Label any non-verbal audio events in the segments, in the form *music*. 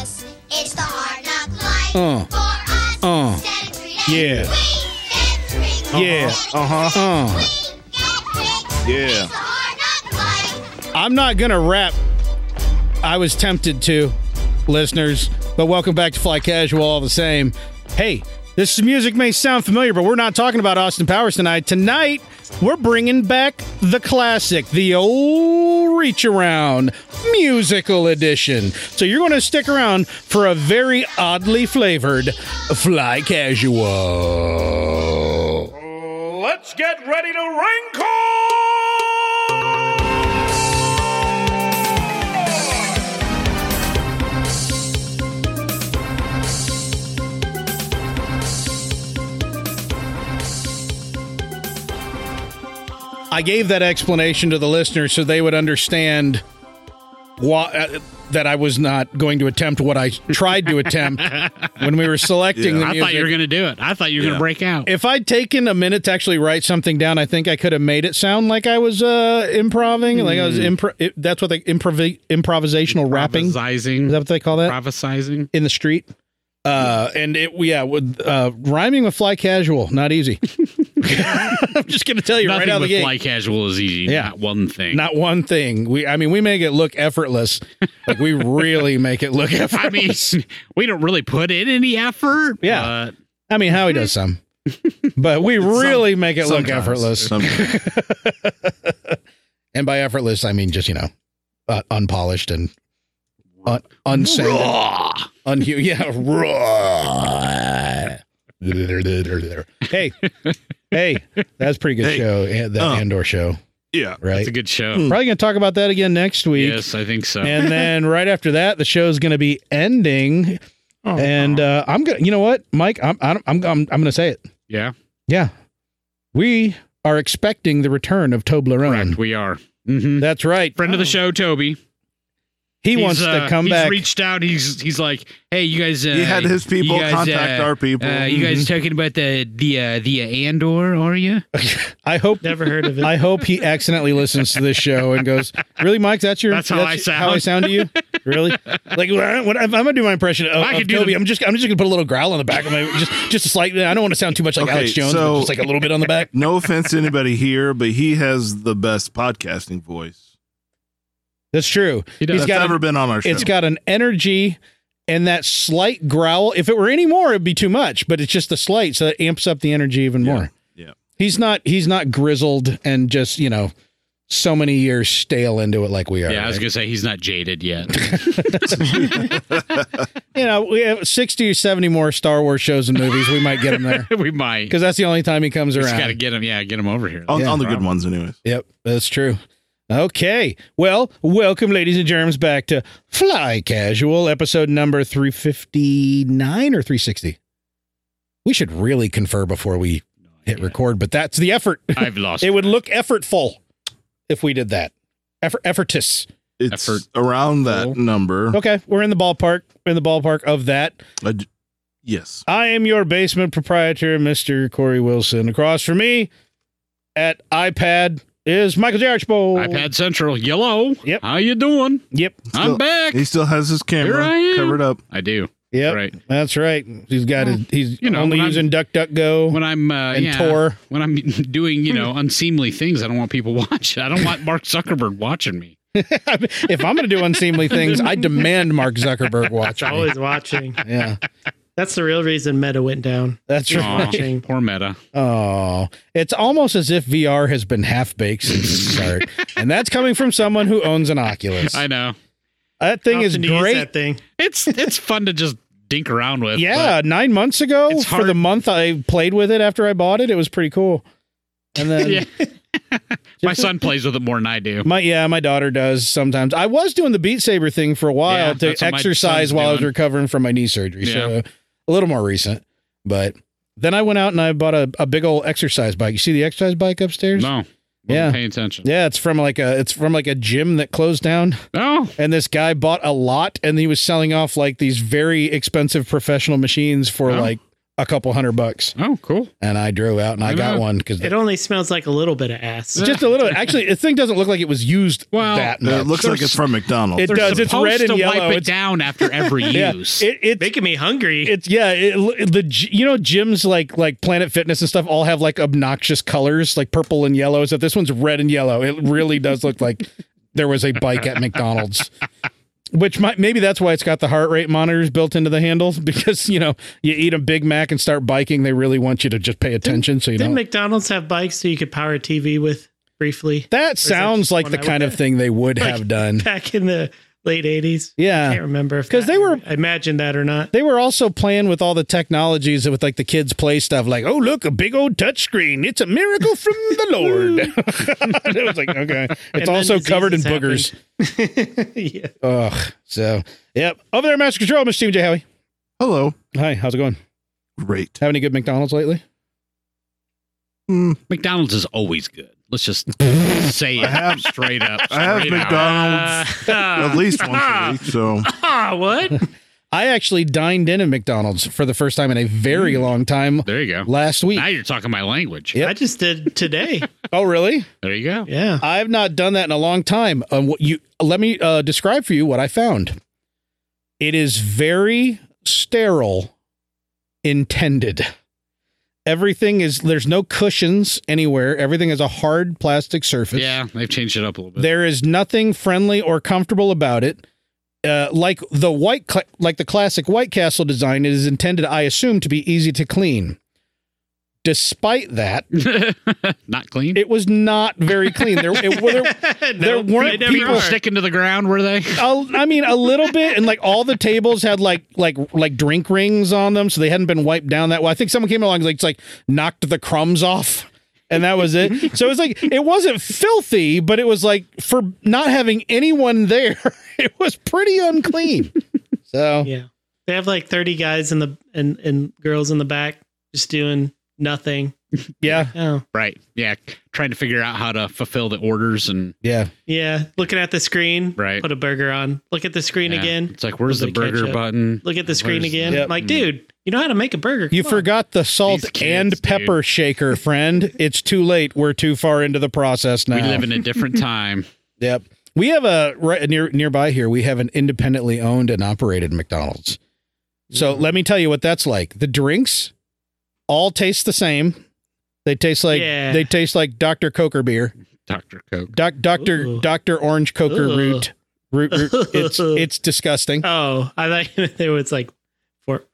It's the hard knock life Uh. for us. Uh. Set it free Yeah. and We get free. Yeah. Uh huh. Uh. We get free. Yeah. It's the hard knock life. I'm not gonna rap. I was tempted to, listeners, but welcome back to Fly Casual all the same. Hey, this music may sound familiar, but we're not talking about Austin Powers tonight. Tonight, we're bringing back the classic, the old Reach Around musical edition. So you're going to stick around for a very oddly flavored Fly Casual. Let's get ready to wrinkle! I gave that explanation to the listeners so they would understand why uh, that I was not going to attempt what I tried to *laughs* attempt when we were selecting the I thought you were music. going to do it. I thought you were Yeah. going to break out. If I'd taken a minute to actually write something down, I think I could have made it sound like I was uh, improving, like Hmm. I was impro- it, that's what they improv improvisational rapping. Is Prophesizing. that what they call that? Prophesizing. in the street. Uh, and it, yeah, with, uh, rhyming with fly casual, not easy. *laughs* I'm just going to tell you Nothing right out of the with gate. fly casual is easy. Yeah. Not one thing. Not one thing. We, I mean, we make it look effortless. Like we really make it look *laughs* I mean, *laughs* effortless. we don't really put in any effort. Yeah. but I mean, Howie does some, but we really make it look effortless. Sometimes. *laughs* And by effortless, I mean just you know, uh, unpolished and un- unsanded, Ah, unhu. *laughs* Yeah, raw. hey, hey, that's a pretty good Hey. show. and- That Uh. Andor show, yeah. right? it's a good show. Probably gonna talk about that again next Mm. week. Yes, I think *laughs* so. and then right after that, the show's going to be ending. Oh, and uh, I'm gonna, you know what, Mike, I'm I'm I'm I'm, I'm gonna say it. *laughs* yeah, Yeah, we are expecting the return of Toblerone. correct. We are. hmm That's right. Friend of the show, Toby. Oh. He wants to come he's back. reached out. He's he's like, hey, you guys. Uh, He had his people you guys, contact uh, our people. Mm-hmm. Uh, you guys talking about the the uh, the uh, Andor? Are you? I hope. Never heard of I hope he accidentally listens to this show and goes, "Really, Mike? That's your That's how I sound." how I sound to you? Really? Like what, I'm gonna do my impression of, I of could do Toby. the- I'm just I'm just gonna put a little growl on the back of my just just a slight. I don't want to sound too much like Okay, Alex Jones, so- but just like a little bit on the back. no offense to anybody here, but he has the best podcasting voice That's true. He does. He's that's got a- ever been on our show. It's got an energy and that slight growl. If it were any more, it'd be too much, but it's just the slight, so that amps up the energy even more. Yeah. He's not he's not grizzled and just, you know, so many years stale into it like we are. yeah, I was right? gonna say he's not jaded yet. *laughs* You know, we have 60 or 70 more Star Wars shows and movies. We might get him *laughs* there we might. because that's the only time he comes Just got to around. get him. Yeah, get him over here. on, yeah, on the good ones, anyways. Yep, that's true. Okay. Well, welcome, ladies and germs, back to Fly Casual, episode number 359 or 360. We should really confer before we hit record, but that's the effort. I've lost. It would look effortful if we did that. Effort, effortus. It's Effort. around that Cool. number. Okay, we're in the ballpark. We're in the ballpark of that. I d- yes. I am your basement proprietor, Mr. Corey Wilson. Across from me at iPad is Michael Jarrichbo. iPad Central. Yellow. Yep. How you doing? Yep. I'm back. He still has his camera Here I am. covered up. I do. Yep. Right. That's right. He's got his, he's you know, only when I'm- using DuckDuckGo. When I'm uh, And yeah, Tor. When I'm *laughs* doing *laughs* you know unseemly things, I don't want people *laughs* watching. I don't want Mark Zuckerberg *laughs* watching me. if I'm going to do unseemly things, I demand Mark *laughs* Zuckerberg watch. It's me. always watching. Yeah, That's the real reason Meta went down. that's Aw, right. Watching. poor Meta. Oh, it's almost as if VR has been half baked since the *laughs* start, and that's coming from someone who owns an Oculus. I know. that thing Option is to use great. That thing. It's it's fun to just dink around with. Yeah, nine months ago, It's for hard- the month I played with it after I bought it, it was pretty cool. And but- *laughs* then *laughs* yeah. My son plays with it more than I do. My yeah, my daughter does sometimes. I was doing the Beat Saber thing for a while Yeah, to that's what my exercise son's while I was doing. recovering from my knee surgery. Yeah. So a little more recent, but then I went out and I bought a, a big old exercise bike. You see the exercise bike upstairs? No. Wasn't Yeah. Paying attention. Yeah, it's from like a it's from like a gym that closed down, Oh. and this guy bought a lot, and he was selling off like these very expensive professional machines for Oh. like a couple hundred bucks, Oh, cool. and I drove out and I I got know. one because It only smells like a little bit of ass. just a little. Actually, the thing doesn't look like it was used Well, that Uh, much. it looks like it's from McDonald's. It does. It's supposed red and to yellow. Wipe it It's- down after every *laughs* yeah, use. it, it, Making me hungry. *laughs* it's yeah it, it- the gy- you know gyms like like planet fitness and stuff all have like obnoxious colors like purple and yellow so this one's red and yellow it really does look like *laughs* there was a bike at mcdonald's which might maybe that's why it's got the heart rate monitors built into the handles *laughs* because you know you eat a big mac and start biking they really want you to just pay attention so you Didn't don't McDonald's have bikes so you could power a TV with briefly *laughs* that sounds just like one the I kind would- of thing they would Like- have done back in the late 80s? I can't yeah remember if 'Cause that- they were- I imagine that or not. they were also playing with all the technologies with like the kids play stuff like oh look a big old touchscreen it's a miracle from *laughs* the lord *laughs* it was like okay it's And then also covered in diseases boogers happen. *laughs* yeah. ugh so yep over there master control mr Stephen j howie Hello. hi how's it going Great. have any good mcdonald's lately Mm, McDonald's is always good. Let's *laughs* just say it I have- straight up. I have straight out. *laughs* McDonald's at least once a week. So Ah, what? i actually dined in at mcdonald's for the first time in a Mm. very long time There you go. last week Now you're talking my language. Yep. I just *laughs* did today. oh really There you go. Yeah. I've not done that in a long time. Um, what you let me uh, describe for you what I found. It is very sterile, intended. Everything is there's no cushions anywhere. Everything is a hard plastic surface. Yeah, they've changed it up a little bit. There is nothing friendly or comfortable about it. Uh, like the white, cla like the classic White Castle design, it is intended, I assume, to be easy to clean. Despite that, Not clean. it was not very clean. There, it, there, *laughs* there Nope, weren't they people never People are. sticking to the ground, were they? *laughs* a, I mean, a little bit, and like all the tables had like like like drink rings on them, so they hadn't been wiped down that well. I think someone came along and like, just, like knocked the crumbs off, and that was it. So it was like it wasn't filthy, but it was like for not having anyone there, *laughs* it was pretty unclean. So Yeah. They have like 30 guys in the and and girls in the back just doing nothing. yeah, Oh. Right. Yeah. Trying to figure out how to fulfill the orders and yeah, Yeah, looking at the screen. Right. Put a burger on. Look at the screen Yeah. again. It's like, where's the Little bit of burger ketchup. button? Look at the screen Where's again. the- Yep. I'm like, dude, you know how to make a burger. you Come on. forgot the salt These kids, and dude. pepper shaker, friend. It's too late. We're too far into the process now. We live in a *laughs* different time. Yep. We have a right near nearby here. We have an independently owned and operated McDonald's. So Mm. let me tell you what that's like. The drinks all taste the same. They taste like Yeah. they taste like Dr. Coker beer, Dr. Coke. Doc, Dr. Ooh. Dr. Orange Coker Ugh. root. Root, root. *laughs* It's it's disgusting. Oh, I thought it was like four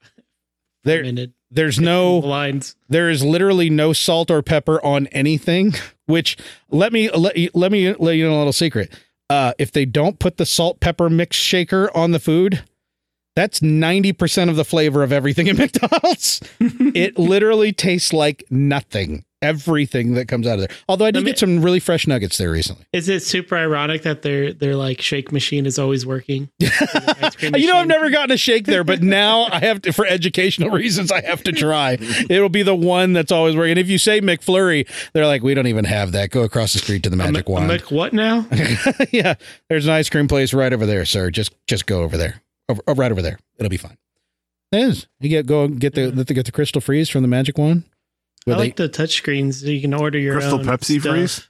There minute there's no lines. There is literally no salt or pepper on anything. Which let me let you, let me let you know a little secret. Uh, if they don't put the salt pepper mix shaker on the food, that's ninety percent of the flavor of everything in *laughs* McDonald's. it literally tastes like nothing. Everything that comes out of there. Although I did Let me- get some really fresh nuggets there recently. Is it super ironic that their their like shake machine is *laughs* always working? Ice cream You know, I've machine. never gotten a shake there, but now I have to, for educational *laughs* reasons, I have to try. It'll be the one that's always working. If you say McFlurry, they're like, we don't even have that. Go across the street to the magic I'm wand. like, what now? yeah, there's an ice cream place right over there, sir. Just just go over there, over, oh, right over there. It'll be fine. It is. You get go get the let the get the crystal freeze from the magic wand. I *laughs* Well, like the touch screens. You can order your Crystal own Pepsi stuff. freeze?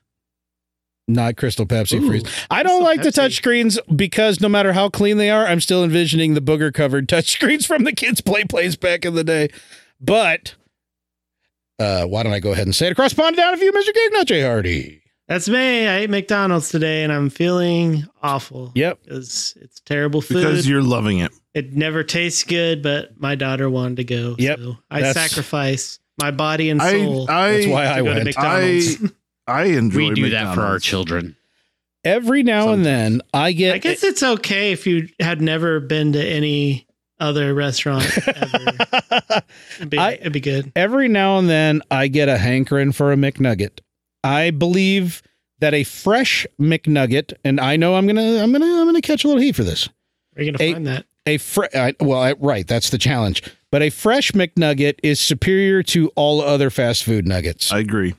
not crystal Pepsi Ooh. freeze. I don't Crystal like the Pepsi. touch screens because no matter how clean they are, I'm still envisioning the booger covered *laughs* touch screens from the kids' play plays back in the day. But uh, why don't I go ahead and say it across the pond down of you, Mr. Gig, not J. Hardy. That's me. I ate McDonald's today and I'm feeling awful. Yep. Because it's terrible food. because you're loving it. it never tastes good, but my daughter wanted to go. Yep. So I That's- sacrifice my body and I soul. I That's why I to go to went. McDonald's. I enjoy We do that McDonald's. for our *laughs* children. *laughs* Every now and then, I get *laughs* I guess it's okay if you had never been to any other restaurant *laughs* ever. it'd, be, I- it'd be good. every now and then I get a hankering for a McNugget. I believe that a fresh McNugget, and I know I'm gonna, I'm gonna, I'm gonna catch a little heat for this. Where are you going Hey, to find that? A fre- I, well, I, right, that's the challenge. But a fresh McNugget is superior to all other fast food nuggets. I agree.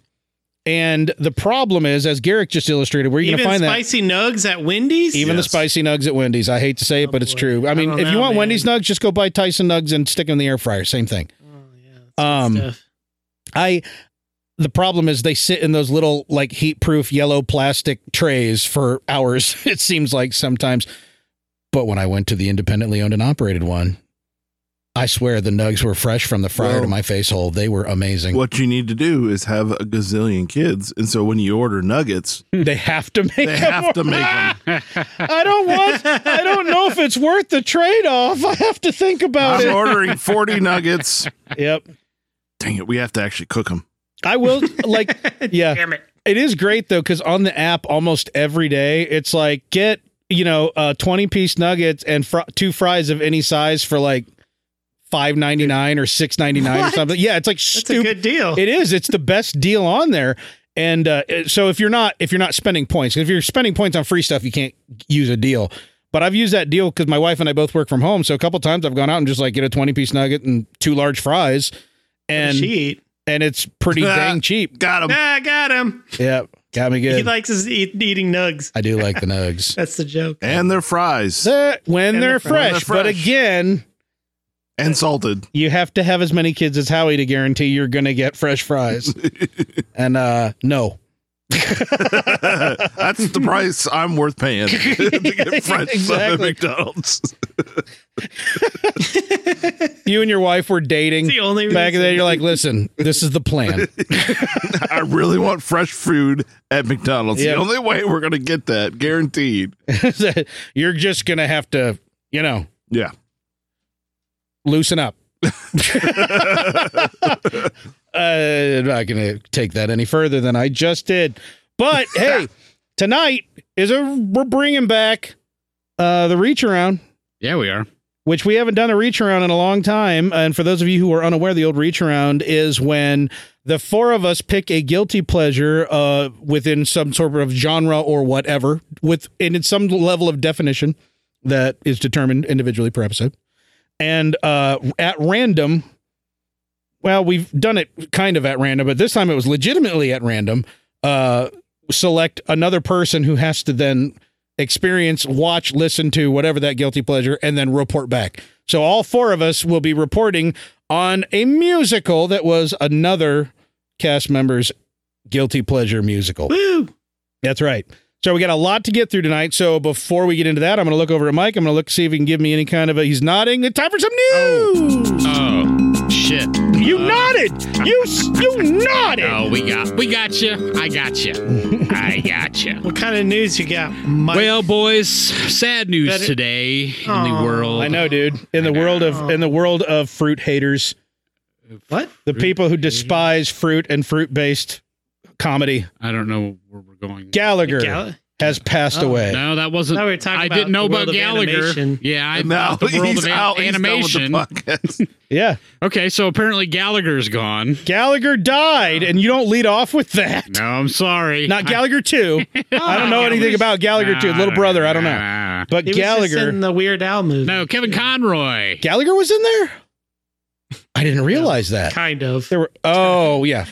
and the problem is, as Garrick just illustrated, where are you Even gonna find that? spicy nugs at Wendy's? Even Yes. the spicy nugs at Wendy's. I hate to say it, but it's Oh, boy. true. I I mean, don't if you know, want man. Wendy's nugs, just go buy Tyson nugs and stick them in the air fryer. Same thing. Oh, yeah. Um, stuff. I the problem is they sit in those little like heat proof yellow plastic trays for *laughs* hours, it seems like sometimes. But when I went to the independently owned and operated one, I swear the nugs were fresh from the fryer to Well- my face hole. They were amazing. What you need to do is have a gazillion kids, and so when you order nuggets, They have to make they have to make them. I don't want I don't know if it's worth the trade off. I have to think about I'm ordering 40 nuggets. it. Yep. Dang it, we have to actually cook them. I *laughs* will like yeah. Damn it. It is great though, because on the app almost every day, it's like get you know uh, twenty piece nuggets and fr- two fries of any size for like five ninety nine or six ninety nine or What? something. Yeah, it's like That's stupid. a good deal. It is. It's the best deal on there. And uh, it- so if you're not if you're not spending points, if you're spending points on free stuff, you can't use a deal. But I've used that deal because my wife and I both work from home. So a couple times I've gone out and just like get a twenty piece nugget and two large fries, and and she eat. and it's pretty dang cheap. Got them. Ah, I got him. Yeah, got me good. He likes his eat, eating nugs. I do like the *laughs* nugs. That's the joke. And they're fries. They're- when, And they're they're fresh, fresh. but again, And salted. *laughs* you have to have as many kids as Howie to guarantee you're going to get fresh fries. and uh no, That's the price I'm worth paying to get French Exactly. at McDonald's. you and your wife were dating. It's the only Back reason. then, you're like, listen, this is the plan. *laughs* I really want fresh food at McDonald's. Yep. The only way we're going to get that, guaranteed. you're just going to have to, you know, Yeah. loosen up. uh, I'm not going to take that any further than I just did. But hey, tonight is a we're bringing back uh, the reach around. yeah, we are. which we haven't done a reach around in a long time. And for those of you who are unaware, the old reach around is when the four of us pick a guilty pleasure uh, within some sort of genre or whatever, with and it's some level of definition that is determined individually per episode. And uh, at random, well, we've done it kind of at random, but this time it was legitimately at random. Uh, select another person who has to then experience, watch, listen to whatever that guilty pleasure, and then report back. So all four of us will be reporting on a musical that was another cast member's guilty pleasure musical. Woo! That's right. So we got a lot to get through tonight. So before we get into that, I'm going to look over at Mike. I'm going to look see if he can give me any kind of a. He's nodding. It's time for some news. Oh shit! you Uh, nodded. You s- you nodded. Oh, we got we got you. I got you. I got you. What kind of news you got? Mike? Well, boys, sad news That it- today in Aw. the world. I know, dude. In the world of in the world of fruit haters, what? the people who despise fruit and fruit based comedy, I don't know where we're going. Gallagher Gal- has passed Oh, away. no, that wasn't. Now we're talking I about didn't know the about world of Gallagher. animation. Yeah, I *laughs* now the world he's of an- out. He's done with the animation. podcast. Yeah, okay, so apparently Gallagher's gone. Gallagher died, and you don't lead off with that. No, I'm sorry. Not Gallagher two. I don't know *laughs* Gallagher's- anything about Gallagher two. Little brother, I don't know. But He was just Gallagher, in the Weird Al movie. No, Kevin Conroy. Gallagher was in there. I didn't realize that. kind of. There were oh *laughs* yeah,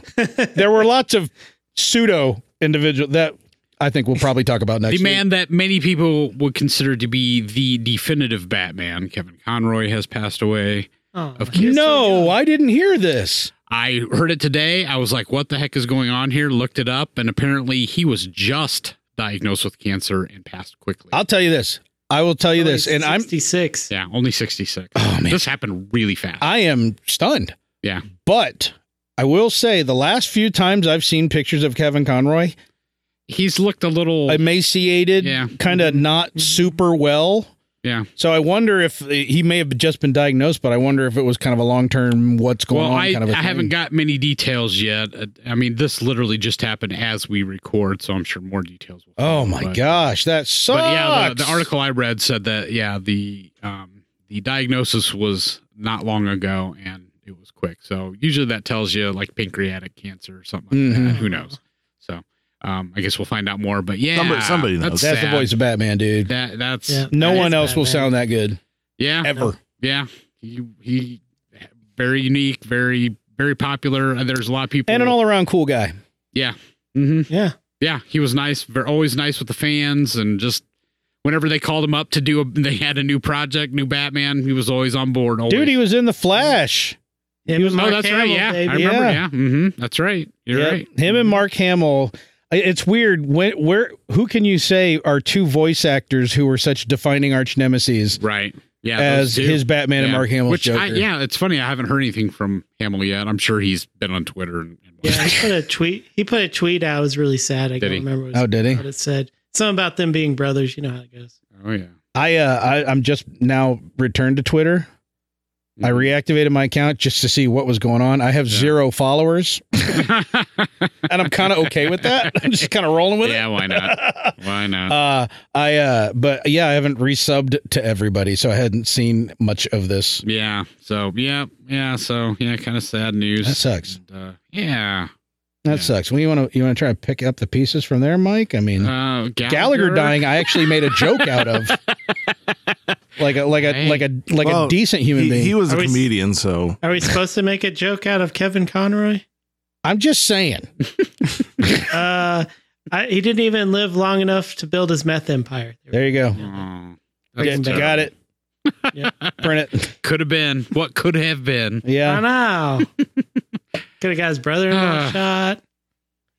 there were lots of pseudo individual that I think we'll probably talk about next. The week. man that many people would consider to be the definitive Batman, Kevin Conroy, has passed away. Oh, Of he was so No, young. I didn't hear this. I heard it today. I was like, what the heck is going on here? Looked it up, and apparently he was just diagnosed with cancer and passed quickly. I'll tell you this. I will tell you this, and I'm 66. yeah, only 66. Oh, man. This happened really fast. I am stunned. Yeah. But I will say the last few times I've seen pictures of Kevin Conroy, He's looked a little. emaciated, Yeah. Mm-hmm. kind of not super well. yeah. So I wonder if he may have just been diagnosed, but I wonder if it was kind of a long term what's going Well, on I, kind of a I thing. haven't got many details yet. Uh, I mean, this literally just happened as we record, so I'm sure more details will Oh follow, my but- gosh, that sucks. But yeah, the, the article I read said that yeah the um, the diagnosis was not long ago and it was quick. So usually that tells you like pancreatic cancer or something Mhm. like Mm-hmm. that. Who knows? So um, I guess we'll find out more. But yeah, Somebody- somebody knows. That's the sad. voice of Batman, dude. That that's Yeah. no That one is else will Batman. sound that good yeah *laughs* ever. yeah he he very unique, very very popular. and There's a lot of people And an all around cool guy. yeah. hmm Yeah. Yeah, he was nice. Very, always nice with the fans, and just whenever they called him up to do, a, they had a new project, new Batman. He was always on board. Always. Dude, he was in The Flash. Him He was- and oh, Mark that's right. Hamill, Yeah, baby. I remember. Yeah. Yeah, hmm that's right. You're Yep. right. Him and Mark Hamill. I- It's weird. When, where? Who can you say are two voice actors who were such defining arch nemesis Right. Yeah. as those two. his Batman and Yeah. Mark Hamill's Which Joker? I, yeah, it's funny. I haven't heard anything from Hamill yet. I'm sure he's been on Twitter and, and Yeah, he put a tweet. He put a tweet out. It was really sad. I Did can't he? remember what, it Oh, was- did he? what it said. Something about them being brothers. You know how it goes. Oh yeah. I, uh, I I'm just now returned to Twitter. I reactivated my account just to see what was going on. I have Mm-hmm. Yeah. zero followers, and I'm kind of okay with *laughs* that. I'm just kind of rolling with *laughs* yeah. Why it. not? *laughs* Why not? Uh, I uh, but yeah, I haven't resubbed to everybody, so I hadn't seen much of this. yeah. So yeah. Yeah. So yeah. Kind of sad news. That sucks. And, uh, yeah. That Yeah. sucks. Well, you want to you want to try to pick up the pieces from there, Mike? I mean, Uh, Gallagher, Gallagher dying, I actually made a joke out of, *laughs* like a like a Dang. like a like Well, a decent human He, being. he was a Are we- comedian, so Are we supposed to make a joke out of Kevin Conroy? I'm just saying. Uh, I, he didn't even live long enough to build his meth empire. There you go. Hmm. Oh, Yeah, that's got terrible. it. Print it. Could have been. What could have been? Yeah, *laughs* I know. Could have got his brother-in-law Ah. shot.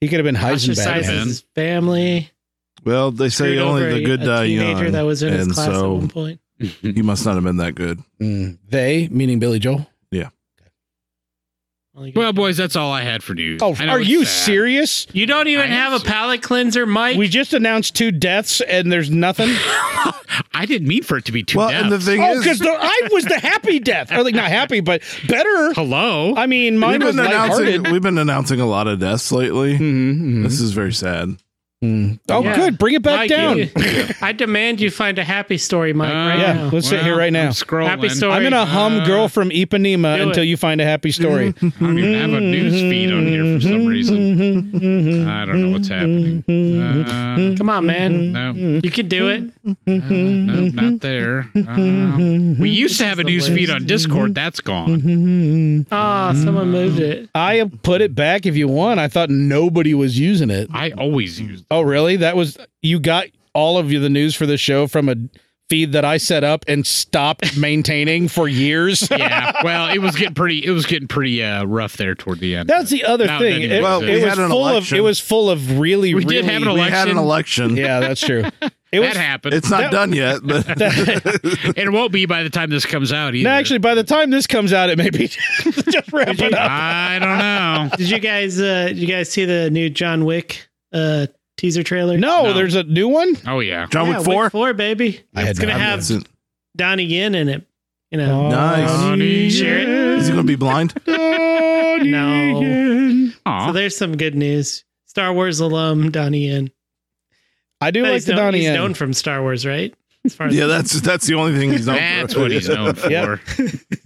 he could have been Heisenberg. Ostracized man. his family. well, they say screwed only over the a- good a die teenager young, that was in his and class at so one point. he must not have been that good. Mm, they meaning Billy Joel. Only good- Well, boys, that's all I had for news. Oh, I know are it's you sad. serious? you don't I even am have a so- palate cleanser, Mike. We just announced two deaths, and there's nothing. *laughs* I didn't mean for it to be too well, deaths. and the thing oh, because is, I was the happy death, or like not happy, but better. Hello. I mean, we've mine was been announcing lighthearted. we've been announcing a lot of deaths lately. Mm-hmm, This is very sad. Oh, Yeah. good. Bring it back Mike, down. you- I demand you find a happy story, Mike. right yeah. now. Let's sit here right now. I'm scrolling. Happy story. I'm gonna hum Uh, "Girl from Ipanema" do until it. you find a happy *laughs* story. I don't even have a news feed on here for some reason. Mm-hmm, I don't know what's happening. Uh, Come on, man. no, You can do it. uh, no, not there. Uh, we used to have a news feed on Discord. That's mm-hmm, gone. Oh, someone moved it. I put it back if you want. I thought nobody was using it. I always used. Oh, really? That was you got all of you the news for the show from a feed that I set up and stopped *laughs* maintaining for *laughs* years. Yeah. Well, it was getting pretty. It was getting pretty uh, rough there toward the end. That's the other No, it thing. doesn't It, Well, it we was had an full of election. it was full of really We really did have an We had an Election? *laughs* election. yeah, that's *laughs* true. It that was happened. It's not done yet, *laughs* *laughs* but it won't be by the time this comes out either. no, actually by the time this comes out it may be *laughs* just wrapping up. I don't know. Did you guys? Uh, did you guys see the new John Wick uh, teaser trailer? No, No. there's a new one. Oh *laughs* yeah. *laughs* John Yeah, Wick Four. four, baby. I it's gonna I have haven't- Donnie Yen in it. You know, Nice. Is he going to be blind? no. Aw. So there's some good news. Star Wars alum Donnie Yen. I do But like he's the known, Donnie he's Yen. known from Star Wars, right? As *laughs* far as Yeah, that's that's the only thing he's known That's for. what he's known for. Yep.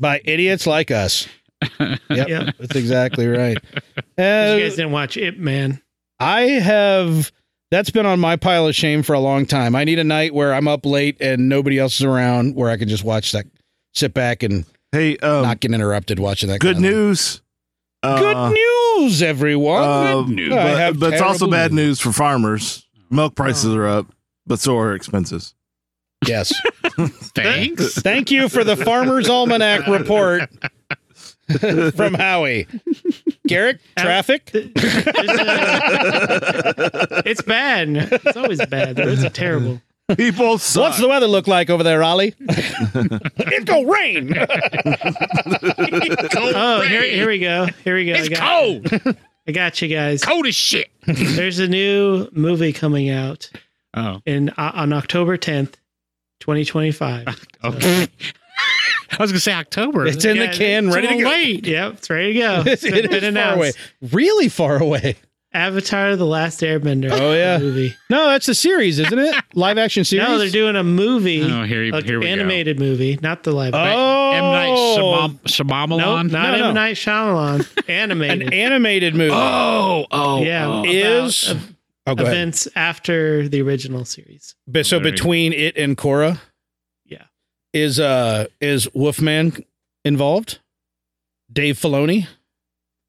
by idiots like *laughs* us. Yep, Yep. that's exactly *laughs* right. you Uh, guys didn't watch It Man. I have that's been on my pile of shame for a long time. I need a night where I'm up late and nobody else is around, where I can just watch that, sit back and Hey, um, not get interrupted watching that. good kind of thing. news. Uh, Good news, everyone. uh, Good news. I But, have but it's also terrible Oh. bad news for farmers. Milk prices are up, but so are expenses. *laughs* Yes. *laughs* Thanks. Thank you for the Farmer's Almanac *laughs* report from Howie. Garrick, traffic. *laughs* It's bad. It's always bad. It's terrible. People suck. What's the weather look like over there, Ollie? it's gonna rain. Oh, here, here we go. Here we go. I It's got, cold. I got you guys. Cold as shit. There's a new movie coming out Oh. in uh, on October 10th, 2025. Okay. *laughs* I was gonna say October. It's in the Yeah, can, ready to go. Wait. Yep, it's ready to go. *laughs* It been- been is far away. Really far away. Avatar: The Last Airbender. Oh, yeah. movie. No, that's a series, isn't *laughs* it? Live action series. No, they're doing a movie. Oh, here, an here we animated movie, not the live. action. Oh, go. M Night Shyam- Shyamalan. nope, not No, no. M Night Shyamalan. *laughs* an Animated. animated movie. Oh, oh, yeah, oh. about is ev- oh, go ahead. events after the original series. But so Very- between it and Korra, Yeah. is uh is Wolfman involved? Dave Filoni.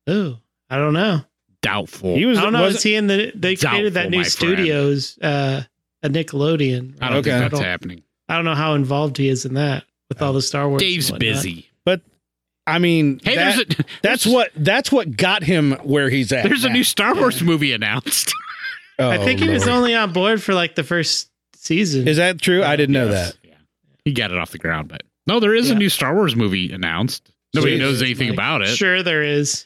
Ooh, I don't know. doubtful. He was. I don't know. was- is he in the? They created Doubtful, that new my friend. studios, uh, a Nickelodeon. I don't Okay. think that's I don't, happening. I don't know how involved he is in that with all the Star Wars. and Dave's whatnot. busy. but I mean, Hey, that- there's a- that's what that's what got him where he's at. There's a now. *laughs* Oh, new Star Wars movie announced. I think Oh, he was Lord. only on board for like the first season. Is that true? I didn't know Yes. that. Yeah. He got it off the ground, but no, there is a Yeah. new Star Wars movie announced. Nobody Jesus, knows anything Like, about it. Sure, there is.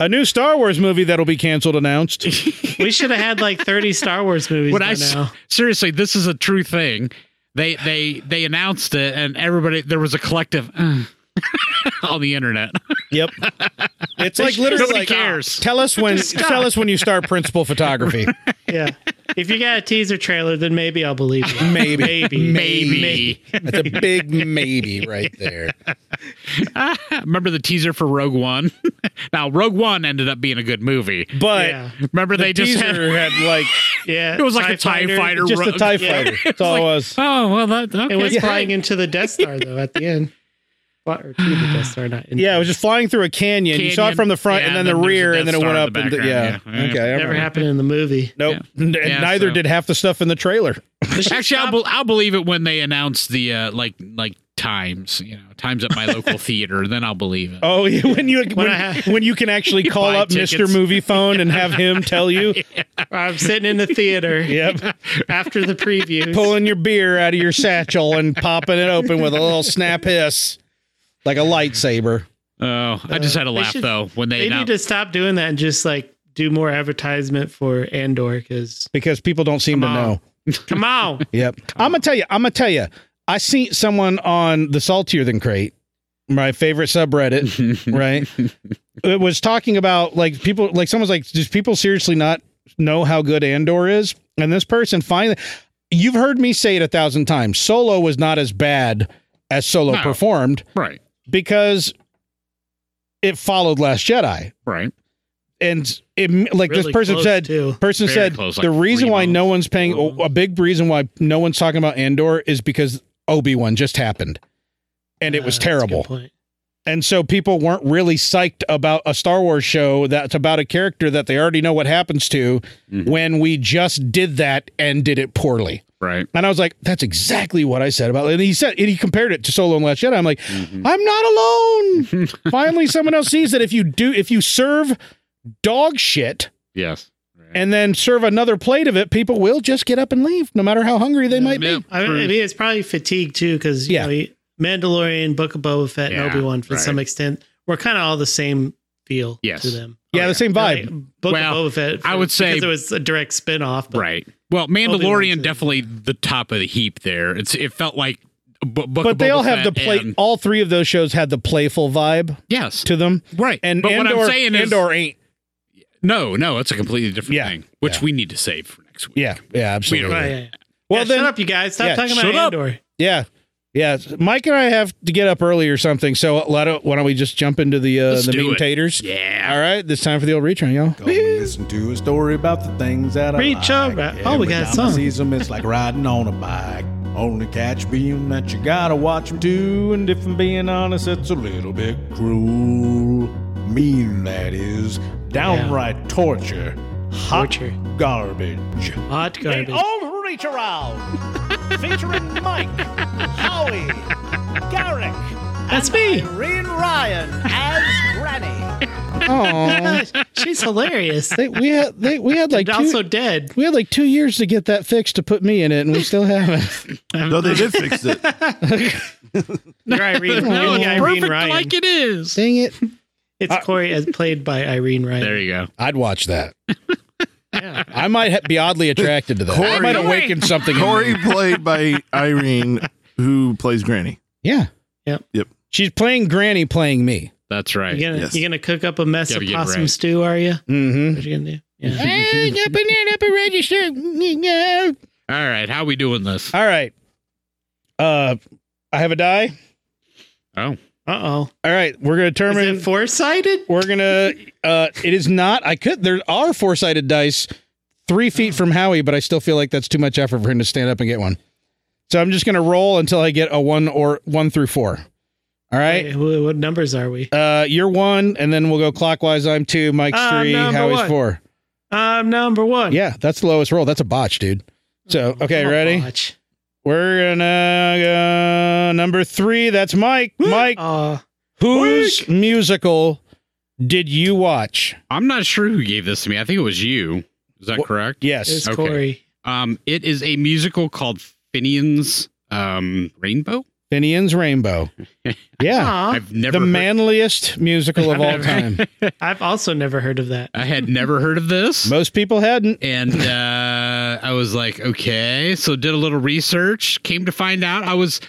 A new Star Wars movie that'll be canceled announced. We should have had like 30 Star Wars movies When by I s- now. Seriously, this is a true thing. They they they announced it, and everybody there was a collective "Ugh," *laughs* on the internet. *laughs* Yep. It's like literally Nobody like, cares. Tell us *laughs* when tell us when you start principal photography. Yeah. If you got a teaser trailer, then maybe I'll believe *laughs* you. Maybe. Maybe. Maybe. That's a big maybe right there. Remember the teaser for Rogue One? *laughs* now Rogue One ended up being a good movie. But Yeah. Remember they just had teaser had, like Yeah. *laughs* It was like a TIE fighter. just a Rogue- TIE *laughs* Yeah. fighter. That's all it was. Oh well, that okay. It was Yeah. flying into the Death *laughs* Star, though, at the end. Fly- Or to the Death Star, not into Yeah, it it. was just flying through a canyon. You saw it Canyon. from the front Yeah, and then and the then there's a rear, Death and then it Star went in up. the and th- yeah. background, yeah. Okay. I Never remember. happened in the movie. Nope. *laughs* And Yeah, neither so- did half the stuff in the trailer. Actually, I'll, bel- I'll believe it when they announce the uh, like like times. You know, times at my local theater. Then I'll believe it. Oh, *laughs* yeah. When you when, I ha- when you can *laughs* actually call buy up Mr. tickets. Movie Phone *laughs* and have him tell you. I'm sitting in the *laughs* theater Yep. *laughs* after the previews. Pulling your beer out of your satchel and popping it open with a little snap hiss. Like a lightsaber. Oh, I just had a they laugh should- though when they, They need announced. to stop doing that and just like do more advertisement for Andor because Because people don't seem Come to on. know. come *laughs* on. Yep. I'm gonna tell you. I'm gonna tell you. I seen someone on the saltier than crate, my favorite *laughs* subreddit, right? it was talking about like people, like someone's like, does people seriously not know how good Andor is? And this person finally, you've heard me say it a thousand times. Solo was not as bad as Solo No. performed *laughs* right, because it followed Last Jedi, right. and it like Really this person close, said too. person Very said close, the like reason three why no months, one's paying four a big reason why no one's talking about Andor is because Obi Wan just happened, and it Uh, was that's a good terrible, point. and so people weren't really psyched about a Star Wars show that's about a character that they already know what happens to when we just did that and did it poorly. Right. And I was like, that's exactly what I said about it. And he said, and he compared it to Solo and Last Jedi. I'm like, Hmm. I'm not alone. Finally, someone else sees that if you do, if you serve dog shit, Yes. and then serve another plate of it, people will just get up and leave, no matter how hungry they might be. I mean, I mean, it's probably fatigue too, because you Yeah. know, Mandalorian, Book of Boba Fett, Yeah, and Obi Wan, for right. some extent, we're kind of all the same feel Yes. to them. Oh, Yeah, the same Like, vibe. Book Well, of Boba Fett. I would say- because it was a direct spin off. But right. Well, Oh, Obi-Wan too. Mandalorian definitely the top of the heap there. It's it felt like, bu- Book But of they all Boba have the Fett play. and- All three of those shows had the playful vibe yes. to them, right. and but Andor, what I'm saying is Andor ain't. no, no. It's a completely different Yeah. thing, which Yeah. we need to save for next week. Yeah, yeah, We absolutely. don't- Right, yeah, yeah. Well, Yeah, then, shut up, you guys. Stop yeah, talking about shut up. Andor. yeah, yeah. Mike and I have to get up early or something. So let it, why don't we just jump into the uh, Let's the do mean it. taters? Yeah. All right, this time for the old return, y'all. Go Mm-hmm. and listen to a story about the things that I Reach like. over. Oh, we Every got a time song. I sees 'em, it's like riding on a bike. Only catch being that you gotta watch 'em too. And if I'm being honest, it's a little bit cruel. Mean, that is. Downright torture. Hot Torture. garbage. Hot garbage. old reach around. *laughs* Featuring Mike, Howie, Garrick, That's me. Irene Ryan as Granny. *laughs* Aw. She's *laughs* hilarious. they, we had they, we *laughs* had like and two, also dead. we had like two years to get that fixed to put me in it, and we still haven't. *laughs* No, they did fix it. You're Irene. No, you're it's Irene Oh, perfect Ryan. like it is. Dang it! It's Corey as played by Irene Ryan. There you go. I'd watch that. I might ha- be oddly attracted to that. I Corey- might awaken something. in me. Corey played by Irene, who plays Granny. Yeah. Yep. Yep. She's playing Granny, playing me. That's right. You gonna Yes. you gonna cook up a mess Gotta of get possum right. stew? Are you? Mm-hmm. What you gonna do? Yeah. All right. How we doing this? All right. Uh, I have a die. Oh, Uh oh. All right, we're gonna Is determine. it four sided? we're gonna. Uh, it is not. I could. There are four sided dice, three feet from Howie, but I still feel like that's too much effort for him to stand up and get one. So I'm just gonna roll until I get a one or one through four. All right. Wait, wh- what numbers are we? Uh, you're one, and then we'll go clockwise. I'm two, Mike's I'm three, Ah, number Howie's one. four. I'm number one. Yeah, that's the lowest roll. That's a botch, dude. So okay, Don't ready? watch. uh, We're gonna go number three. That's Mike. Mike, Hmm. Uh, Whose musical did you watch? I'm not sure who gave this to me. I think it was you. Is that correct? Yes. It's Okay. Corey. Um, it is a musical called Finian's um, Rainbow. Finian's Rainbow. *laughs* Yeah. Aw, I've never The heard- manliest musical *laughs* of all never- time. I've also never heard of that. I had never heard of *laughs* this. Most people hadn't. and uh, I was like, okay. So did a little research. Came to find out, I was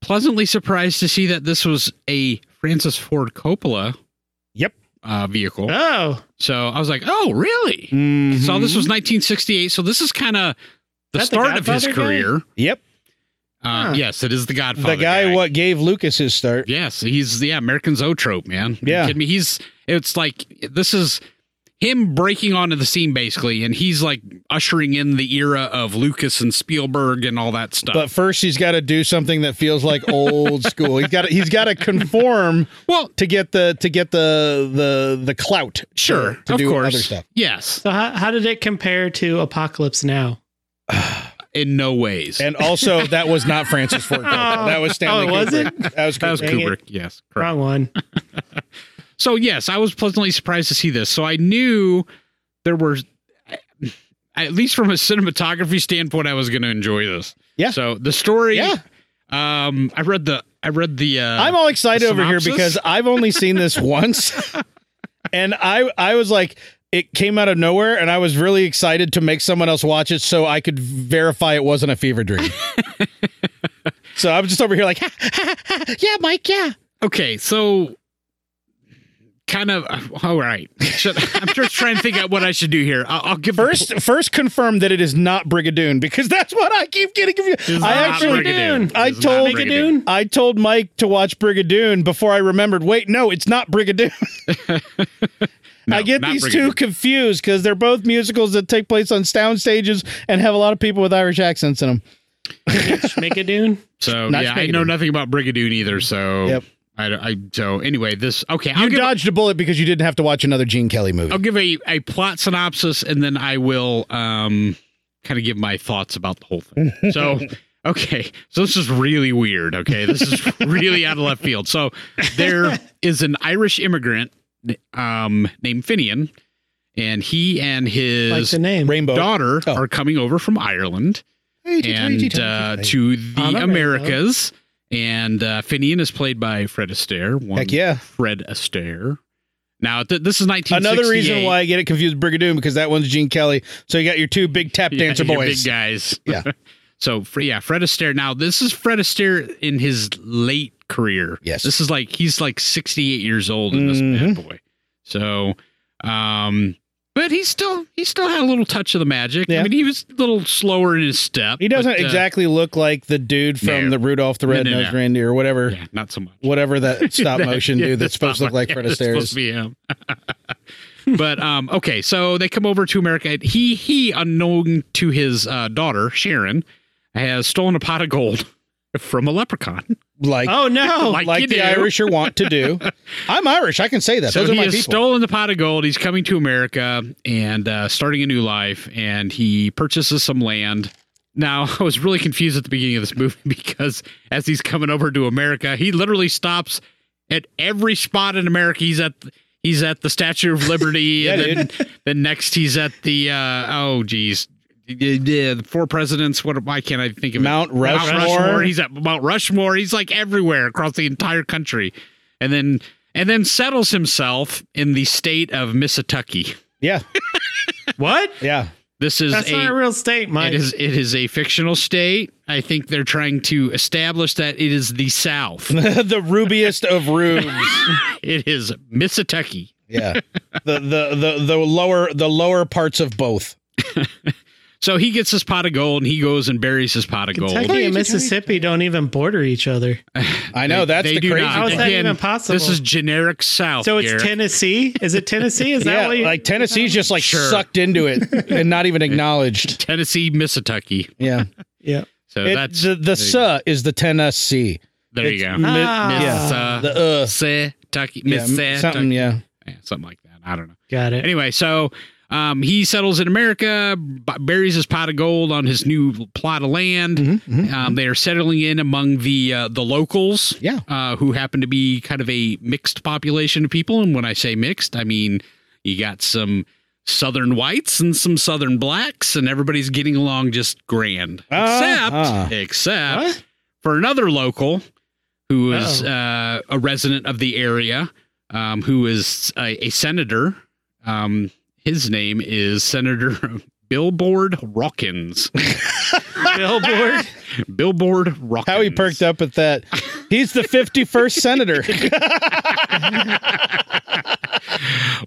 pleasantly surprised to see that this was a Francis Ford Coppola. Yep. Uh, vehicle. Oh, So I was like, oh, really? Mm-hmm. So this was 1968. So this is kind of the Is that the start of his Godfather guy? career. Yep. Uh, Huh. Yes, it is the Godfather. The guy what gave Lucas his start. Yes, he's yeah American Zoetrope man. Are you Yeah. kidding me? He's it's like this is him breaking onto the scene basically, and he's like ushering in the era of Lucas and Spielberg and all that stuff. But first he's got to do something that feels like old school. He's got to, he's got to conform well, to get the to get the the the clout. sure, to of do course, other stuff. yes, so how, how did it compare to Apocalypse Now? in no ways. And also that was not Francis Ford Coppola. That *laughs* was Stanley Oh, it Kubrick. wasn't? That was that was Kubrick. Dang it. Kubrick. Yes, correct. Wrong one. So yes, I was pleasantly surprised to see this. So I knew there were at least from a cinematography standpoint I was going to enjoy this. Yeah. So the story Yeah. um I read the I read the uh I'm all excited The over here synopsis? because I've only seen *laughs* this once, and I I was like, it came out of nowhere, and I was really excited to make someone else watch it so I could verify it wasn't a fever *laughs* dream. so I'm just over here like, yeah, Mike, yeah. Okay, so kind of uh, all right. *laughs* Should- I'm just trying to think out what I should do here. I'll, I'll give the First, first confirm that it is not Brigadoon because that's what I keep getting confused. It's I not actually, Brigadoon. I It's not told Brigadoon. I told Mike to watch Brigadoon before I remembered. Wait, no, it's not Brigadoon. No, I get not these Brigadoon. two confused because they're both musicals that take place on sound stages and have a lot of people with Irish accents in them. Make *laughs* a dune. So not yeah, I know Brigadoon. nothing about Brigadoon either. So Yep. I, I so anyway, this okay. You I'll give, dodged a bullet because you didn't have to watch another Gene Kelly movie. I'll give a, a plot synopsis and then I will um kind of give my thoughts about the whole *laughs* thing. So okay. So this is really weird. Okay. This is *laughs* really out of left field. So *laughs* there is an Irish immigrant um named Finian, and he and Like his the name. Rainbow. daughter Oh. are coming over from Ireland and uh, to On the a Americas. And uh, Finian is played by Fred Astaire. One Heck yeah. Fred Astaire. Now th- this is 1968. Another reason why I get it confused Brigadoon because that one's Gene Kelly. So you got your two big tap Yeah, dancer your boys. big guys. Yeah. *laughs* so Fre- yeah, Fred Astaire. Now this is Fred Astaire in his late career. Yes. Mm-hmm. this is like he's like 68 years old in this bad boy. So, um, but he still he still had a little touch of the magic. Yeah. I mean, he was a little slower in his step. He doesn't but, uh, exactly look like the dude from No. the Rudolph the No, Red no, Nosed no. Reindeer or whatever, Yeah, not so much. whatever *laughs* that stop That- motion yeah, dude that's supposed that's to not look like my- Fred yeah, that's Astaire. supposed is. to be him. *laughs* but um, okay, so they come over to America. He he, unknown to his uh, daughter Sharon, has stolen a pot of gold *laughs* from a leprechaun. Like, Oh *laughs* no! Like- like you the do. Irish are wont to *laughs* do. I'm Irish. I can say that. so Those are he my has people. stolen the pot of gold. He's coming to America and uh, starting a new life. And he purchases some land. Now *laughs* I was really confused at the beginning of this movie *laughs* because as he's coming over to America, he literally stops at every spot in America. He's at he's at the Statue of Liberty. and then, then next he's at the uh, oh geez. Yeah, the four presidents. What? Why can't I think of it? Mount Rushmore. He's at Mount Rushmore. He's like everywhere across the entire country, and then and then settles himself in the state of Mississippi. yeah. what? Yeah. This is *laughs* That's a not a real state, Mike. it is it is a fictional state. I think they're trying to establish that it is the *laughs* South. the rubiest of rubes. it is Mississippi. Yeah. The, the the the lower the lower parts of both. So he gets his pot of gold and he goes and buries his pot of gold. Kentucky and Mississippi don't even border each other. I know that's They the do crazy. not. How is that Again, even possible? This is generic South. So it's Garrett. Tennessee. Is it *laughs* Tennessee? Is that Yeah, what you, like Tennessee's just like Sure. sucked into it and not even acknowledged. Tennessee, Mississippi. Yeah, Yeah. So It- that's the the "s" is the Tennessee. there you go. Mi- yeah, Ah. Miss- the uh, Mississippi, yeah, Mississippi, something. Yeah, *laughs* Yeah, something like that. I don't know. Got it. Anyway, so Um, he settles in America, b- buries his pot of gold on his new plot of land. Um, they are settling in among the uh, the locals, Yeah. uh, who happen to be kind of a mixed population of people. And when I say mixed, I mean you got some southern whites and some southern blacks, and everybody's getting along just grand. Uh-huh. Except, except for another local who is Oh. uh, a resident of the area, um, who is a, a senator. Um, his name is Senator *laughs* Billboard *laughs* Rawkins. Billboard. Billboard Rawkins. How he perked up at that. He's the 51st *laughs* senator.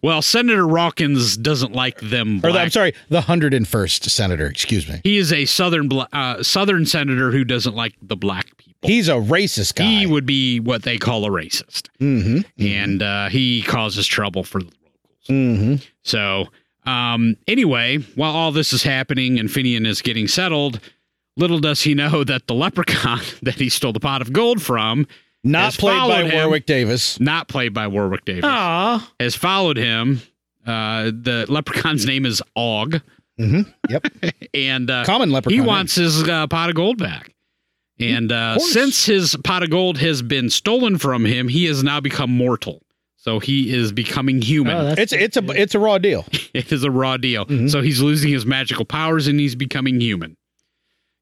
Well, Senator Rawkins doesn't like them. Or Black. the, I'm sorry, the 101st senator. Excuse me. He is a southern bla- uh, southern senator who doesn't like the black people. He's a racist guy. He would be what they call a racist, mm-hmm. and uh, he causes trouble for the locals. Mm-hmm. So, um, anyway, while all this is happening and Finian is getting settled, little does he know *laughs* that the leprechaun that he stole the pot of gold from, Not Has played by followed him. Warwick Davis. not played by Warwick Davis, Oh. Aw. has followed him. Uh, the leprechaun's name is Og, Mm-hmm. Yep. *laughs* and uh, Common leprechaun. he wants his uh, pot of gold back. And uh, course. since his pot of gold has been stolen from him, he has now become mortal. So he is becoming human. Oh, that's It's it's a it's a raw deal. *laughs* It is a raw deal. Mhm. So he's losing his magical powers and he's becoming human.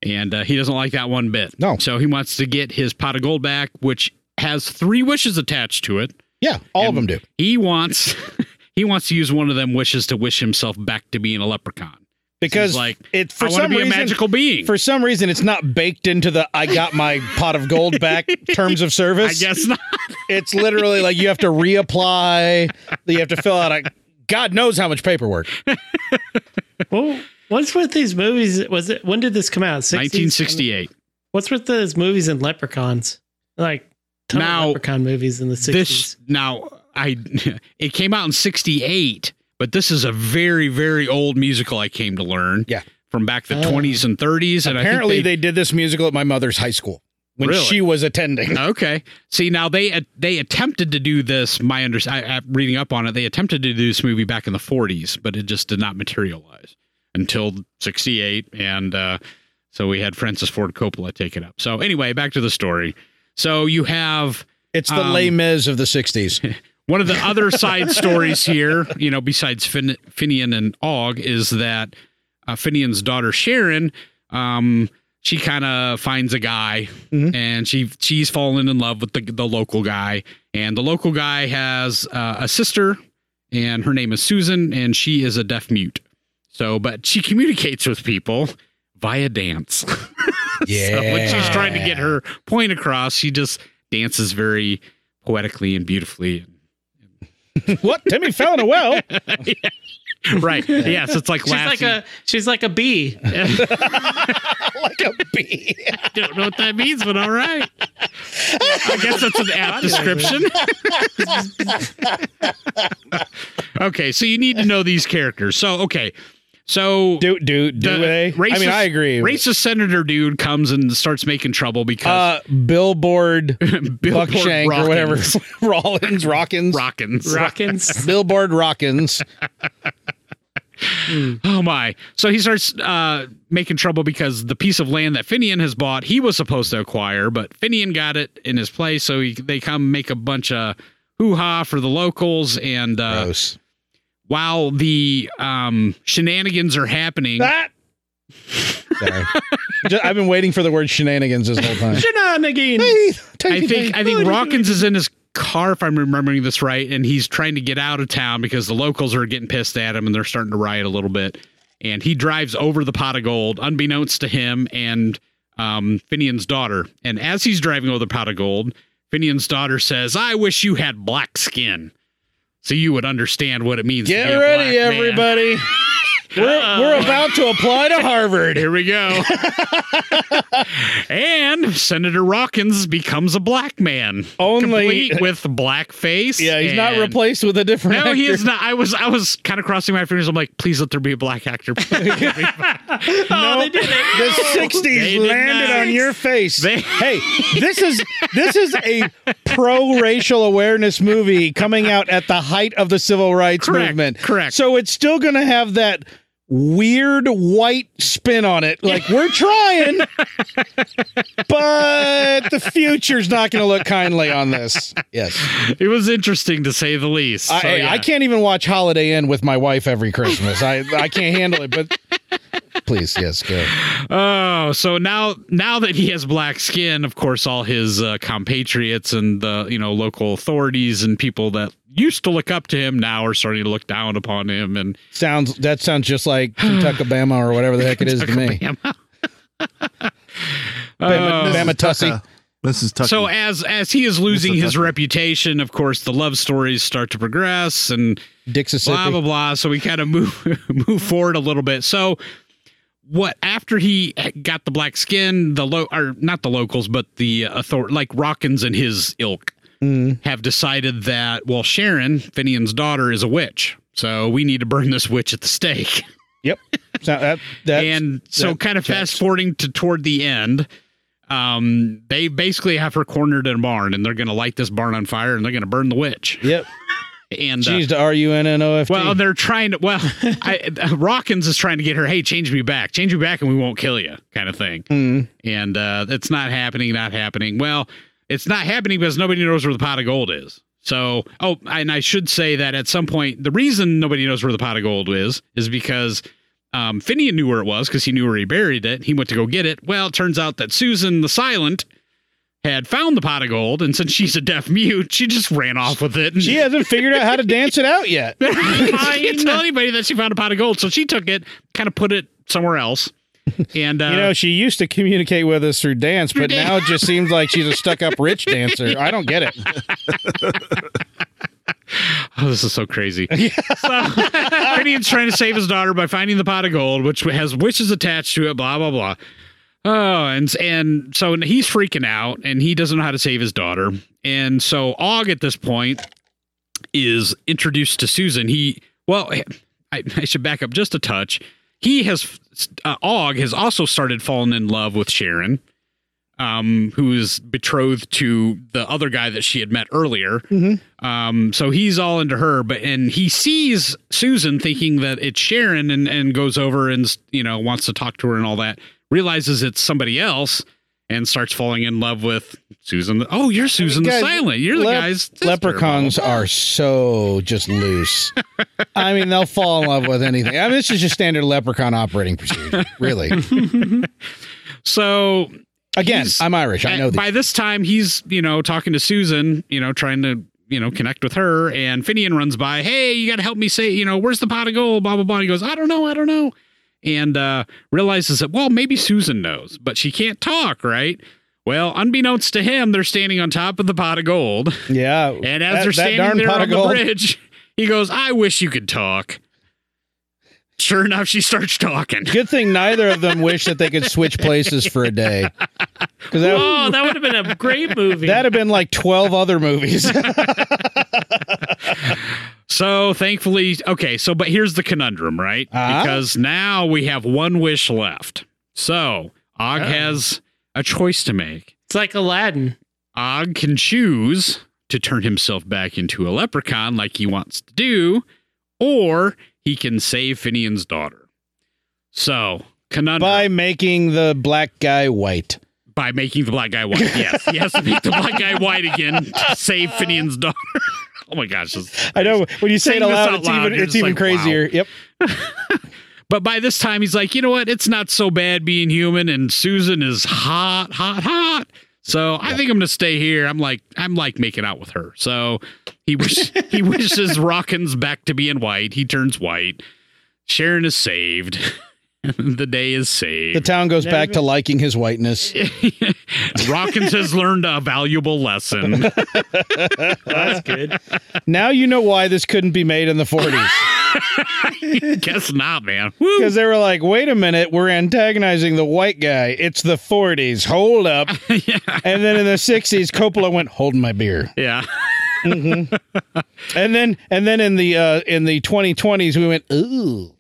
And uh, he doesn't like that one bit. No. So he wants to get his pot of gold back, which has three wishes attached to it. Yeah, all of them do. He wants *laughs* he wants to use one of them wishes to wish himself back to being a leprechaun. Because He's like, it for I want to some be reason a magical being. for some reason it's not baked into the I got my pot of gold back terms of I service. guess not. It's literally like you have to reapply, you have to fill out a God knows how much paperwork. well, what's with these movies? Was it when did this come out? 60s? 1968. What's with those movies and leprechauns? Like ton of Now, leprechaun movies in the This sixties. now I *laughs* it came out in 68, but this is a very very old musical I came to learn. Yeah. From back the Oh. 20s and 30s and I Apparently think they, did this musical at my mother's high school when Really? Uh, she was attending. Okay. See, now they uh, they attempted to do this. My under I, I, reading up on it, they attempted to do this movie back in the 40s, but it just did not materialize until 68, and uh, so we had Francis Ford Coppola take it up. So anyway, back to the story. So you have It's the Um, Les Mis of the 60s. one of the other side stories here, you know, besides fin- Finian and Og, is that uh, Finian's daughter Sharon, um, she kind of finds a guy, Mhm. and she she's fallen in love with the the local guy, and the local guy has uh, a sister, and her name is Susan, and she is a deaf mute. So, but she communicates with people via dance. *laughs* Yeah. So when she's trying to get her point across, she just dances very poetically and beautifully. *laughs* What? Timmy fell in a *laughs* well. right. Yes, it's like She's like Lassie. a she's like a bee. *laughs* *laughs* like a bee. I don't know what that means, but all right. I guess that's an apt description. okay, so you need to know these characters. So okay, so Do do do they? I mean, I agree. Racist senator dude comes and starts making trouble because uh, billboard Billboard Buckshank or whatever *laughs* Rockins- *laughs* Rollins Rockins Rockins. *laughs* Rockins. Billboard Rockins. Oh my! So he starts uh, making trouble because the piece of land that Finian has bought, he was supposed to acquire, but Finian got it in his place. So he, they come make a bunch of hoo ha for the locals, and uh, Gross. while the um, shenanigans are happening, That. Sorry. Ju- I've been waiting for the word shenanigans this whole *laughs* time. Shenanigans. I think I think Rawkins is in his car, if I'm remembering this right, and he's trying to get out of town because the locals are getting pissed at him and they're starting to riot a little bit. And he drives over the pot of gold, unbeknownst to him and um, Finian's daughter. And as he's driving over the pot of gold, Finian's daughter says, "I wish you had black skin, so you would understand what it means." to Get be a ready, *laughs* black man." everybody. We're, we're about to apply to Harvard. Here we go. *laughs* and Senator Rawkins becomes a black man, Only, complete with blackface. yeah, he's not and- replaced with a different. No, he actor. is not. I was, I was kind of crossing my fingers. I'm like, please let there be a *laughs* black actor. *laughs* Oh, No, The They '60s did landed not. on your face. They- hey, this is this is a pro-racial awareness movie coming out at the height of the civil rights Correct, movement. correct. So it's still going to have that weird white spin on it. Like we're trying, but the future's not going to look kindly on this. Yes, it was interesting to say the least. I, So, I- yeah. I can't even watch Holiday Inn with my wife every Christmas. I I can't handle it. But please, yes, go. Oh, so now now that he has black skin, of course, all his uh, compatriots and the you know local authorities and people that used to look up to him now are starting to look down upon him. And Sounds that sounds just *sighs* like Kentucky Bama or whatever the heck it is to me. *laughs* Bam. Oh. Bama, Bama Tussie. Tucker. Mrs. Tucker. so as as he is losing Mr. his Tucker. reputation, of course, the love stories start to progress and blah blah Dixissippi. blah. So we kind of move *laughs* move forward a little bit. So what after he got the black skin, the low or not the locals, but the author like Rockins and his ilk have decided that well, Sharon Finian's daughter is a witch, so we need to burn this witch at the stake. *laughs* Yep. So uh, that, that's, and so, that kind of checks. fast forwarding to toward the end. Um, they basically have her cornered in a barn, and they're going to light this barn on fire, and they're going to burn the witch. Yep. And uh, She's the R U N N O F T. well, they're trying to. Well, *laughs* I, Rawkins is trying to get her. Hey, change me back, change me back, and we won't kill you, kind of thing. Hmm. And uh, it's not happening. Not happening. Well, it's not happening because nobody knows where the pot of gold is. So, oh, and I should say that at some point, the reason nobody knows where the pot of gold is is because um, Finian knew where it was because he knew where he buried it. He went to go get it. Well, it turns out that Susan the Silent had found the pot of gold, and since she's a deaf mute, she just ran off with it. and- she hasn't figured out how to dance it out *laughs* yet. *laughs* she can't tell anybody that she found a pot of gold. So she took it, kind of put it somewhere else. And uh, *laughs* You know, she used to communicate with us through dance, but now it just seems like she's a stuck up rich dancer. I don't *laughs* get it. *laughs* oh, this is so crazy. *laughs* so Gideon's trying to save his daughter by finding the pot of gold, which has wishes attached to it. Blah blah blah. Oh, and and so he's freaking out, and he doesn't know how to save his daughter. And so Og at this point is introduced to Susan. He well, I, I should back up just a touch. He has uh, Og has also started falling in love with Sharon, um, who is betrothed to the other guy that she had met earlier. Mm-hmm. Um, so he's all into her, but and he sees Susan thinking that it's Sharon, and and goes over and you know wants to talk to her and all that. Realizes it's somebody else. And starts falling in love with Susan. Oh, you're Susan the Guys, Silent. You're the lep- guy's sister, blah, blah, Leprechauns are so just loose. I mean, they'll fall in love with anything. I mean, this is just standard leprechaun operating procedure. *laughs* Really. So Again, He's- I'm Irish. I at- know these. by this time he's, you know, talking to Susan, you know, trying to, you know, connect with her. And Finian runs by, hey, you gotta help me say, you know, where's the pot of gold? Blah blah blah. He goes, I don't know, I don't know. And uh realizes that, well, maybe Susan knows, but she can't talk, right? Well, unbeknownst to him, they're standing on top of the pot of gold. Yeah. And as that- that they're darn standing there pot on of the gold. bridge, he goes, I wish you could talk. Sure enough, she starts talking. *laughs* Good thing neither of them wish that they could switch places for a *laughs* day. Because that, *laughs* Oh, that would have been a great movie. that'd have been like 12 other movies. *laughs* So thankfully, okay. So, but here's the conundrum, right? Uh-huh. Because now we have one wish left. So Og has a choice to make. it's like *laughs* Aladdin. Og can choose to turn himself back into a leprechaun like he wants to do, or he can save Finian's daughter. So conundrum by, by making the black guy white. making the black guy white. Yes, he has to make the black guy white again to save Finian's daughter. *laughs* oh my gosh! this is I know when you say it Saying this aloud, out it's loud, even you're it's just even like, crazier. Yep. But by this time, he's like, you know what? It's not so bad being human, and Susan is hot, hot, hot. So I think I'm gonna stay here. I'm like, I'm like making out with her. So he wish, *laughs* he wishes Rockins back to being white. He turns white. Sharon is saved. *laughs* the day is The saved. town goes back to liking his *laughs* whiteness. Rockins has learned a valuable lesson. Well, that's good. *laughs* Now you know why this couldn't be made in the 40s. Guess not, man. Woo. Because they were like, wait a minute, we're antagonizing the white guy. It's the 40s. Hold up. *laughs* yeah. And then in the 60s, Coppola went, holding my beer. Yeah. *laughs* And then and then in the uh, in the 2020s, we went, ooh.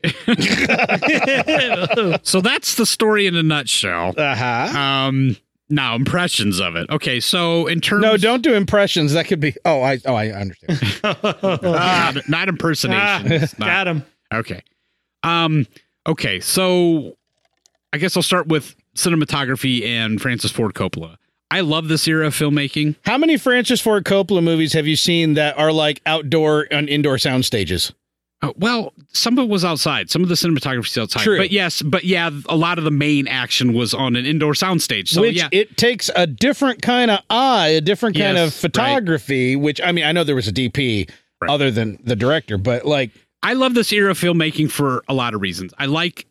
Oh, So that's the story in a nutshell. Uh-huh. Um, now impressions of it. Okay, so in terms, No, don't do impressions. That could be. Oh, I oh I understand. *laughs* not, not impersonations. not- Got him. Okay. Um okay, so I guess I'll start with cinematography and Francis Ford Coppola. I love this era of filmmaking. How many Francis Ford Coppola movies have you seen that are like outdoor and indoor sound stages? Uh, well, some of it was outside. Some of the cinematography's outside. True. But yes, but yeah, a lot of the main action was on an indoor soundstage. So which yeah. it takes a different kind of eye, a different kind Yes, of photography, which I mean, I know there was a DP Right. other than the director, but like I love this era of filmmaking for a lot of reasons. I like,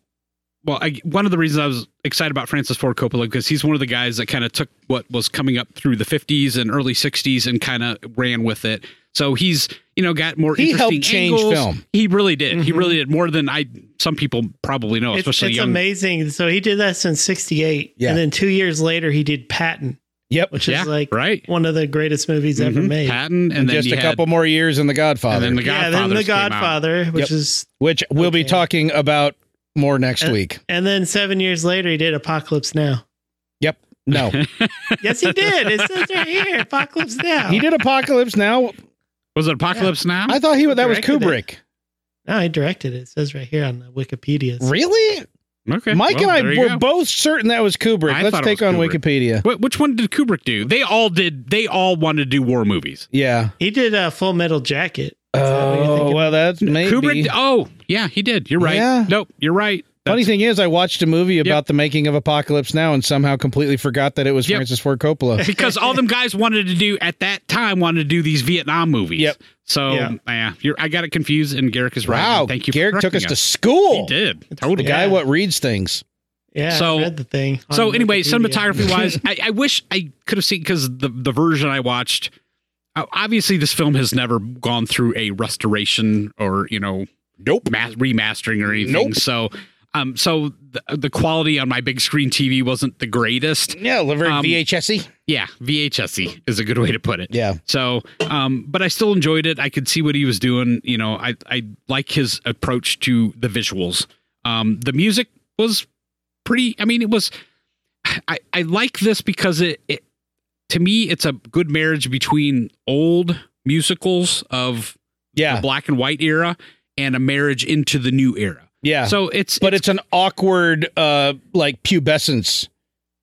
well, I, one of the reasons I was excited about Francis Ford Coppola because he's one of the guys that kind of took what was coming up through the 50s and early 60s and kind of ran with it. So he's, you know, got more. He helped interesting change angles. film. Mm-hmm. He really did. He really did more than I. Some people probably know, It's, especially it's young. amazing. So he did that since 68. Oh, Yeah. And then two years later, he did Patton, yep. which Yeah, is like right. one of the greatest movies ever Mm-hmm. made. Mm-hmm. Patton, and, then Just he a had- couple more years in The and Godfather, then the yeah, Godfather. then The Godfather, which is, which we'll be Okay. talking about more next Uh, week. and then seven years later, he did Apocalypse *laughs* Now. Yep. *laughs* No, Yes, he did. It says right here, Apocalypse Now. he did Apocalypse Now. Was it Apocalypse Now? I thought he that was Directed Kubrick. No, he directed it. It says right here on the Wikipedia. Really? okay, Mike well, and there I you were go. both certain that was Kubrick. I Let's thought it take on was Kubrick. Wikipedia. Wh- Which one did Kubrick do? They all did. They all wanted to do war movies. Yeah. He did uh, Full Metal Jacket. Is that what you're Oh thinking? well, that's maybe. Kubrick. Oh, yeah, he did. You're right. Yeah. Nope, you're right. Funny thing is, I watched a movie about Yep. the making of Apocalypse Now and somehow completely forgot that it was Yep. Francis Ford *laughs* Coppola. because all them guys wanted to do at that time wanted to do these Vietnam movies. Yep. So Yeah. yeah, you're, I got it confused, and Garrick is right. wow, and Thank you. for Garrick took us correcting to school. He did The totally. guy Yeah. what reads things. Yeah, So- I read the thing. on So anyway, Wikipedia. cinematography wise, I, I wish I could have seen because the the version I watched. uh, Obviously, this film has never gone through a restoration or you know, Nope. ma- remastering or anything. Nope. So, um, so the, the quality on my big screen TV wasn't the greatest. Yeah, very Um, VHS-y. Yeah, VHSy E is a good way to put it. E. Yeah. So, um, but I still enjoyed it. I could see what he was doing. You know, I I like his approach to the visuals. Um, the music was pretty. I mean, it was. I I like this because it, it to me it's a good marriage between old musicals of the Yeah. black and white era and a marriage into the new era. Yeah. So it's but it's an awkward uh like pubescence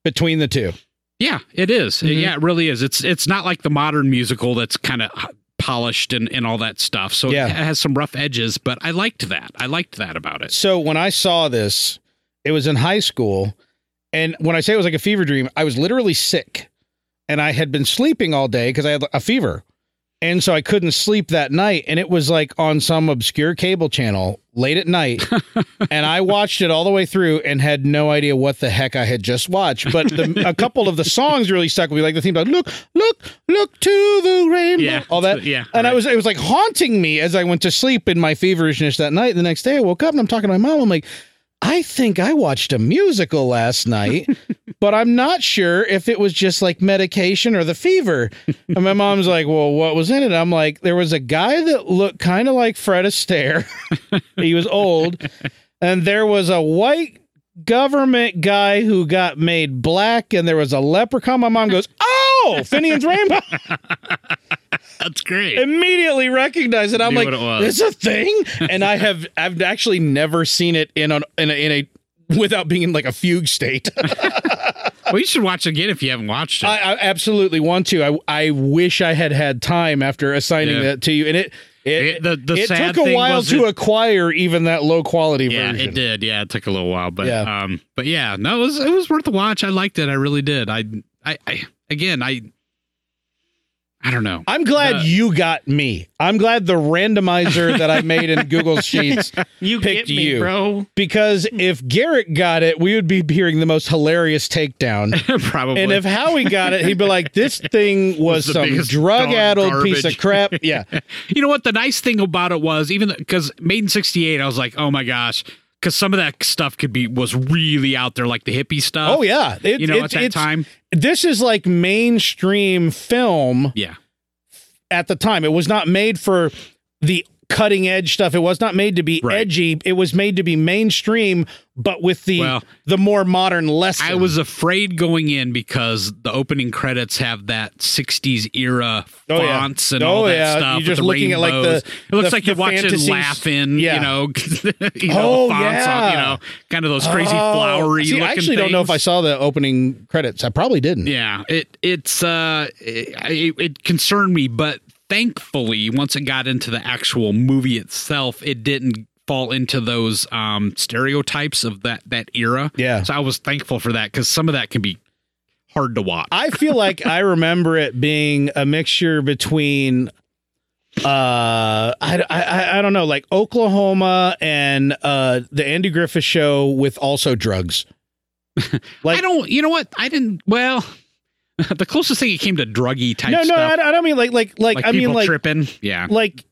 between the two. Yeah, it is. Mm-hmm. Yeah, it really is. It's it's not like the modern musical that's kind of polished and, and all that stuff. So Yeah. it has some rough edges, but I liked that. I liked that about it. So when I saw this, it was in high school, and when I say it was like a fever dream, I was literally sick, and I had been sleeping all day because I had a fever, and so I couldn't sleep that night. And it was like on some obscure cable channel late at *laughs* night, and I watched it all the way through and had no idea what the heck I had just watched. But the, a couple of the songs really stuck with me, like the theme like "Look, look, look to the rainbow," Yeah, all that. yeah, and I right. was it was like haunting me as I went to sleep in my feverishness that night. The next day I woke up and I'm talking to my mom. I'm like, I think I watched a musical last night, but I'm not sure if it was just like medication or the fever. And my mom's like, Well, what was in it? I'm like, There was a guy that looked kind of like Fred Astaire. *laughs* he was old. And there was a white government guy who got made black, and there was a leprechaun. My mom goes, Oh, Finian's Rainbow. *laughs* That's great. Immediately recognized it. I'm Knew like, what it was. This a thing? And I have, I've actually never seen it in, an, in, a, in a, without being in like a fugue state. well, you should watch it again if you haven't watched it. uh, I, I absolutely want to. I I wish I had had time after assigning Yeah. that to you, and it it It- the- the it sad took a thing while was to it- acquire even that low quality yeah, version. it did. Yeah, it took a little while, but Yeah. um but yeah, no, it was it was worth the watch. I liked it. I really did. I I, I again, I I don't know. *laughs* I'm glad Uh, you got me. I'm glad the randomizer that I made in *laughs* Google Sheets You Picked get me, you. bro. because if Garrett got it, we would be hearing the most hilarious *laughs* takedown. Probably. And if Howie got it, he'd be like, *laughs* "This thing was the some biggest drug-addled dog piece of garbage." crap." Uh, *laughs* Yeah, you know what? The nice thing about it was even because Maiden 68, I was like, oh my gosh. Because some of that stuff could be, was really out there, like the hippie stuff. Oh yeah, It- You know, it's- at that it's- time. This is like mainstream film Yeah. at the time. It was not made for the cutting edge stuff. It was not made to be Right. edgy. It was made to be mainstream, but with the Well, the more modern lesson. I was afraid going in because the opening credits have that 60s era Oh, yeah. fonts and Oh, all that yeah. stuff. You're with just the looking at, like, the- rainbows. It looks the- like you're the watching fantasies. Laughing, Yeah. you know, *laughs* you Oh, know, fonts on, you yeah. know, kind of those crazy Oh. flowery See, looking I actually don't know if things. I saw the opening credits. I probably didn't. Yeah, it it's uh it, it concerned me, but thankfully once it got into the actual movie itself, it didn't fall into those um stereotypes of that that era. Yeah. So I was thankful for that cuz some of that can be hard to watch. I feel like I remember it being a mixture between uh I, I I don't know like Oklahoma and uh the Andy Griffith show with also drugs. Like I don't you know what? I didn't well *laughs* the closest thing it came to druggy type No, no, I, stuff. I don't mean like like like, like I mean people like tripping. Yeah. like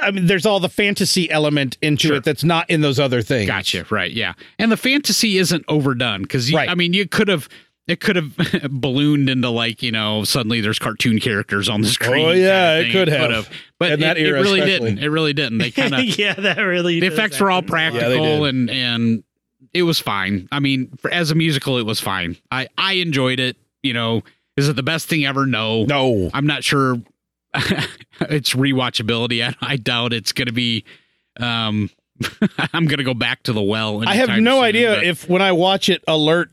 I mean there's all the fantasy element into Sure. it that's not in those other things. Gotcha. Right. Yeah. And the fantasy isn't overdone because Right. I mean you could have it could have *laughs* ballooned into like you know suddenly there's cartoon characters on the screen. Oh, yeah, kinda it thing. could have. but In it, that it era really especially. didn't. It really *laughs* didn't. They kind of *laughs* yeah, that really. the does effects were all happen a lot. Yeah, they practical did. and and it was fine. I mean, for, as a musical, it was fine. I I enjoyed it. You know, is it the best thing ever? No. No. I'm not sure *laughs* its rewatchability. I, I doubt it's going to be. Um, *laughs* I'm going to go back to the well. I have anytime no soon, idea but- if when I watch it alert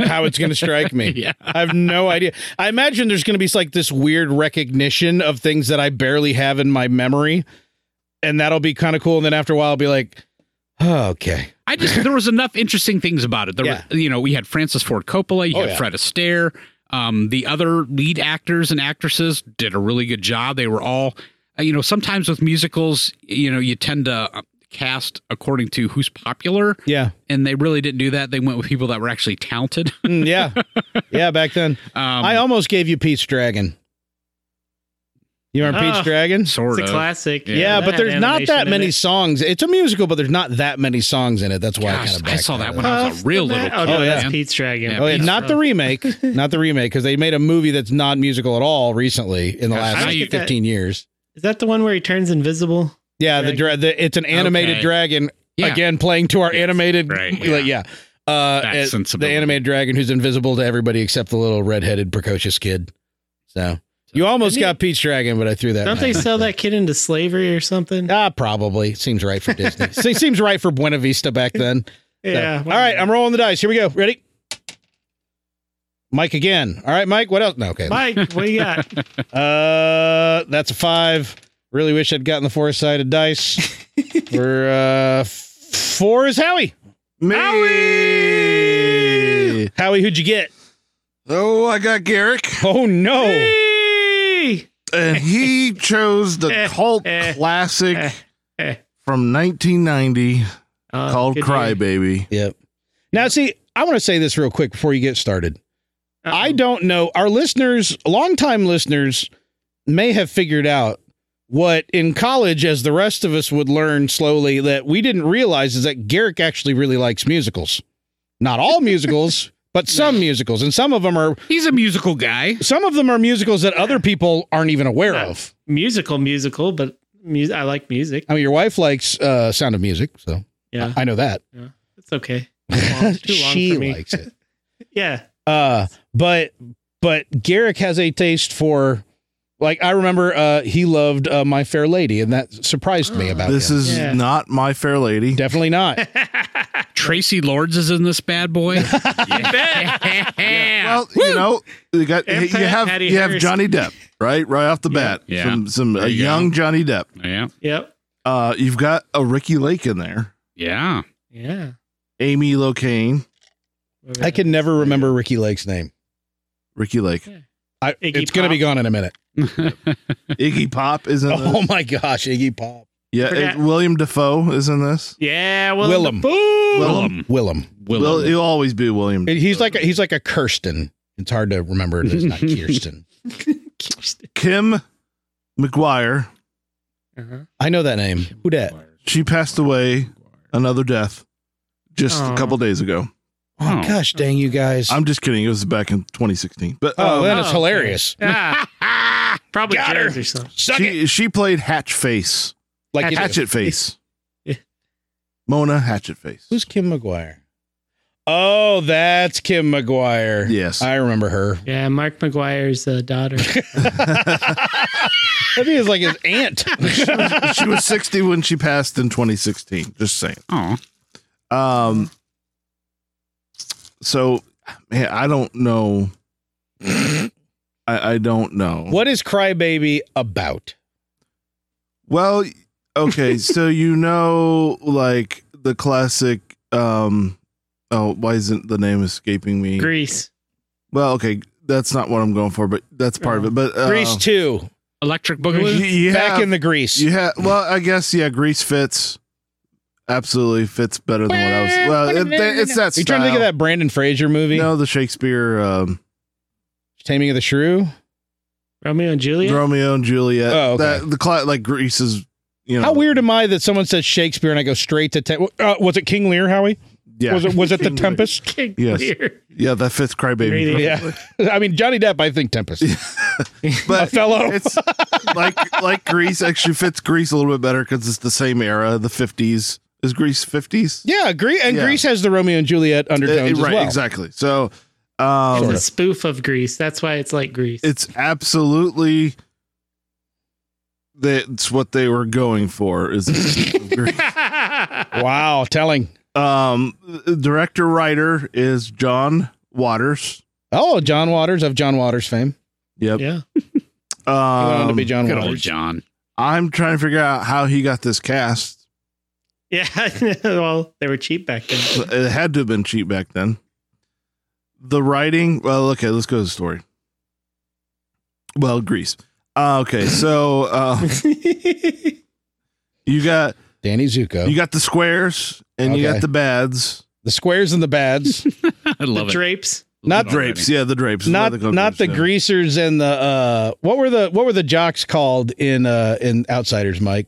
how it's going to strike me. *laughs* Yeah. I have no idea. I imagine there's going to be like this weird recognition of things that I barely have in my memory, and that'll be kind of cool. And then after a while, I'll be like, oh, okay, I just there was enough interesting things about it. There Yeah. were, you know, we had Francis Ford Coppola, you Oh, had yeah. Fred Astaire. Um, the other lead actors and actresses did a really good job. They were all, uh, you know, sometimes with musicals, you know, you tend to uh, cast according to who's popular, yeah, and they really didn't do that. They went with people that were actually talented. *laughs* Mm, yeah, yeah. Back then, Um, I almost gave you Pete's Dragon. You remember Pete's uh, Ah. Dragon? sort It's a of. classic. Yeah. Yeah, that but had there's not animation that in many it. songs. It's a musical, but there's not that many songs in it. That's why I Gosh, kind of I saw that when I was Puff a real the little Ma- Oh no, kid, that's man. Pete's Dragon. Yeah, Oh yeah, Pete's not the Dragon. remake, not the remake, because they made a movie that's not musical at all recently in the Gosh, last now like, you- fifteen years. Is that the one where he turns invisible? Yeah, the, dra- the it's an animated Okay. dragon Yeah. again, playing to our Yes, animated, right, yeah. Like, yeah. Uh, That it- the sensibility. animated dragon who's invisible to everybody except the little redheaded precocious kid. So you almost Isn't it- got Peach Dragon, but I threw that. Don't they one out. sell that kid into slavery or something? Ah, probably seems right for Disney. Se- seems right for Buena Vista back then. So, Yeah. All right, I'm rolling the dice. Here we go. Ready? Mike again. All right, Mike. What else? No. Okay. Mike, what do you got? Uh, that's a five. Really wish I'd gotten the four sided *laughs* dice. We're uh, f- four is Howie. Me. Howie, who'd you get? Oh, I got Garrick. *laughs* Oh no! And he chose the Eh, cult eh, classic eh, eh. from 1990 Uh, called good read. Crybaby. Yep. Now, see, I want to say this real quick before you get started. Uh-oh. I don't know. Our listeners, longtime listeners, may have figured out what in college, as the rest of us would learn slowly, that we didn't realize is that Garrick actually really likes musicals. Not all *laughs* musicals, but some musicals, and some of them are He's a musical guy. Some of them are musicals that other people aren't even aware Yeah. of. musical, musical, but mu- I like music. I mean, your wife likes uh, Sound of Music, so Yeah, I know that. *laughs* it's okay. Too long, too long she for me. likes it. *laughs* Yeah, *laughs* Uh, but but Garrick has a taste for, like I remember uh, he loved uh, My Fair Lady, and that surprised me about This him. is Yeah. not my fair lady. Definitely not. Tracy Lords is in this bad boy. yeah. Well, you know, you got And you Pat- have Patty you have Harris. Johnny Depp, right? Right off the bat. Yeah. Some some There a you go. young Johnny Depp. yeah. yep, Uh you've got a Ricky Lake in there. Yeah. yeah. Amy Locane, I can never remember Ricky Lake's name. Ricky Lake. I, Iggy it's going to be Pop. gone in a minute. Iggy Pop is in Oh this. my gosh, Iggy Pop. Yeah, forgot- it- William Defoe is in this. Yeah, well, Willem. *laughs* Willem. Willem. Will, Willem. he'll always be William. And He's like a, he's like a Kirsten. It's hard to remember. It's *laughs* not Kirsten. Kim McGuire. uh-huh. I know that name. Who that? Oh. She passed away another death just Aw. a couple days ago. Oh, Oh. gosh, dang you guys. I'm just kidding. It was back in 2016. But oh, um, that is oh, hilarious. Ah, *laughs* probably Got drugs her. or something. Suck it. she she played Hatch Face. Like you do. Hatchet Face. Yeah. Mona Hatchet Face. Who's Kim McGuire? Oh, that's Kim McGuire. Yes. I remember her. Yeah, Mark McGuire's uh, *laughs* daughter. *laughs* I think it's like his *laughs* aunt. she *laughs* was 60 when she passed in 2016. Just saying. Oh, Um. So, man, I don't *laughs* know. I, I don't know. what is Crybaby about? Well, *laughs* okay, so you know, like the classic. um Oh, why isn't the name escaping me? Greece. Well, okay, that's not what I'm going for, but that's part of it. But uh, Grease 2. electric You, boogaloo. you Back have, in the Grease. you have, well, I guess yeah, Grease fits. Absolutely fits better than what I was. Well, it, it's that you trying to think of style. that Brandon Fraser movie? No, the Shakespeare um, Taming of the Shrew? Romeo and Juliet. *laughs* Romeo and Juliet. Oh, okay. that, the cla- like Grease is you know How weird am I that someone says Shakespeare and I go straight to te- uh, was it King Lear, Howie? Yeah, Was it was *laughs* it the Tempest? *laughs* King Yes. Lear. yeah, that fits Crybaby. Really? Yeah, I mean Johnny Depp. I think Tempest. *laughs* But Othello. *laughs* it's like like Greece actually fits Greece a little bit better because it's the same era, the fifties. Is Greece fifties? yeah, Gre- and Yeah. Uh, Greece has the Romeo and Juliet undertones right, as well. exactly. So It's um, a spoof of Greece. That's why it's like Greece. *laughs* it's absolutely that's what they were going for. Is Greece. *laughs* Wow, telling. um, director writer is John Waters. Oh, John Waters of John Waters fame. Yep. yeah. He went on to Um, be John Good old Waters. John. *laughs* I'm trying to figure out how he got this cast. *laughs* Yeah. well, they were cheap back *laughs* then. *laughs* It had to have been cheap back then. The writing, well, okay, let's go to the story. Well, Greece. Uh, okay, so uh, you got Danny Zuko. you got the squares and you Okay. got the bads, the squares and the *laughs* bads. I the love it. drapes. Not Love it already. drapes. Yeah, the drapes. is not where the not the yeah. greasers and the uh what were the what were the jocks called in uh in Outsiders, Mike?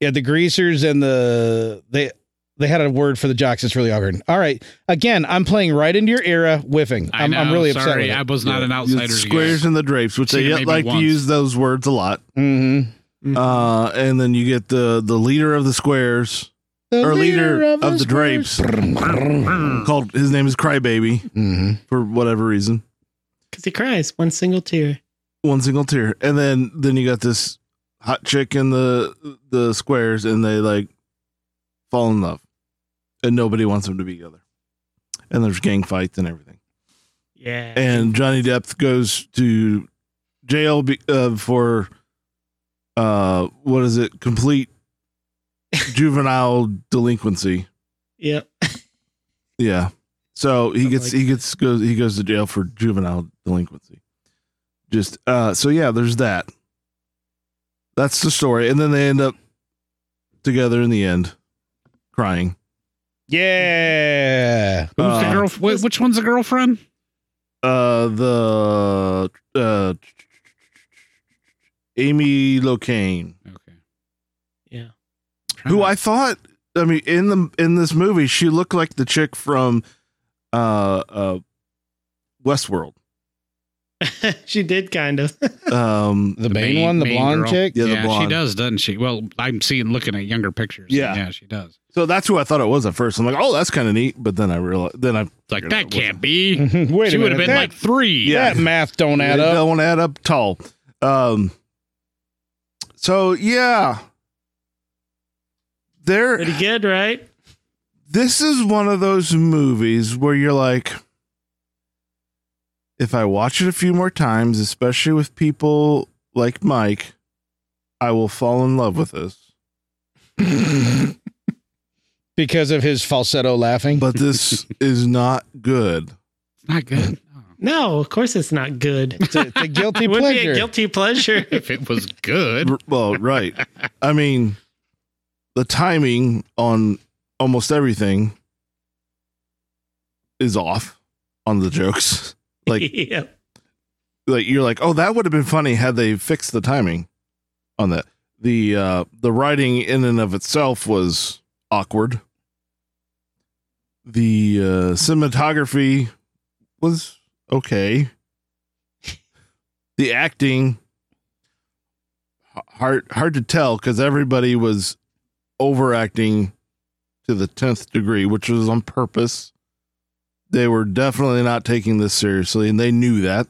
Yeah, the greasers and the they they had a word for the jocks. It's really awkward. All right, again, I'm playing right into your era whiffing. I I'm, I'm know, really upset. sorry. With I it. was not an outsider. to you Squares guys. and the drapes, which Seen they it yet maybe like once. to use those words a lot. hmm Uh, and then you get the the leader of the squares The or leader, of, the squares. drapes, Mm-hmm. Hmm. called his name is Crybaby Mhm. for whatever reason. Because he cries one single tear. one single tier and then then you got this hot chick in the the squares and they like fall in love and nobody wants them to be together and there's gang fights and everything Yeah. and johnny depp goes to jail be, uh, for uh what is it complete juvenile delinquency yep. yeah so he Something gets like he gets goes he goes to jail for juvenile delinquency. Just uh so yeah, there's that. That's the story. And then they end up together in the end, crying. Yeah, Who's the Uh, girl? wh- Which one's the girlfriend? Uh the uh Amy Locane, Okay. Yeah. who I thought I mean in the in this movie she looked like the chick from uh uh *laughs* Westworld. *laughs* she did kind of. Um the, The main, main- one, the main blonde girl. chick. Yeah, the she blonde. does, doesn't she? Well, I'm seeing looking at younger pictures. Yeah. yeah, she does. So that's who I thought it was at first. I'm like, oh, that's kind of neat. But then I realized, then I It's like figured that it wasn't. can't be. *laughs* Wait a she minute, would have been that, like three. Yeah. that math don't add It up. Don't add up tall. Um. So yeah, there. Pretty good, right? This is one of those movies where you're like, if I watch it a few more times, especially with people like Mike, I will fall in love with this. Because of his falsetto laughing. *laughs* But this is not good. It's *laughs* not good. *laughs* Oh. No, of course it's not good. It's *laughs* a, it's a *laughs* guilty It would be pleasure. a *laughs* guilty pleasure. If *laughs* it was good, R- Well, *laughs* right. I mean, the timing on almost everything is off on the jokes. *laughs* Like, yeah. like you're like, oh, that would have been funny had they fixed the timing on that. The uh, the writing in and of itself was awkward. The uh, cinematography was okay. the acting h- hard hard to tell because everybody was overacting to the tenth degree, which was on purpose. They were definitely not taking this seriously, and they knew that.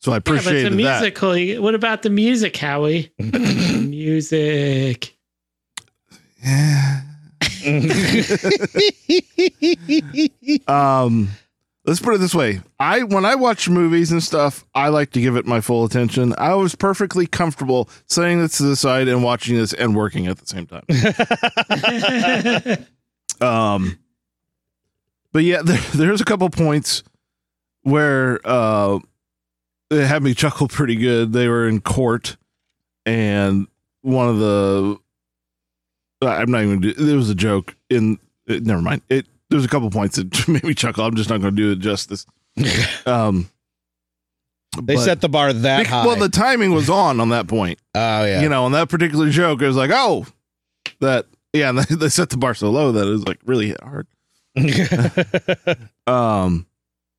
So I Yeah, but it's a appreciated that. musical. You- What about the music, *clears throat* Howie? music. *laughs* *laughs* um let's put it this way i when i watch movies and stuff i like to give it my full attention i was perfectly comfortable setting this to the side and watching this and working at the same time *laughs* um but yeah *laughs* there, there's a couple points where uh they had me chuckle pretty good they were in court and one of the i'm not even gonna do it was a joke in it, never mind it there's a couple points that *laughs* made me chuckle i'm just not gonna do *laughs* it justice um they but- set the bar that Bec- high. well the timing was on on that point oh yeah. you know, on that particular joke, it was like, oh, that yeah, and *laughs* they, they set the bar so low that it was like really hit hard. Oh, *laughs* um,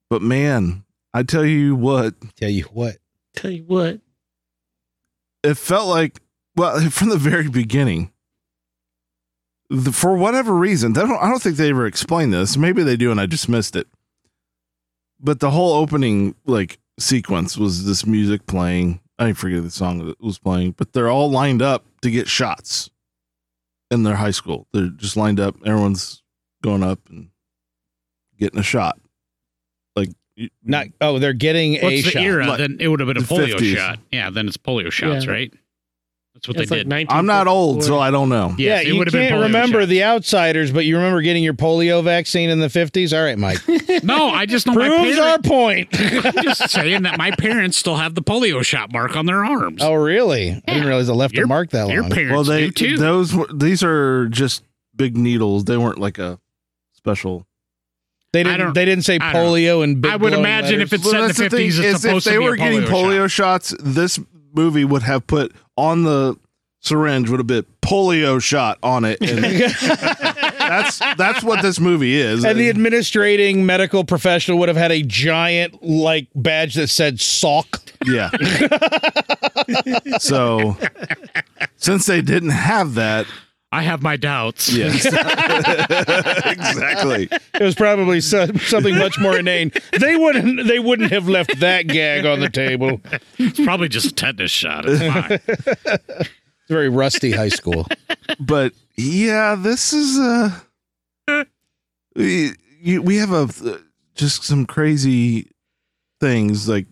but man, I tell you what, *laughs* Tell you what. Tell you what. it felt like well *laughs* from the very beginning. The, for whatever reason, they don't, I don't think they ever explained this. Maybe they do, and I just missed it. But the whole opening like sequence was this music playing. I forget the song that was playing, but they're all lined up to get shots in their high school. They're just lined up. Everyone's going up and getting a shot. Like you- Not oh, they're getting a what's the shot. era? Like, then it would have been a the polio 50s. shot. Yeah, then it's polio shots, Yeah. right? That's what It's they like did. 1954. I'm not old, so I don't know. Yes, yeah, you would've been can't polio remember shots. the outsiders, but you remember getting your polio vaccine in the 50s? All right, *laughs* Mike. No, I just know my Proves our parents. point. *laughs* I'm just saying that my parents still have the polio shot mark on their arms. oh, really? I didn't realize I left a Your- mark that Your long. parents well, they do too. those were, these are just big needles. They weren't like a special. They I didn't. don't- They didn't say I don't know. polio and big. I would glowing imagine if letters. it's set in the fifties, it's is if supposed they to be were a getting polio. polio shots, this movie would have put on the syringe would have been polio shot on it. *laughs* And that's that's what this movie is. and the administrating medical professional would have had a giant like badge that said "sock." yeah. Uh, so since they didn't have that, I have my doubts. *laughs* yes, *laughs* exactly. It was probably so, something much more inane. They wouldn't. They wouldn't have left that gag on the table. It's It's probably just a tetanus shot. It's fine. a very rusty high school. but yeah, this is uh we you- we have a uh, just some crazy things like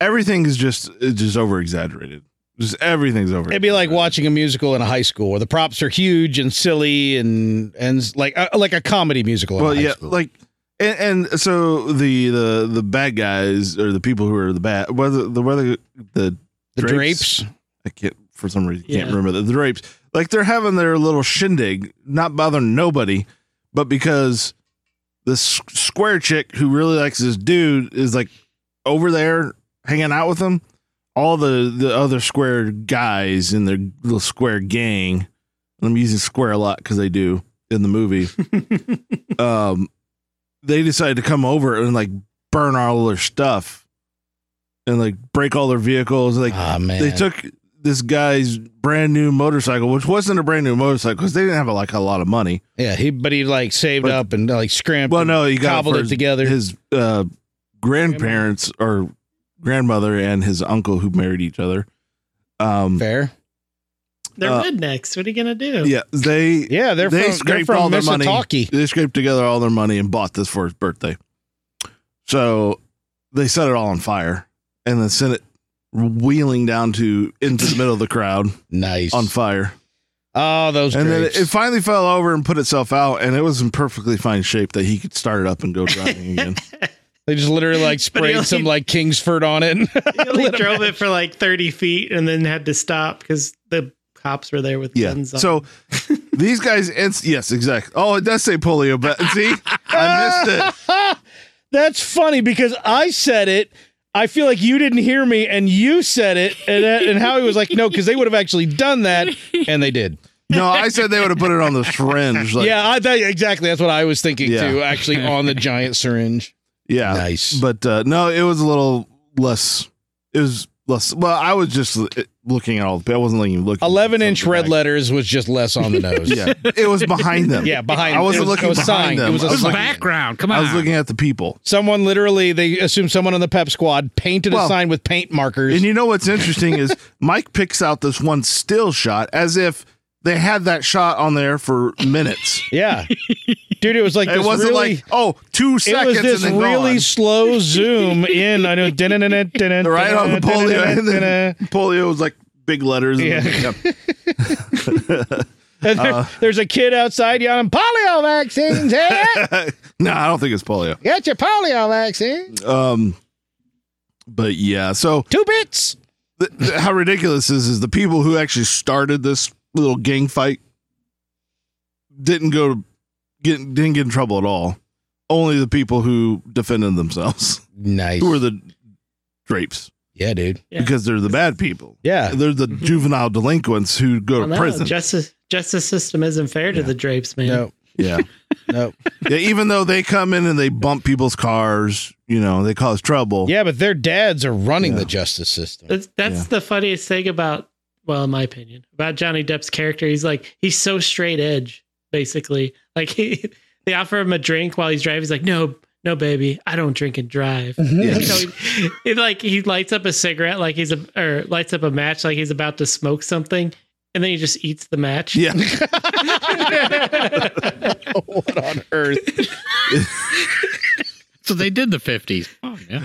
everything is just it's just over exaggerated. Just everything's over. It'd be like watching a musical in a high school where the props are huge and silly and and like uh, like a comedy musical. in a Well, high yeah, school. like and, and so the the the bad guys or the people who are the bad whether the whether the the drapes- drapes. I can't for some reason can't Yeah. remember the, the drapes. Like they're having their little shindig, not bothering nobody, but because this s- square chick who really likes this dude is like over there hanging out with him. All the the other square guys in their little square gang. And I'm using square a lot because they do in the movie. um, they decide to come over and like burn all their stuff and like break all their vehicles. Like Ah man, they took this guy's brand new motorcycle, which wasn't a brand new motorcycle because they didn't have like a lot of money. Yeah, he but he like saved But- up and like scrimped. Well, and no, he got cobbled for it together. His uh, grandparents or grandmother and his uncle who married each other. Um, Fair. They're Uh, rednecks. What are you gonna do? yeah, they Yeah, they're they from, they're scraped from all their money. Missaltaki. they scraped together all their money and bought this for his birthday. So they set it all on fire and then sent it wheeling down to into the middle of the crowd Nice. on fire. oh, those and then grapes. it, it finally fell *laughs* over and put itself out, and it was in perfectly fine shape that he could start it up and go driving again. They just literally *laughs* like But he sprayed only- some like Kingsford on it. *laughs* *laughs* He only drove it for like 30 feet and then had to stop because the cops were there with Yeah. guns on. *laughs* So these guys, it's, yes, exactly. Oh, it does say polio, but see, I missed it. That's funny because I said it. I feel like you didn't hear me, and you said it, and uh, and Howie was like, "No," because they would have actually done that, and they did. No, I said they would have put it on the syringe. Like, yeah, I, that, exactly. That's what I was thinking Yeah. too. Actually, on the giant syringe. yeah. Nice. But uh, no, it was a little less. It was less. Well, I was just uh, looking at all. the I wasn't looking. *laughs* looking Eleven inch something red back. letters was just less *laughs* on the nose. Yeah, it was behind them. *laughs* yeah, behind. I wasn't it was- looking it was behind signed. them. It was I a It was was sign. looking- background. Come on. I was looking at the people. Someone literally, they assume someone on the Pep Squad painted a Well, sign with paint markers. And you know what's interesting is Mike picks out this one still shot as if they had that shot on there for minutes. yeah, *laughs* dude, it was like It this wasn't really- like oh two it seconds was this and then really really *laughs* slow zoom in. I know. dun-dun-dun-dun-dun, *laughs* right on the polio and then dun-dun-dun-dun-dun. *laughs* polio was like big letters. and Yeah. *laughs* then- Yep. And there- Uh-huh. there's a kid outside yelling, polio vaccines. Hey, no, I don't think it's polio. get your polio vaccine. Um, but yeah, so Two bits. th- th- how ridiculous is is the people who actually started this little gang fight didn't go get didn't get in trouble at all. Only the people who defended themselves. *laughs* Nice. who are the drapes Yeah, dude. Yeah. because they're the bad people. Yeah. They're *laughs* the juvenile delinquents who go I to know, prison. Justice, justice system isn't fair to the drapes, man. No. yeah. *laughs* No. yeah. Even though they come in and they bump people's cars, you know, they cause trouble. Yeah, but their dads are running Yeah. the justice system. That's, that's Yeah. the funniest thing about, well, in my opinion, about Johnny Depp's character. He's like, he's so straight edge, basically. Like, *laughs* he, they offer him a drink while he's driving. He's like, no, no, baby, I don't drink and drive. Yes. *laughs* So he, he, like he lights up a cigarette like he's a or lights up a match like he's about to smoke something, and then he just eats the match. Yeah. *laughs* What on earth? so they did the 50s. Oh, yeah.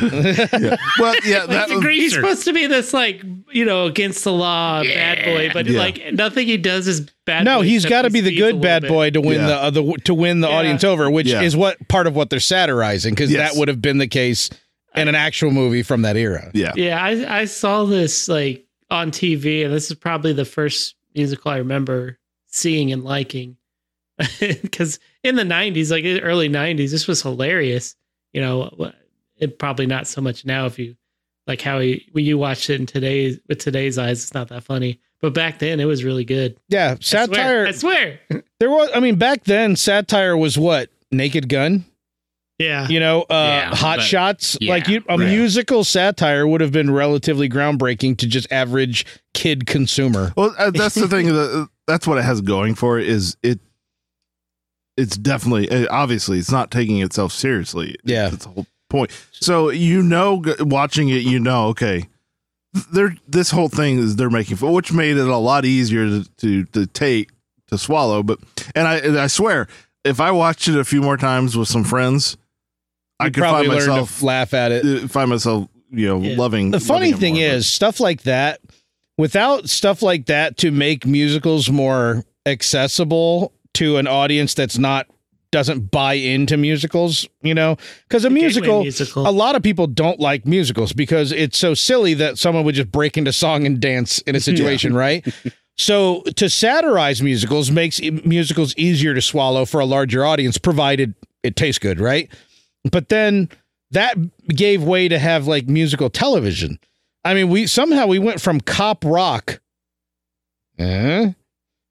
yeah. Well, yeah, Like that the was, He's greaser. supposed to be this like you know against the law bad boy, but Yeah. like nothing he does is bad. No, boy, he's except got to he be the speeds a good little bad bit. boy to win Yeah. the uh, the to win the Yeah. audience over, which Yeah. is what part of what they're satirizing because Yes. that would have been the case in an actual movie from that era. yeah. Yeah, I I saw this like on TV, and this is probably the first musical I remember seeing and liking. *laughs* Because in the '90s, like early '90s, this was hilarious. You know, it probably not so much now. If you like how you, when you watch it in today's with today's eyes, it's not that funny. But back then, it was really good. Yeah, satire. I swear. I swear. There was, I mean, back then satire was what Naked Gun, *laughs* yeah. you know, uh, Yeah, Hot but- Shots. yeah, like you, a right. musical satire would have been relatively groundbreaking to just average kid consumer. Well, uh, that's *laughs* the thing. that- That's what it has going for it is it. It's definitely uh, obviously it's not taking itself seriously. Yeah. that's the whole point. So you know, g- watching it, you know, okay, they're this whole thing is they're making for, which made it a lot easier to, to to take to swallow. But and I and I swear, if I watched it a few more times with some friends, I You could find myself to laugh at it. uh, find myself you know Yeah. loving. The funny loving it thing more. is, stuff like that, without stuff like that to make musicals more accessible to an audience that's not doesn't buy into musicals, you know, because a Gateway musical, musical. a *laughs* lot of people don't like musicals because it's so silly that someone would just break into song and dance in a situation, right? So to satirize musicals makes i- musicals easier to swallow for a larger audience, provided it tastes good, right? But then that gave way to have like musical television. I mean, we somehow we went from cop rock, eh?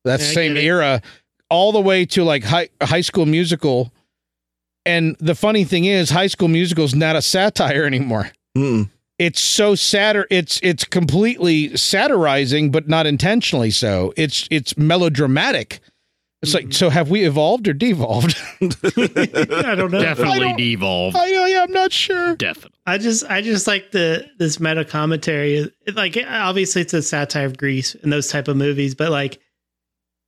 that's Yeah, I same get it. era, all the way to like high high school musical. And the funny thing is, High School Musical is not a satire *laughs* anymore. Mm-mm. It's so satir. It's it's completely satirizing, but not intentionally so. It's it's melodramatic. It's Mm-hmm. like so. Have we evolved or devolved? *laughs* *laughs* Mm. I don't know. I Definitely don't- devolved. I, I I'm not sure. Definitely. *laughs* I just I just like the this meta commentary. It- Like obviously it's a satire of Greece and those type of movies, but like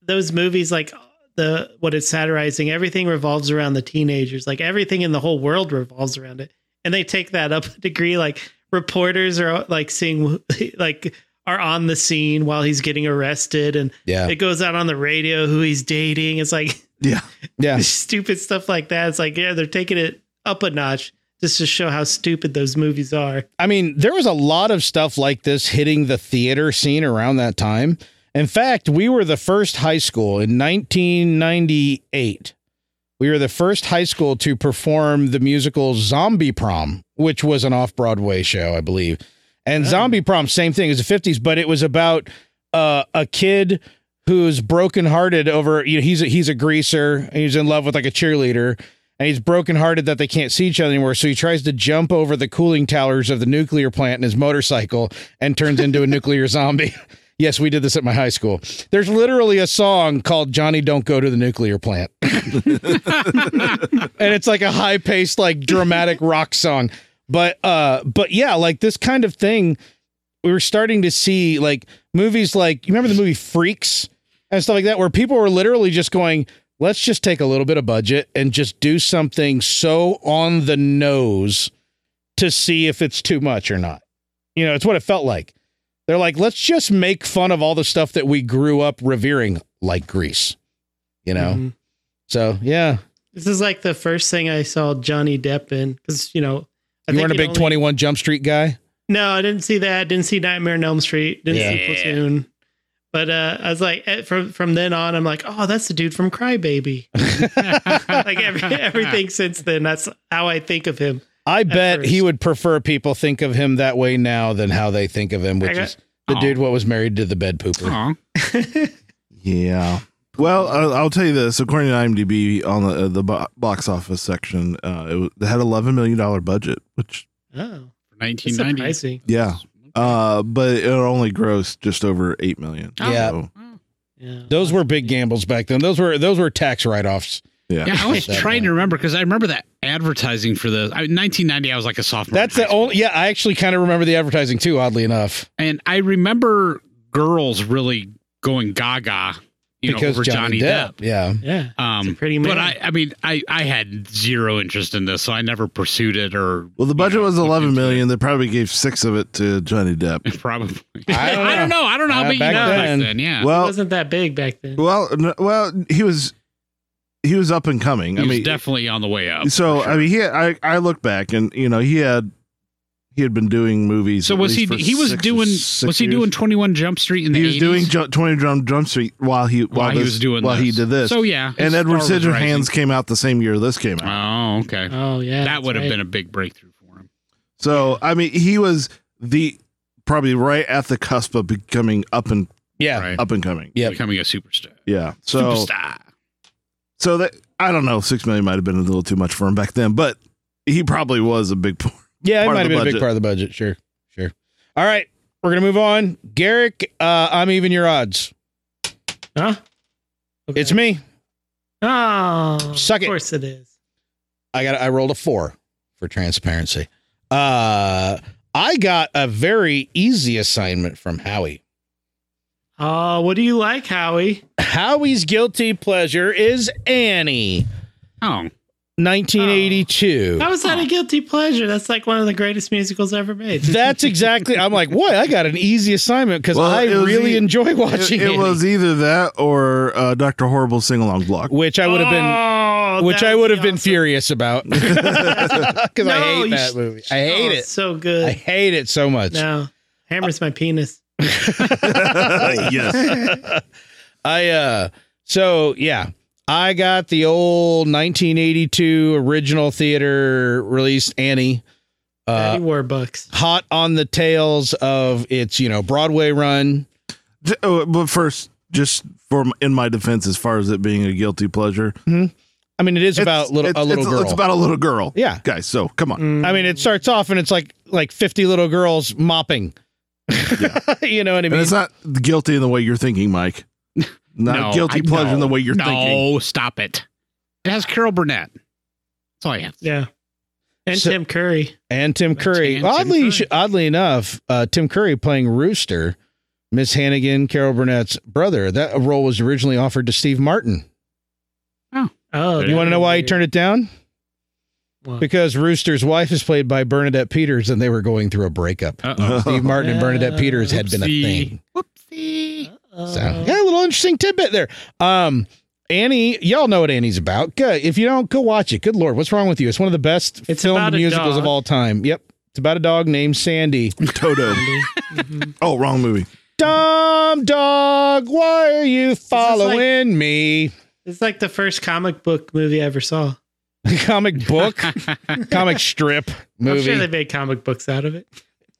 those movies, like the what it's satirizing, everything revolves around the teenagers. Like everything in the whole world revolves around it, and they take that up a degree. Like reporters are like seeing *laughs* like are on the scene while he's getting arrested, and Yeah. it goes out on the radio who he's dating. It's like yeah, Yeah, *laughs* *laughs* stupid stuff like that. It's like, yeah, they're taking it up a notch. just to show how stupid those movies are. I mean, there was a lot of stuff like this hitting the theater scene around that time. In fact, we were the first high school in 1998. We were the first high school to perform the musical Zombie Prom, which was an off Broadway show, I believe. And Zombie Prom, same thing as the 50s, but it was about uh, a kid who's brokenhearted over, you know, he's a, he's a greaser, and he's in love with like a cheerleader and he's brokenhearted that they can't see each other anymore. So he tries to jump over the cooling towers of the nuclear plant in his motorcycle and turns into a *laughs* nuclear zombie. Yes, we did this at my high school. There's literally a song called Johnny Don't Go to the Nuclear Plant. and it's like a high-paced like dramatic rock song. But uh but yeah, like this kind of thing we were starting to see like movies like you remember the movie Freaks and stuff like that where people were literally just going let's just take a little bit of budget and just do something so on the nose to see if it's too much or not. You know, it's what it felt like. They're like, let's just make fun of all the stuff that we grew up revering, like Grease. You know, Mhm. so yeah, This is like the first thing I saw Johnny Depp in because you know I you weren't a it big only- Twenty One Jump Street guy. No, I didn't see that. Didn't see Nightmare on Elm Street. Didn't Yeah. see Platoon. But uh, I was like, eh, from from then on, I'm like, oh, that's the dude from Crybaby. *laughs* like every, everything since then, that's how I think of him. I bet he first. would prefer people think of him that way now than how they think of him, which I got- is the Aw. dude what was married to the bed pooper. Aw. Yeah. Well, I'll, I'll tell you this. According to IMDb, on the, uh, the bo- box office section, uh, it, was, it had eleven million dollar budget, which Oh, that's 1990. surprising. yeah, uh, but it only grossed just over eight million. Oh. Yeah. So, Yeah. Those were big gambles back then. Those were those were tax write offs. yeah. Yeah, I was That trying one. to remember because I remember that advertising for the I, 1990. I was like a sophomore. That's in the high school. only. Yeah, I actually kind of remember the advertising too. Oddly enough, and I remember girls really going gaga, you know, over Johnny, Depp. Yeah. yeah. Um, It's a pretty but man. I, I mean, I, I had zero interest in this, so I never pursued it or *laughs* Well, the budget Yeah, was looked eleven into it. million. They probably gave six of it to Johnny Depp. probably. I I don't don't, know. I don't know how Uh, big you back were back then- then. Yeah. Oh. it Well, wasn't that big back then. well, n- well, he was he was up and coming. he I was mean, definitely on the way up. so for sure. I mean, he had, I I look back and you know he had he had been doing movies. so at was he? least for He was six or doing. six Was he years. doing Twenty One Jump Street in the he was 80s? doing ju- 20 drum drum street while he while, while, he this- was doing while this. he did this So yeah, and his edward star was rising. scissorhands came out the same year this came out Oh, okay. oh yeah, that that's would have right. been a big breakthrough for him. so i mean he was the probably right at the cusp of becoming up and Yeah. Right. up and coming Yep. Becoming a superstar. yeah so superstar. so that i don't know six million might have been a little too much for him back then but he probably was a big *laughs* part Yeah. It Part of might have the been a big budget. part of the budget. Sure. Sure. All right. We're going to move on. Garrick, uh, I'm even your odds. Huh? Okay. It's me. Oh, Suck it. Of course it is. I got, I rolled a four for transparency. Uh, I got a very easy assignment from Howie. Oh, what do you like, Howie? Howie's guilty pleasure is Annie, Oh, 1982. Oh. How is that a guilty pleasure? That's like one of the greatest musicals ever made. That's exactly. I'm like, what? I got an easy assignment because Well, I it was really e- enjoy it, watching it was e-, either that or uh, dr horrible sing-along *laughs* block which I would have been. Oh, which that I would have been awesome. furious about *laughs* because I No, hate you that sh- movie. I hate Oh, it. So good. I hate it so much. no, hammers my penis. yes I uh so yeah, I got the old 1982 original theater release Annie uh Daddy Warbucks. hot on the tails of its, you know, Broadway run. *laughs* J- oh, but first just for m- in my defense as far as it being a guilty pleasure I mean, it is about little a little it's, girl. It's about a little girl. yeah. Guys, so come on. I Mm, mean, it starts off and it's like like 50 little girls mopping. *laughs* you know what I And mean? it's not guilty in the way you're *laughs* thinking, Mike. Not no, guilty I- pleasure in the no, way you're no, thinking. stop it. It has Carol Burnett. That's all I have. yeah. And So- Tim Curry. and Tim That's Curry. and Tim oddly, Curry. sh- oddly enough, uh, Tim Curry playing Rooster, Miss Hannigan, Carol Burnett's brother. That role was originally offered to Steve Martin. Oh, You want to know why he turned it down? Why? Because Rooster's wife is played by Bernadette Peters, and they were going through a breakup. *laughs* Uh-oh. Oh, Steve Martin Oh, and Bernadette Peters had been a Oopsie. thing. Whoopsie. Oh. So, yeah, a little interesting tidbit there. Um, Annie, y'all know what Annie's about. Good. If you don't, go watch it. Good lord, what's wrong with you? It's one of the best It's filmed about a musicals dog. of all time. Yep. It's about a dog named Sandy. *laughs* Toto. oh, wrong movie. Dumb dog, why are you following me? *laughs* It's like the first comic book movie I ever saw. comic *laughs* book, comic strip I'm sure they movie. made comic books out of it.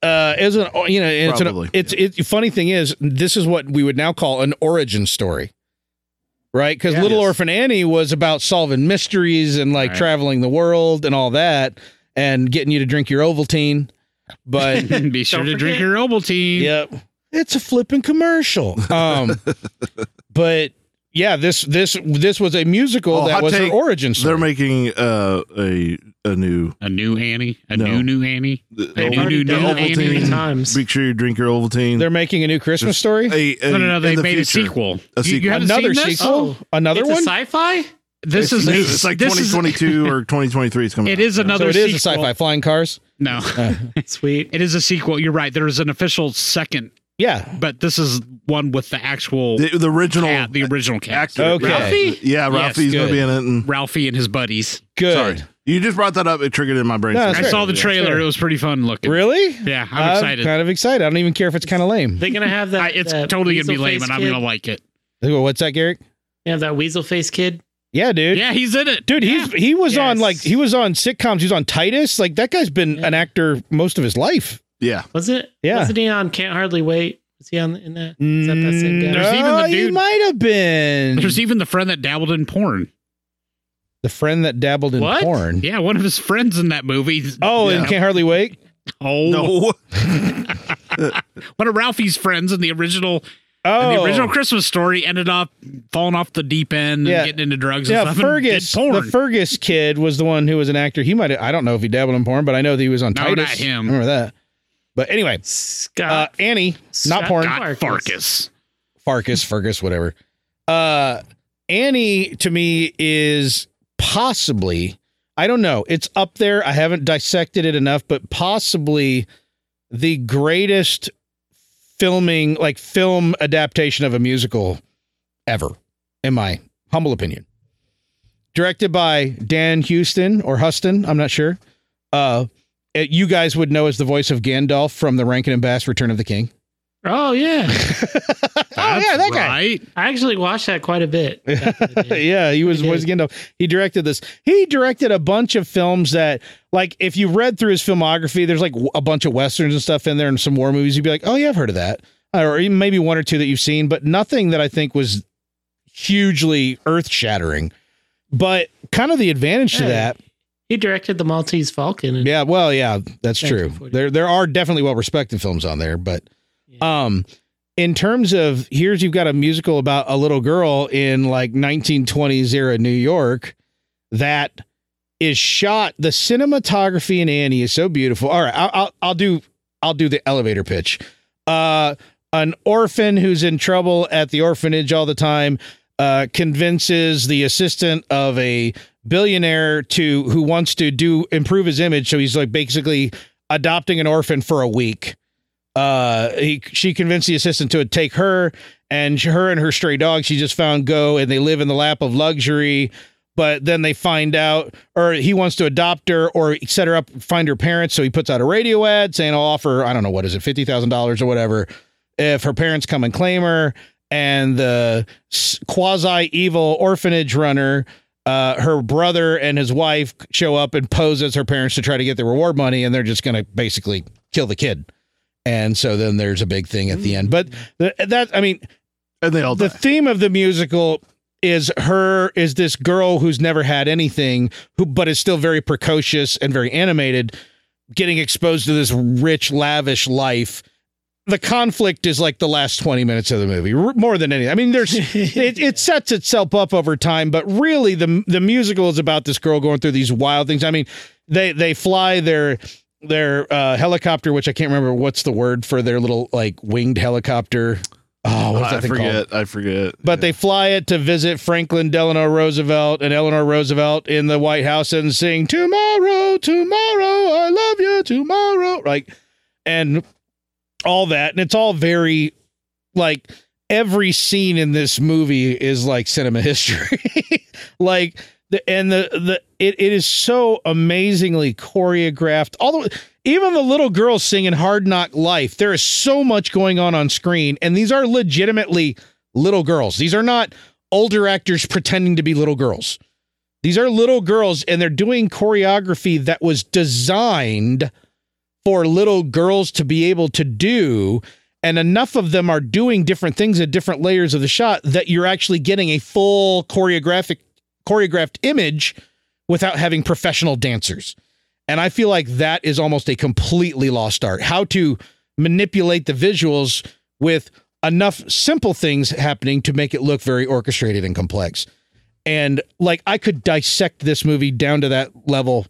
Uh, it's an you know and it's Probably, an, it's it, funny thing is this is what we would now call an origin story, right? Because Yeah. Little Yes. Orphan Annie was about solving mysteries and like Right. traveling the world and all that and getting you to drink your Ovaltine, but *laughs* Be sure Don't to drink forget. your Ovaltine. Yep. It's a flipping commercial. Um, *laughs* but yeah, this this this was a musical Oh, that hot was her take. origin story. They're making uh, a a new. A new Annie. A No. new new Annie. They've new, already new, done new that many Annie. times. Make sure you drink your Ovaltine. They're making a new Christmas Just- story. a, a, No, no, no. in They the made a future. sequel. A You, you sequel. haven't Another seen this? sequel? Oh, Another it's one? a *laughs* sci-fi? This It's is new. It's like this is- 2022 or 2023 is coming. It out. is so another it is a sequel. sci-fi flying cars. No. Sweet. It is a sequel. You're right. There is an official second, Yeah. but this is one with the actual the, the original cat, the original cast. actor. Okay. Ralphie? Yeah, Yes, Ralphie's gonna good. be in it. And, Ralphie and his buddies. Good. sorry, you just brought that up. It triggered in my brain. No, that's I fair. saw the Yeah, trailer. sure. It was pretty fun looking. Really? Uh, Yeah, I'm excited. kind of excited. I don't even care if it's kind of lame. They're gonna have that. I, it's that totally gonna be lame, weasel-faced and I'm kid. gonna like it. They go, What's that, Garrick? They have that weasel face kid. Yeah, dude. Yeah, he's in it. Dude, he's he was on Yes. like he was on sitcoms. He was on Titus. Like that guy's been Yeah. an actor most of his life. Yeah, Was it? Yeah. Uh, Wasn't he on Can't Hardly Wait? Was he on in that? Is that that same guy? There's even the No, Ah, he dude- might have been There's even the friend that dabbled in porn. the friend that dabbled in what? porn. Yeah, one of his friends in that movie. Oh, Yeah. and can't hardly wait. Oh, no, one of Ralphie's friends in the original Oh, in the original Christmas story ended up falling off the deep end Yeah. and getting into drugs and yeah, stuff. and did Fergus. The porn. Fergus kid was the one who was an actor. He might. I don't know if he dabbled in porn, but I know that he was on No, Titus. not him. I remember that. But anyway, uh, Scott. Annie, Scott not porn. Scott Farkas. Farkas. Farkas, Fergus, whatever. Uh, Annie to me is possibly. I don't know. It's up there. I haven't dissected it enough, but possibly the greatest filming, like film adaptation of a musical ever, in my humble opinion. Directed by Dan Houston or Huston, I'm not sure. Uh, it- you guys would know as the voice of Gandalf from the Rankin and Bass Return of the King. *laughs* oh yeah, oh yeah, that guy. Right? I actually watched that quite *laughs* a bit. back in the day. yeah, he was He did. was Gandalf. He directed this. He directed a bunch of films that, like, if you read through his filmography, there's like w- a bunch of westerns and stuff in there, and some war movies. You'd be like, oh yeah, I've heard of that, Uh, or even maybe one or two that you've seen, but nothing that I think was hugely earth shattering. But kind of the advantage to Yeah. that, He directed the Maltese Falcon. And yeah, well, yeah, that's Thank true. you for- There there are definitely well respected films on there, but um in terms of here's you've got a musical about a little girl in like 1920s era New York that is shot the cinematography in Annie is so beautiful. All right, I'll I'll, I'll do I'll do the elevator pitch. Uh an orphan who's in trouble at the orphanage all the time uh, convinces the assistant of a billionaire to who wants to do improve his image. So he's like basically adopting an orphan for a week. Uh, he she convinced the assistant to take her and she- her and her stray dog she just found go and they live in the lap of luxury. But then they find out, or he wants to adopt her or set her up, find her parents. So he puts out a radio ad saying, I'll offer, I don't know, what is it, $50,000 or whatever, if her parents come and claim her. And the quasi evil orphanage runner, uh, her brother and his wife show up and pose as her parents to try to get the reward money, and they're just going to basically kill the kid. And so then there's a big thing at the end. But th- that, I mean, *laughs* and they all the die. theme of the musical is her is this girl who's never had anything who but is still very precocious and very animated getting exposed to this rich lavish life the conflict is like the last 20 minutes of the movie r- more than any i mean *laughs* there's it, it sets itself up over time but really the the musical is about this girl going through these wild things i mean they they fly their their uh helicopter which i can't remember what's the word for their little like winged helicopter oh what's I that thing called forget. I forget. but they fly it to visit Franklin Delano Roosevelt and Eleanor Roosevelt in the White House and sing "Tomorrow, Tomorrow, I love you, Tomorrow," like, and all that, and it's all very like every scene in this movie is like cinema *laughs* history. like the and the the it, it is so amazingly choreographed. Although even the little girls singing "Hard Knock Life," there is so much going on on screen, and these are legitimately little girls. These are not older actors pretending to be little girls. These are little girls, and they're doing choreography that was designed for little girls to be able to do. And enough of them are doing different things at different layers of the shot that you're actually getting a full choreographic choreographed image without having professional dancers. And I feel like that is almost a completely lost art. How to manipulate the visuals with enough simple things happening to make it look very orchestrated and complex. And like I could dissect this movie down to that level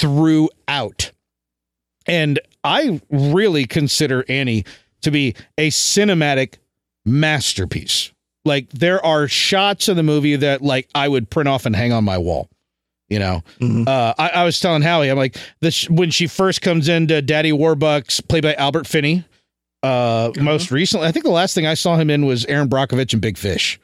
throughout. And I really consider Annie to be a cinematic masterpiece. Like there are shots in the movie that like I would print off and hang on my wall. You know, Mhm. uh, I, I was telling Howie, I'm like this when she first comes into Daddy Warbucks, played by Albert Finney. Uh, most recently, I think the last thing I saw him in was Aaron Brockovich and Big Fish.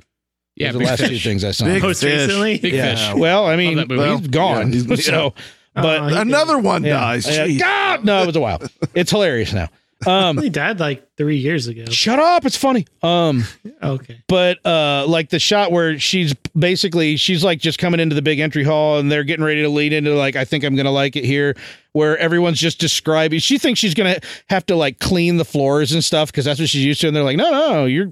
Yeah, Those are Big the last Fish. two things I saw. him in. Big Most fish. recently, Big yeah. Fish. Well, I mean, Love that movie. he's gone. Yeah, *laughs* he's- *laughs* so, but Oh, he did. Another one uh, yeah. dies. Yeah. Jeez. God, no, it was a while. It's hilarious now. Um, *laughs* He died like three years ago. shut up. It's funny. Um, Okay. but uh, like the shot where she's basically she's like just coming into the big entry hall and they're getting ready to lead into like I think I'm gonna like it here, where everyone's just describing. She thinks she's gonna have to like clean the floors and stuff because that's what she's used to, and they're like, no, no, you're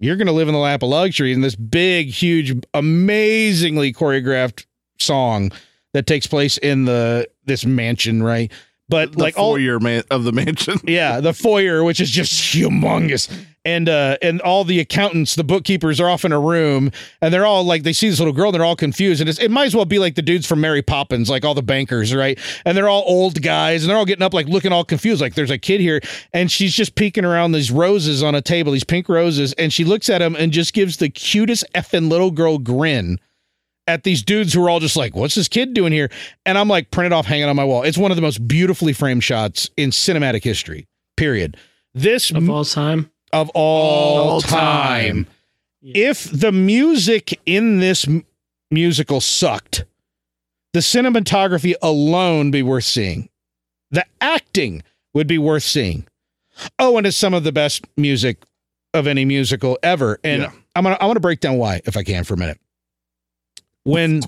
you're gonna live in the lap of luxury in this big, huge, amazingly choreographed song that takes place in the this mansion, right? But The like all foyer man of the mansion. yeah, the foyer, which is just humongous. And uh and all the accountants, the bookkeepers are off in a room and they're all like they see this little girl and they're all confused. And it's, it might as well be like the dudes from Mary Poppins, like all the bankers, right? And they're all old guys and they're all getting up like looking all confused, like there's a kid here, and she's just peeking around these roses on a table, these pink roses, and she looks at him and just gives the cutest effing little girl grin at these dudes who are all just like, what's this kid doing here? And I'm like, print it off, hanging on my wall. It's one of the most beautifully framed shots in cinematic history, period. This Of all time. of all, All time. time. Yeah. If the music in this m- musical sucked, the cinematography alone be worth seeing. The acting would be worth seeing. Oh, and it's some of the best music of any musical ever. And Yeah. I'm gonna I want to break down why, if I can, for a minute. When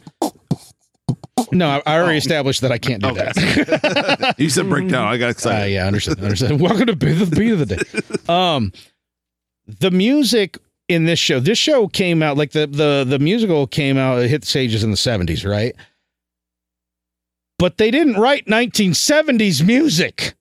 no, I, I already Oh. established that I can't do Okay. that. *laughs* *laughs* You said breakdown. I got Uh, excited. yeah, I understand. I understand. Welcome to Be the Beat of the Day. Um, the music in this show, this show came out like the the the musical came out. It hit the stages in the seventies, right? But they didn't write nineteen seventies music.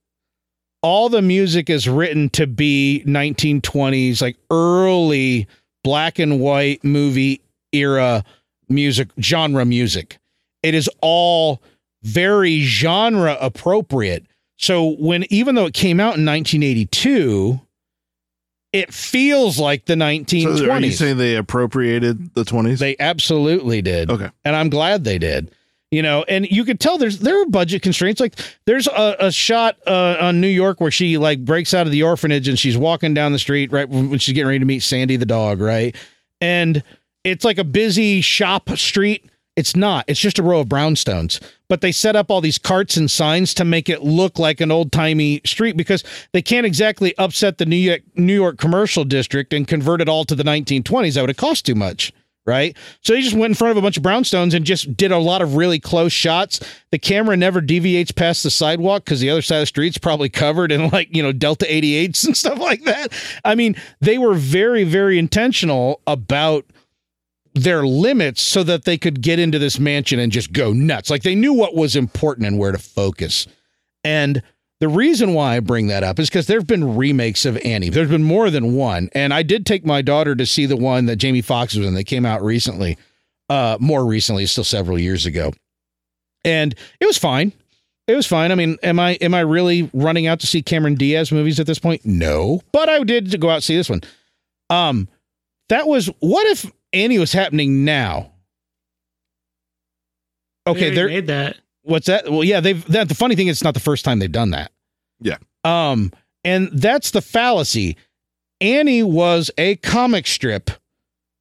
All the music is written to be nineteen twenties, like early black and white movie era music genre music. It is all very genre appropriate. So when even though it came out in 1982, it feels like the So are you 1920s. saying they appropriated the 20s? they absolutely did. Okay. And I'm glad they did. You know, and you could tell there's there are budget constraints. Like there's a, a shot uh, on New York where she like breaks out of the orphanage and she's walking down the street right when she's getting ready to meet Sandy the dog, right? And it's like a busy shop street. It's not. It's just a row of brownstones. But they set up all these carts and signs to make it look like an old timey street because they can't exactly upset the New York New York commercial district and convert it all to the 1920s. That would have cost too much, right? So they just went in front of a bunch of brownstones and just did a lot of really close shots. The camera never deviates past the sidewalk because the other side of the street's probably covered in like you know Delta 88s *laughs* and stuff like that. I mean, they were very very intentional about their limits so that they could get into this mansion and just go nuts. Like they knew what was important and where to focus. And the reason why I bring that up is because there have been remakes of Annie. There's been more than one. And I did take my daughter to see the one that Jamie Foxx was in that came out recently, uh, more recently, still several years ago. And it was fine. It was fine. I mean, am I am I really running out to see Cameron Diaz movies at this point? No. But I did go out and see this one. Um, that was what if Annie was happening now? Okay, they there already made that. what's that? Well, yeah, they've that the funny thing is it's not the first time they've done that. Yeah. Um, and that's the fallacy. Annie was a comic strip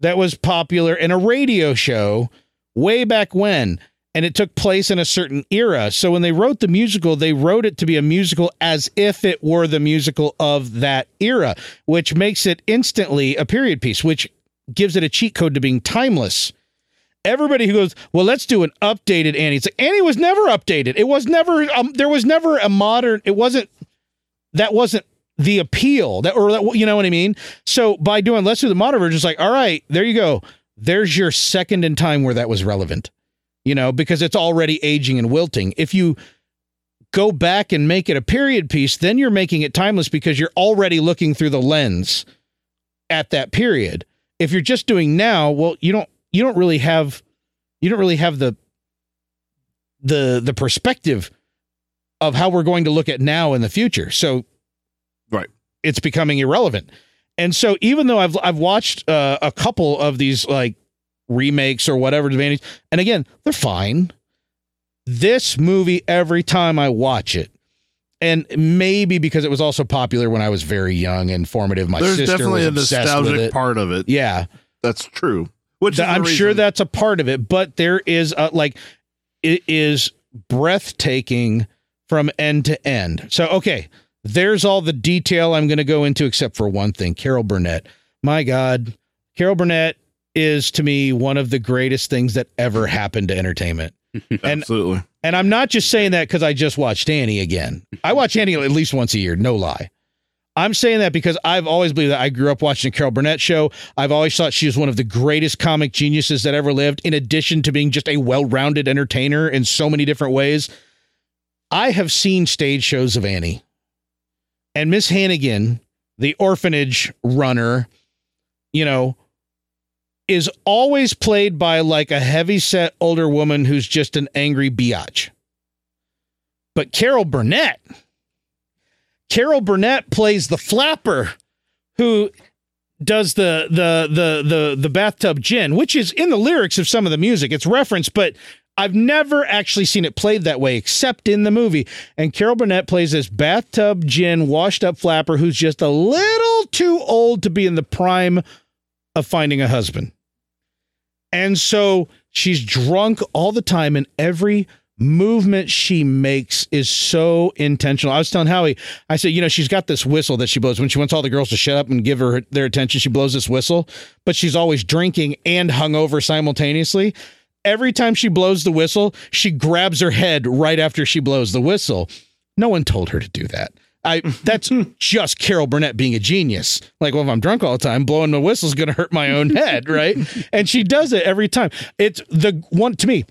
that was popular in a radio show way back when, and it took place in a certain era. So when they wrote the musical, they wrote it to be a musical as if it were the musical of that era, which makes it instantly a period piece, which gives it a cheat code to being timeless. Everybody who goes, well, let's do an updated Annie. It's like Annie was never updated. It was never, um, there was never a modern. It wasn't. That wasn't the appeal. That or that, you know what I mean. So by doing let's do the modern version, it's like, all right, there you go. There's your second in time where that was relevant. You know, because it's already aging and wilting. If you go back and make it a period piece, then you're making it timeless because you're already looking through the lens at that period. If you're just doing now, well, you don't you don't really have you don't really have the the the perspective of how we're going to look at now in the future. So Right. it's becoming irrelevant. And so even though I've I've watched uh, a couple of these like remakes or whatever advantage and again, they're fine. This movie every time I watch it and maybe because it was also popular when I was very young and formative, my There's sister definitely was a obsessed with nostalgic it. part of it. Yeah, That's true. Which Th- is the I'm sure reason- that's a part of it, but there is a, like it is breathtaking from end to end. So okay, there's all the detail I'm going to go into except for one thing, Carol Burnett. My god, Carol Burnett is to me one of the greatest things that ever happened to entertainment. and- absolutely. And I'm not just saying that because I just watched Annie again. I watch Annie at least once a year, no lie. I'm saying that because I've always believed that I grew up watching the Carol Burnett show. I've always thought she was one of the greatest comic geniuses that ever lived, in addition to being just a well rounded entertainer in so many different ways. I have seen stage shows of Annie. And Miss Hannigan, the orphanage runner, you know, is always played by like a heavy set older woman who's just an angry biatch. But Carol Burnett, Carol Burnett plays the flapper who does the the the the the bathtub gin, which is in the lyrics of some of the music. It's referenced, but I've never actually seen it played that way except in the movie. And Carol Burnett plays this bathtub gin washed up flapper who's just a little too old to be in the prime of finding a husband. And so she's drunk all the time, and every movement she makes is so intentional. I was telling Howie, I said, you know, she's got this whistle that she blows when she wants all the girls to shut up and give her their attention. She blows this whistle, but she's always drinking and hungover simultaneously. Every time she blows the whistle, she grabs her head right after she blows the whistle. No one told her to do that. I that's just Carol Burnett being a genius. Like, well, if I'm drunk all the time, blowing the whistle is going to hurt my own head, right? and she does it every time. It's the one to me,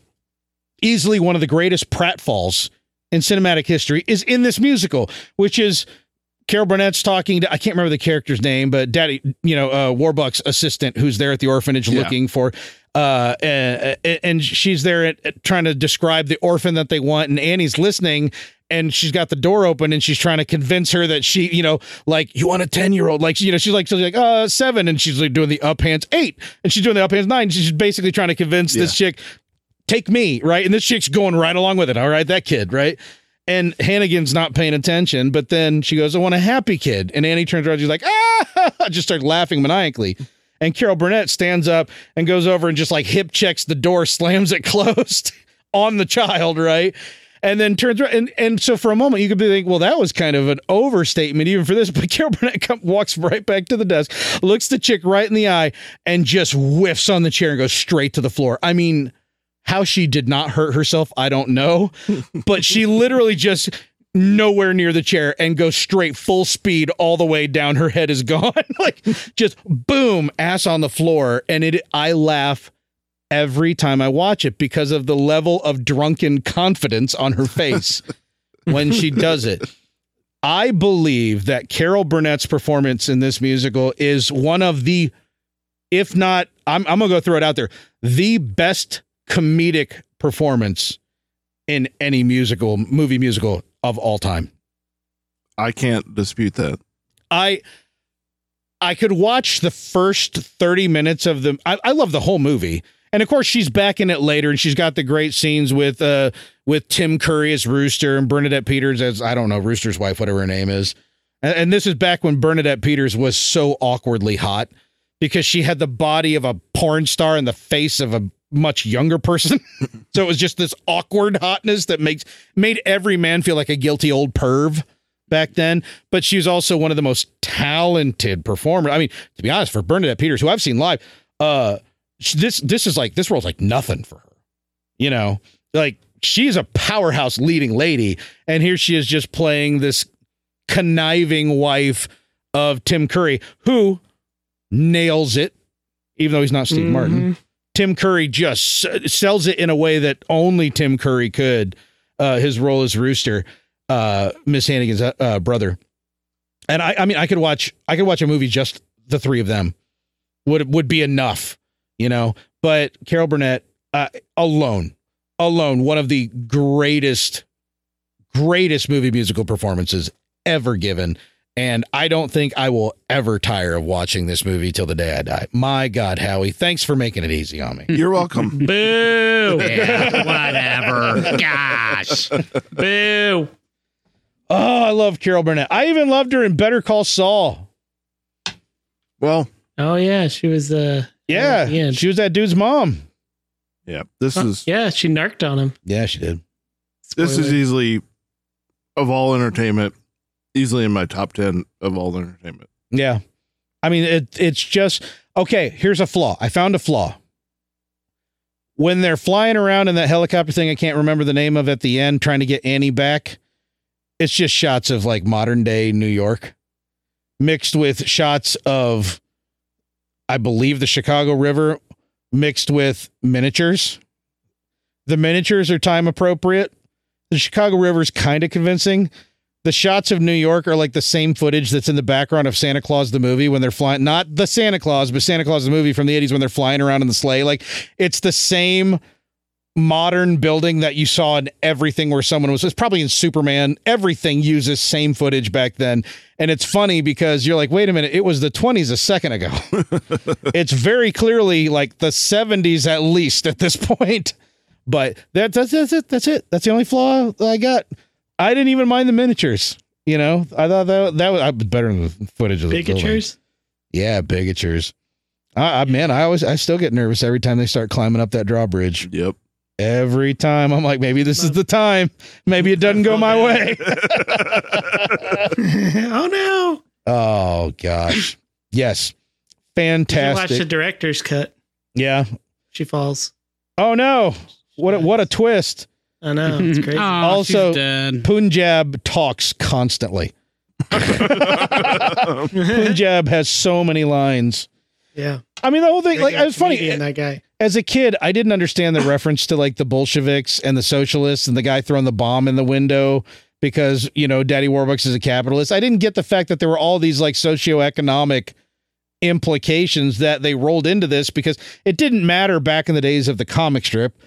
easily one of the greatest pratfalls in cinematic history is in this musical, which is Carol Burnett's talking to I can't remember the character's name, but Daddy, you know, uh, Warbucks' assistant who's there at the orphanage Yeah. looking for, uh, and, and she's there at, at trying to describe the orphan that they want, and Annie's listening. And she's got the door open, and she's trying to convince her that she, you know, like you want a ten year old, like you know, she's like, she's like, uh, seven, and she's like doing the up hands eight, and she's doing the up hands nine. She's basically trying to convince this chick, take me, right? And this chick's going right along with it. All right, that kid, right? And Hannigan's not paying attention, but then she goes, I want a happy kid. And Annie turns around, she's like, ah, *laughs* just starts laughing maniacally. And Carol Burnett stands up and goes over and just like hip checks the door, *laughs* slams it closed *laughs* on the child, right? And then turns around. And, and so for a moment, you could be thinking, well, that was kind of an overstatement even for this. *laughs* But Carol Burnett come, walks right back to the desk, looks the chick right in the eye, and just whiffs on the chair and goes straight to the floor. I mean, how she did not hurt herself, I don't know. But she literally just nowhere near the chair and goes straight full speed all the way down. Her head is gone. *laughs* like just boom, ass on the floor. And it I laugh every time I watch it because of the level of drunken confidence on her face when she does it. I believe that Carol Burnett's performance in this musical is one of the, if not, I'm, I'm going to go throw it out there, the best comedic performance in any musical, movie musical of all time. I can't dispute that. I I could watch the first 30 minutes of the I, I love the whole movie. And of course she's back in it later and she's got the great scenes with uh with Tim Curry as Rooster and Bernadette Peters as I don't know, Rooster's wife, whatever her name is. And, and this is back when Bernadette Peters was so awkwardly hot because she had the body of a porn star and the face of a much younger person. so it was just this awkward hotness that makes made every man feel like a guilty old perv back then. But she was also one of the most talented performers. I mean, to be honest, for Bernadette Peters, who I've seen live, uh, sh- this this is like this role's like nothing for her. You know, like she's a powerhouse leading lady, and here she is just playing this conniving wife of Tim Curry, who nails it, even though he's not Steve Mm-hmm. Martin. Tim Curry just s- sells it in a way that only Tim Curry could. Uh, his role as Rooster, uh, Miss Hannigan's uh, uh, brother, and I, I mean, I could watch, I could watch a movie just the three of them would would be enough, you know. But Carol Burnett uh, alone, alone, one of the greatest, greatest movie musical performances ever given. And I don't think I will ever tire of watching this movie till the day I die. My God, Howie, thanks for making it easy on me. You're welcome. Hmm. Boo! *laughs* *laughs* yeah, whatever. Gosh. Boo. Oh, I love Carol Burnett. I even loved her in Better Call Saul. Well, Oh yeah, she was uh Yeah, yeah. she was that dude's mom. yeah, this is Oh, yeah, she narked on him. Yeah, she did. this is Spoiler. easily of all entertainment, easily in my top ten of all entertainment. Yeah. I mean, it, it's just okay. Here's a flaw. I found a flaw. When they're flying around in that helicopter thing, I can't remember the name of at the end, trying to get Annie back. It's just shots of like modern day New York mixed with shots of, I believe, the Chicago River mixed with miniatures. The miniatures are time appropriate. The Chicago River is kind of convincing the shots of New York are like the same footage that's in the background of Santa Claus the movie when they're flying not the Santa Claus but Santa Claus the movie from the 80s when they're flying around in the sleigh like it's the same modern building that you saw in everything where someone was it's probably in Superman everything uses same footage back then and it's funny because you're like wait a minute it was the 20s a second ago it's very clearly like the 70s at least at this *laughs* point but that, that's that's it that's it that's the only flaw that I got I didn't even mind the miniatures. You know, I thought that that was, I was better than the footage of the building. Bigotures. Yeah, bigotures. I, I man, I always I still get nervous every time they start climbing up that drawbridge. *laughs* Yep. *laughs* Every time I'm like, maybe this is the time. Maybe it doesn't go my way. *laughs* oh no. Oh gosh, yes, You should watch the fantastic. director's cut. Yeah. She falls. Oh no, what a, what a twist! I know. It's Mm-hmm. *laughs* crazy. Aw, Also- Oh, she's dead. Punjab talks constantly. Uh-huh. Punjab has so many lines. *laughs* yeah. I mean, the whole thing. Like, it was funny. And that guy. as a kid, I didn't understand the reference to like the Bolsheviks and the socialists and the guy throwing the bomb in the window because, you know, Daddy Warbucks is a capitalist. I didn't get the fact that there were all these like socioeconomic implications that they rolled into this because it didn't matter back in the days of the comic strip.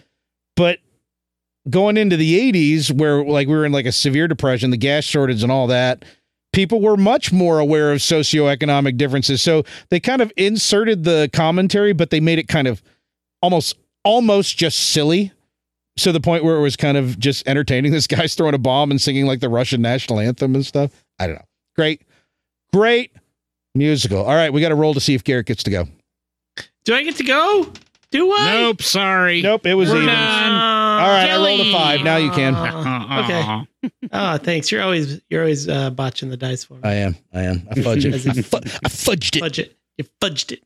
But going into the 80s, where like we were in like a severe depression, the gas shortage and all that, people were much more aware of socioeconomic differences. So they kind of inserted the commentary, but they made it kind of almost almost just silly to the point where it was kind of just entertaining. *laughs* This guy's throwing a bomb and singing like the Russian national anthem and stuff. I don't know. Great, great musical. All right, we got to roll to see if Garrett gets to go. Do I get to go? Do I? Nope, sorry. Nope, it was We're even. not- All right, I rolled a Jelly. five. Now you can. *laughs* Aw. Uh, okay. *laughs* Oh, thanks. You're always you're always uh, botching the dice for me. I am. I am. I fudge it. I, fu- I fudged it. Fudge it. You fudged it.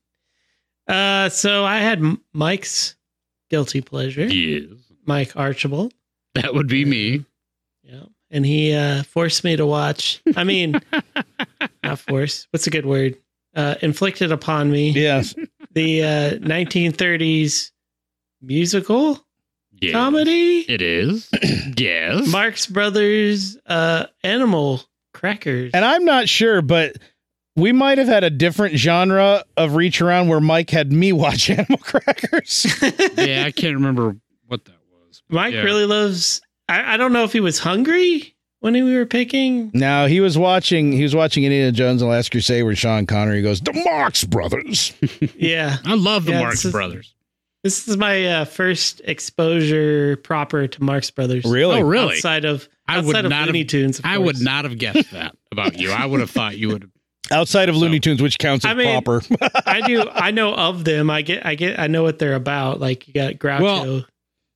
Uh, so I had M- Mike's guilty pleasure, Yes. Mike Archibald. That would be me. Yeah. And he uh, forced me to watch. *laughs* I mean, not force. What's a good word? Uh, inflicted upon *laughs* me Yes. the uh, 1930s musical Yes. comedy. It *clears throat* is. yes. Marx Brothers uh Animal Crackers. And I'm not sure, but we might have had a different genre of reach around where Mike had me *laughs* watch Animal Crackers. yeah, I can't remember what that was. Mike Yeah. really loves I, I don't know if he was hungry when we *laughs* were picking. Now he was watching. He was watching Indiana Jones and the Last Crusade, where Sean Connery goes, "The Marx Brothers." Yeah. I love the Yeah, Marx it's just- Brothers. This is my uh, first exposure proper to Marx Brothers. Really? Oh, really? Outside of I outside would of not Looney have- Tunes. of I would course. not have *laughs* guessed that about you. I would have thought you would. Outside of Looney Tunes, which counts as I mean- proper. *laughs* I do. I know of them. I get. I get. I know what they're about. Like you got Groucho. Well,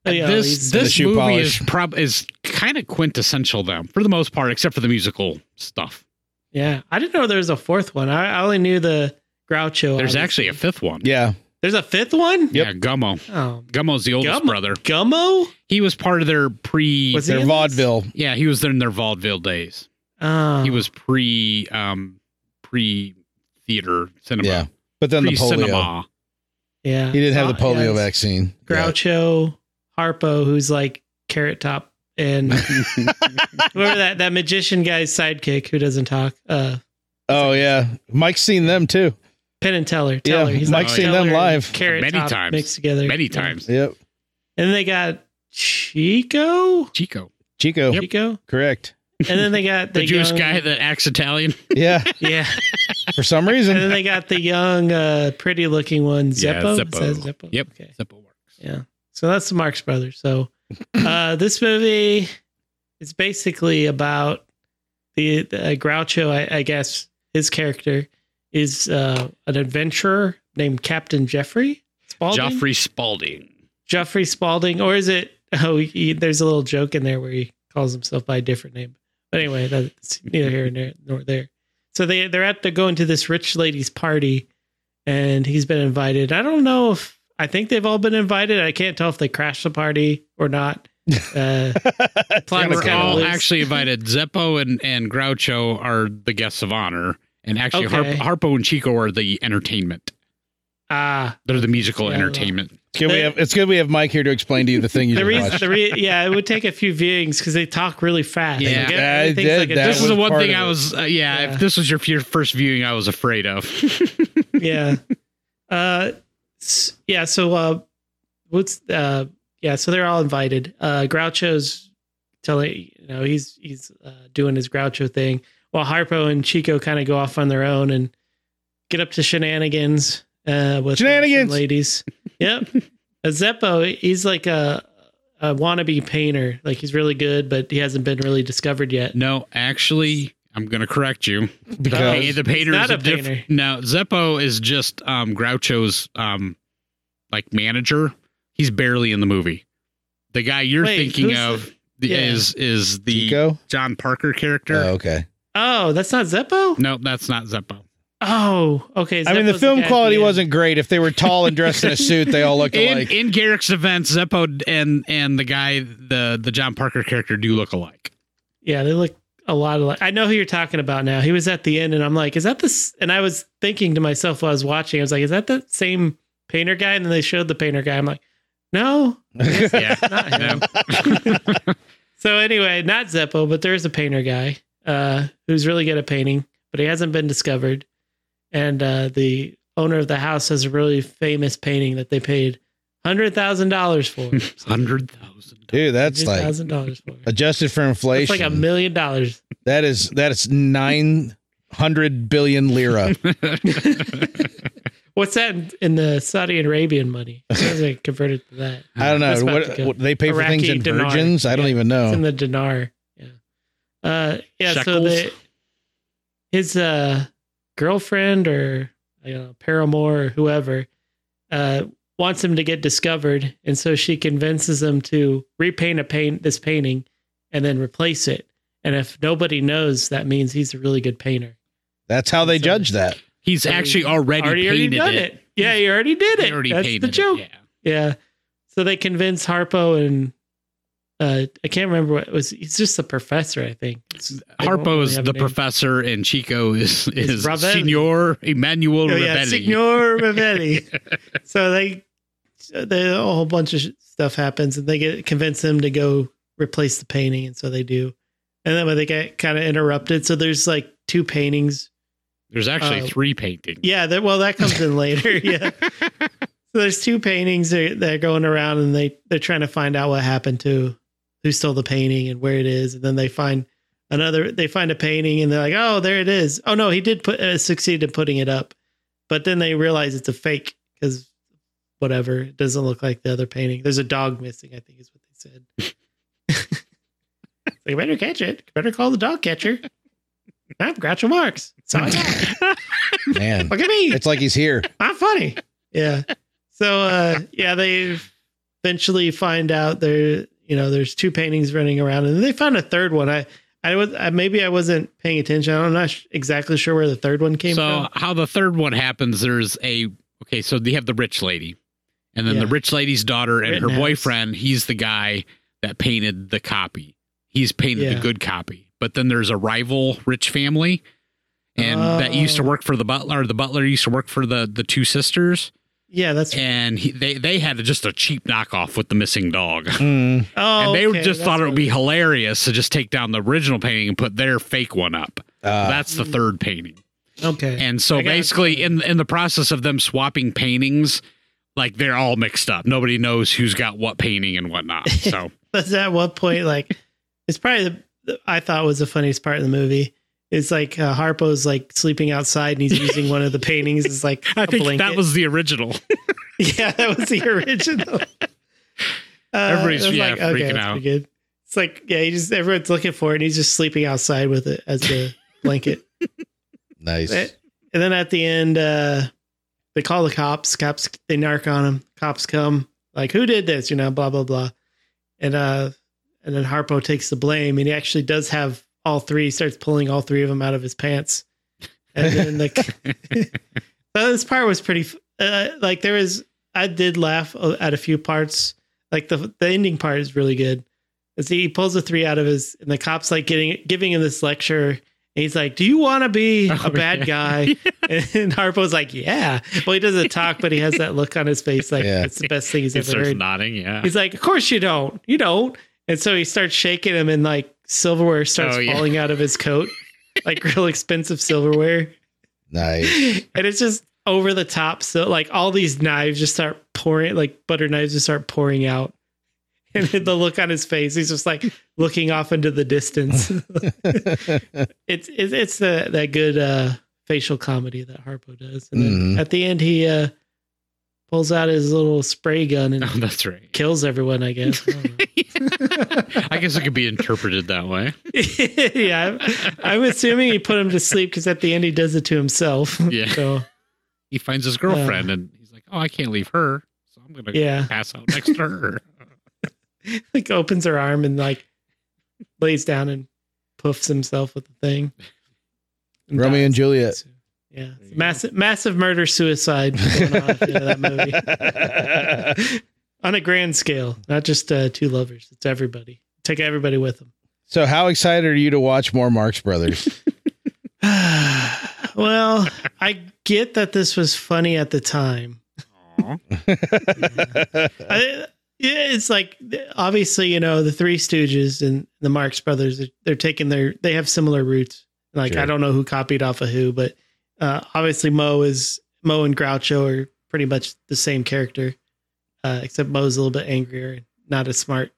Oh, *laughs* yeah, this he's- the this shoe movie polish. is prob is kind of quintessential though, for the most part, except for the musical stuff. yeah. I didn't know there was a fourth one. I, I only knew the Groucho. There's obviously. actually a fifth one. yeah. There's a fifth one. Yeah, Gummo. Oh, Gummo's the oldest Gummo? brother. Gummo. He was part of their pre. Was he They're in this? vaudeville. yeah, he was in their vaudeville days. Oh. He was pre um pre theater cinema. Yeah. But then the Pre polio. cinema. Yeah. He didn't have the Oh, yeah, polio it's vaccine. Groucho, Harpo, who's like Carrot Top, *laughs* and whoever that that magician guy's sidekick who doesn't talk. Uh, Oh yeah. Mike's seen them too. Penn and Teller. Teller. Yeah, He's Mike's seen them Teller and live. Carrot Many Top times. mixed together Many Yeah. times. Yep. And then they got Chico. Chico. Chico. Chico. Correct. And then they got The the Jewish young- guy that acts Italian. *laughs* Yeah. *laughs* Yeah. For some And then *laughs* reason. they got the young, uh, pretty looking one, Yeah, Zeppo. Zeppo. Is that Zeppo? Yep. Okay. Simple work. Yeah. So that's the Marx Brothers. So uh, *laughs* this movie is basically about the, the uh, Groucho, I, I guess his character is uh, an adventurer named Captain Jeffrey Spaulding. Joffrey Spaulding. Jeffrey Spaulding, or is it? Oh, he, there's a little joke in there where he calls himself by a different name. But anyway, that's neither here nor, nor there. So they they're at they're going to this rich lady's party, and he's been invited. I don't know if I think they've all been invited. I can't tell if they crashed the party *laughs* or not. Uh, They plot was were kind of all loose. actually *laughs* invited. Zeppo and, and Groucho are the guests of honor. And actually, Okay. Harp, Harpo and Chico are the entertainment. ah They're the musical Yeah, well. entertainment. It's good, we they- have, it's good we have Mike here to explain to you the thing you the just reason watched. the re- yeah it would take a few viewings because they talk really fast. Yeah. Like, Yeah, I everything's did like a- that This is was the one part thing of I it. was, uh, yeah, Yeah. if this was your f- your first viewing, I was afraid *laughs* of. yeah. Uh, s- yeah. So, uh, what's, uh, yeah. So they're all invited. Uh, Groucho's telling, you know, he's, he's, uh, doing his Groucho thing while Harpo and Chico kind of go off on their own and get up to shenanigans, uh, with some Shenanigans! ladies. Yep. Uh, Zeppo, he's like a, a wannabe painter. Like he's really good, but he hasn't been really discovered yet. no, actually, I'm going to correct you. because Hey, the painter he's is not a a diff- painter. No, Zeppo is just um, Groucho's um, like manager. He's barely in the movie. The guy you're Wait, thinking who's of yeah. is is the Chico. John Parker character. Oh, okay. Oh, that's not Zeppo. No, that's not Zeppo. Oh, okay. I mean, the Zeppo's film guy at quality the end. wasn't great. If they were tall and dressed in a suit, they all *laughs* looked In, *laughs* alike. in Garrick's events, Zeppo and and the guy, the the John Parker character, do *laughs* look alike. Yeah, they look a lot of like. I know who you're talking about now. He was at the end, and I'm like, is that this? And I was thinking to myself while I was watching, I was like, is that the same painter guy? And then they showed the painter guy. I'm like, no. Yeah, Not him. So anyway, not Zeppo, but there is a painter guy uh, who's really good at painting, but he hasn't been discovered. And uh, the owner of the house has a really famous painting that they paid hundred thousand dollars for. hundred thousand. Dude, *laughs* that's like thousand dollars for. it. adjusted for It's inflation. like a million dollars. that is that is nine hundred billion *laughs* lira. What's that in, in the Saudi Arabian money? It *laughs* doesn't convert it to that. I don't That's know about what, to go. what- they pay for things Iraqi in dinar. virgins. I don't Yeah. even It's in know. the dinar. Yeah. Uh yeah, so Oh. Shekels? the his uh girlfriend or I don't know, paramour or whoever uh wants him to get discovered and so she convinces him to repaint a paint this painting and then replace it. And if nobody knows, that means he's a really good painter. That's how they So- judge that. He's Already- actually already, Already already painted done it. it. Yeah, he already did it. He already That's painted the it, joke. yeah. Yeah. So they convince Harpo and uh I can't remember what it was he's just the professor, I think. It's- they don't Harpo really is have the a name. professor, and Chico is is Ravelli. Signor Emmanuel Oh, Ravelli. yeah, Signor *laughs* Ravelli. so they, they a whole bunch of sh- stuff happens, and they get convince them to go replace the painting, and so they do. And then when they get kind of interrupted, so there's like two paintings. There's actually Uh, three paintings. Yeah, that well that comes in later. *laughs* Yeah. So there's two paintings that that are going around, and they they're trying to find out what happened to who stole the painting and where it is, and then they find another. They find a painting, and they're like, "Oh, there it is." Oh no, he did put uh, succeed in putting it up, but then they realize it's a fake because whatever. It doesn't look like the other painting. There's a dog missing, I think is what they said. like, "You better catch it. You better call the dog catcher. I'm Groucho Marx. So I got. *laughs* Man, Look at me. it's like he's here. I'm Ah, funny. Yeah. So uh yeah, they eventually find out there, you know, there's two paintings running around and they found a third one. I I was I, maybe I wasn't paying attention. I'm not sh- exactly sure where the third one came so from. how the third one happens there's a okay so you have the rich lady and then the Yeah. rich lady's daughter and her Rittenhouse. boyfriend he's the guy that painted the copy he's painted the Yeah. good copy but then there's a rival rich family and that used to Oh. work for the butler or the butler used to work for the the two sisters Yeah, that's and he, they they had just a cheap knockoff with the missing dog *laughs* Mm, oh and they okay, just that's thought it what would be hilarious to just take down the original painting and put their fake one up uh, that's the third painting okay. and so I got it. basically, in in the process of them swapping paintings, like they're all mixed up. Nobody knows who's got what painting and whatnot. So That's at one point, like, it's probably the, the- I thought was the funniest part of the movie. It's like uh, Harpo's like sleeping outside and he's using one of the paintings as like *laughs* I a think blanket. that was the *laughs* original. yeah, that was the original. Uh, *laughs* Everybody's, I was yeah, like, freaking that's out. pretty Good. It's like yeah, he just everyone's looking for it, and he's just sleeping outside with it as a *laughs* blanket. nice. Eh, and then at the end, uh, they call the cops. Cops they narc on him. Cops come like, who did this? You know, blah blah blah. And uh, and then Harpo takes the blame, and he actually does have all three. He starts pulling all three of them out of his pants. And *laughs* then the so this part was pretty f- uh, like there was I did laugh o- at a few parts. Like the the ending part is really good. 'Cause he pulls the three out of his, and the cops like getting giving him this lecture. And he's like, "Do you want to be Oh, a *laughs* yeah. bad guy?" And Harpo's like, "Yeah." Well, he doesn't talk, but he has that look on his face, like Yeah. it's the best thing he's He ever starts heard. nodding. Yeah. *laughs* He's like, "Of course you don't. You don't." And so he starts shaking him, and like silverware starts Oh, yeah. falling out of his coat, like real expensive silverware. *laughs* Nice. And it's just over the top. So like all these knives just start pouring, like butter knives just start pouring out. *laughs* And then the look on his face, he's just like looking off into the distance. *laughs* it's it's it's the that good uh facial comedy that Harpo does. And then Mhm. at the end he uh pulls out his little spray gun *laughs* and oh, that's right. kills everyone, I guess. I don't know. *laughs* *laughs* I guess it could be interpreted that way. yeah, I'm, I'm assuming he put him to sleep because at the end he does it to himself. Yeah. *laughs* So He finds his girlfriend and he's like, "Oh, I can't leave her, so I'm gonna yeah, pass out next to her." *laughs* like opens her arm and like lays down and puffs himself with the thing. Romeo and Juliet. Yeah, massive, massive *laughs* murder suicide going on at the end of that movie on a grand scale, not just uh, two lovers. It's everybody. Take everybody *sighs* with them. so, how excited are you to watch more Marx *laughs* Brothers? *laughs* well, I get that this was funny at the time. I, yeah, it's like obviously you know the Three Stooges and the Marx Brothers. They're, they're taking their they have similar roots. Like Sure. I don't know who copied off of who, but uh, obviously Mo is Mo and Groucho are pretty much the same character, uh, except Mo's a little bit angrier and not as smart.